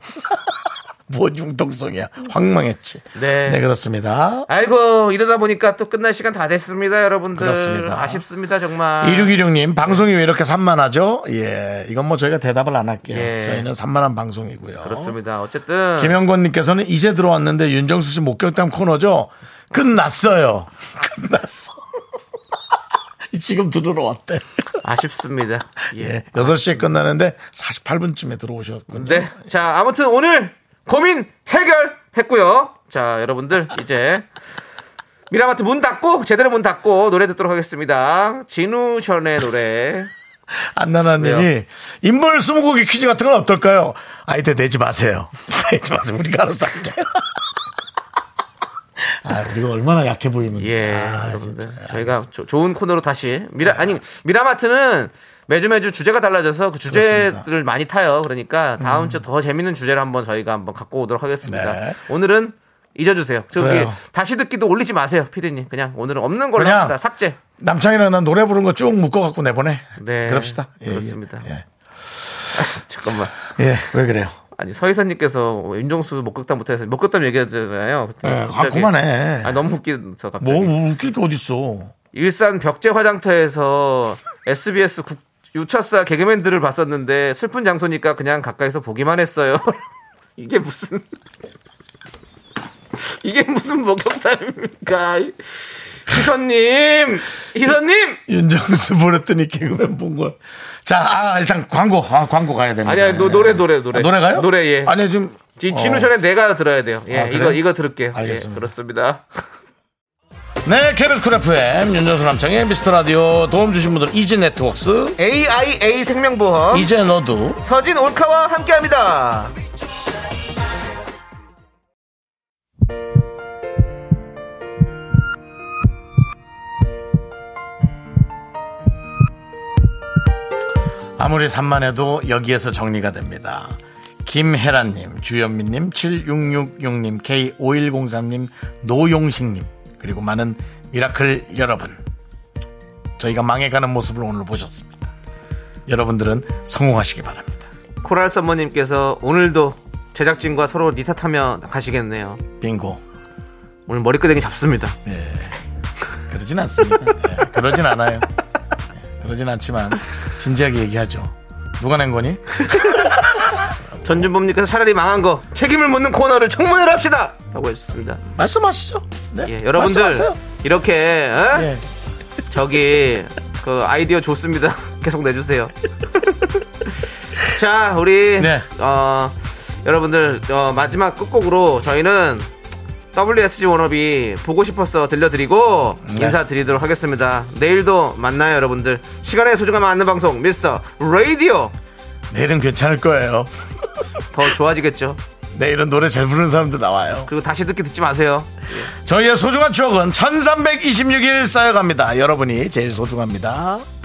[SPEAKER 1] 뭐 융통성이야. 황망했지.
[SPEAKER 2] 네.
[SPEAKER 1] 그렇습니다.
[SPEAKER 2] 아이고 이러다 보니까 또 끝날 시간 다 됐습니다, 여러분들.
[SPEAKER 1] 그렇습니다.
[SPEAKER 2] 아쉽습니다 정말.
[SPEAKER 1] 2616님, 방송이 왜 이렇게 산만하죠? 예. 이건 뭐 저희가 대답을 안 할게요.
[SPEAKER 2] 예.
[SPEAKER 1] 저희는 산만한 방송이고요.
[SPEAKER 2] 그렇습니다. 어쨌든
[SPEAKER 1] 김영권님께서는 이제 들어왔는데 윤정수 씨 목격담 코너죠? 끝났어요. 끝났어. 지금 들으러 왔대.
[SPEAKER 2] 아쉽습니다. 예.
[SPEAKER 1] 예. 6시에 끝나는데 48분쯤에 들어오셨군요.
[SPEAKER 2] 네. 자, 아무튼 오늘 고민 해결했고요. 자, 여러분들 이제 미라마트 문 닫고 제대로 문 닫고 노래 듣도록 하겠습니다. 진우션의 노래. 왜요?
[SPEAKER 1] 안나나님이 인물 스무고기 퀴즈 같은 건 어떨까요? 아이들 네, 내지 마세요. 내지 마세요. 우리가 알아서 할게요. 아, 우리가 얼마나 약해 보이면.
[SPEAKER 2] 예,
[SPEAKER 1] 아,
[SPEAKER 2] 여러분들
[SPEAKER 1] 진짜.
[SPEAKER 2] 저희가 조- 좋은 코너로 다시 미라 아니 미라마트는 매주 매주 주제가 달라져서 그 주제를 많이 타요. 그러니까 다음 주 더 재밌는 주제를 한번 저희가 한번 갖고 오도록 하겠습니다.
[SPEAKER 1] 네.
[SPEAKER 2] 오늘은 잊어주세요. 저기
[SPEAKER 1] 그래요.
[SPEAKER 2] 다시 듣기도 올리지 마세요, 피디님. 그냥 오늘은 없는 걸로
[SPEAKER 1] 그냥
[SPEAKER 2] 합시다. 삭제.
[SPEAKER 1] 남창이랑 난 노래 부른 거 쭉 묶어갖고 내보내.
[SPEAKER 2] 네.
[SPEAKER 1] 그럽시다.
[SPEAKER 2] 그렇습니다.
[SPEAKER 1] 예.
[SPEAKER 2] 잠깐만.
[SPEAKER 1] 예, 왜 그래요?
[SPEAKER 2] 아니 서희선님께서 윤정수 목격담부터 해서 목격담 얘기하잖아요.
[SPEAKER 1] 예, 아, 그만해.
[SPEAKER 2] 아 너무 웃기서 갑자기.
[SPEAKER 1] 뭐, 웃길 게 어딨어.
[SPEAKER 2] 일산 벽제 화장터에서 SBS 국, 유차사 개그맨들을 봤었는데 슬픈 장소니까 그냥 가까이서 보기만 했어요. 이게 무슨 이게 무슨 목격담입니까? 희선님, 희선님.
[SPEAKER 1] 윤정수 보냈더니 개그맨 본 걸. 자, 아, 일단 광고, 아, 광고 가야 됩니다.
[SPEAKER 2] 아니야 노, 노래 노래 노래
[SPEAKER 1] 아, 노래가요?
[SPEAKER 2] 노래 예.
[SPEAKER 1] 아니, 지금.
[SPEAKER 2] 지- 진우션의 내가 들어야 돼요. 예,
[SPEAKER 1] 아,
[SPEAKER 2] 이거
[SPEAKER 1] 그래요?
[SPEAKER 2] 이거 들을게요. 예,
[SPEAKER 1] 알겠습니다.
[SPEAKER 2] 그렇습니다.
[SPEAKER 1] 네, KBS 쿨 FM, 윤정수 남창의 미스터 라디오 도움 주신 분들, 이지 네트웍스,
[SPEAKER 2] AIA 생명보험
[SPEAKER 1] 이제 너도,
[SPEAKER 2] 서진 올카와 함께합니다.
[SPEAKER 1] 아무리 산만해도 여기에서 정리가 됩니다. 김혜란님, 주현미님, 7666님, K5103님, 노용식님, 그리고 많은 미라클 여러분. 저희가 망해가는 모습을 오늘 보셨습니다. 여러분들은 성공하시기 바랍니다.
[SPEAKER 2] 코랄 선머님께서 오늘도 제작진과 서로 니탓하며 가시겠네요.
[SPEAKER 1] 빙고.
[SPEAKER 2] 오늘 머리끄댕이 잡습니다.
[SPEAKER 1] 예. 그러진 않습니다. 예, 그러진 않아요. 예, 그러진 않지만 진지하게 얘기하죠. 누가 낸 거니?
[SPEAKER 2] 전준범님께서 차라리 망한 거 책임을 묻는 코너를 청문회를 합시다! 라고 해주셨습니다.
[SPEAKER 1] 말씀하시죠. 네.
[SPEAKER 2] 예, 여러분들
[SPEAKER 1] 말씀하세요.
[SPEAKER 2] 이렇게 어?
[SPEAKER 1] 예.
[SPEAKER 2] 저기 그 아이디어 좋습니다. 계속 내주세요. 자, 우리
[SPEAKER 1] 네.
[SPEAKER 2] 어, 여러분들 어, 마지막 끝곡으로 저희는 WSG 워너비 보고 싶어서 들려드리고
[SPEAKER 1] 네.
[SPEAKER 2] 인사드리도록 하겠습니다. 내일도 만나요, 여러분들. 시간의 소중함 안는 방송 미스터 라디오
[SPEAKER 1] 내일은 괜찮을 거예요.
[SPEAKER 2] 더 좋아지겠죠.
[SPEAKER 1] 내일은 노래 잘 부르는 사람도 나와요.
[SPEAKER 2] 그리고 다시 듣기 듣지 마세요.
[SPEAKER 1] 저희의 소중한 추억은 1326일 쌓여갑니다. 여러분이 제일 소중합니다.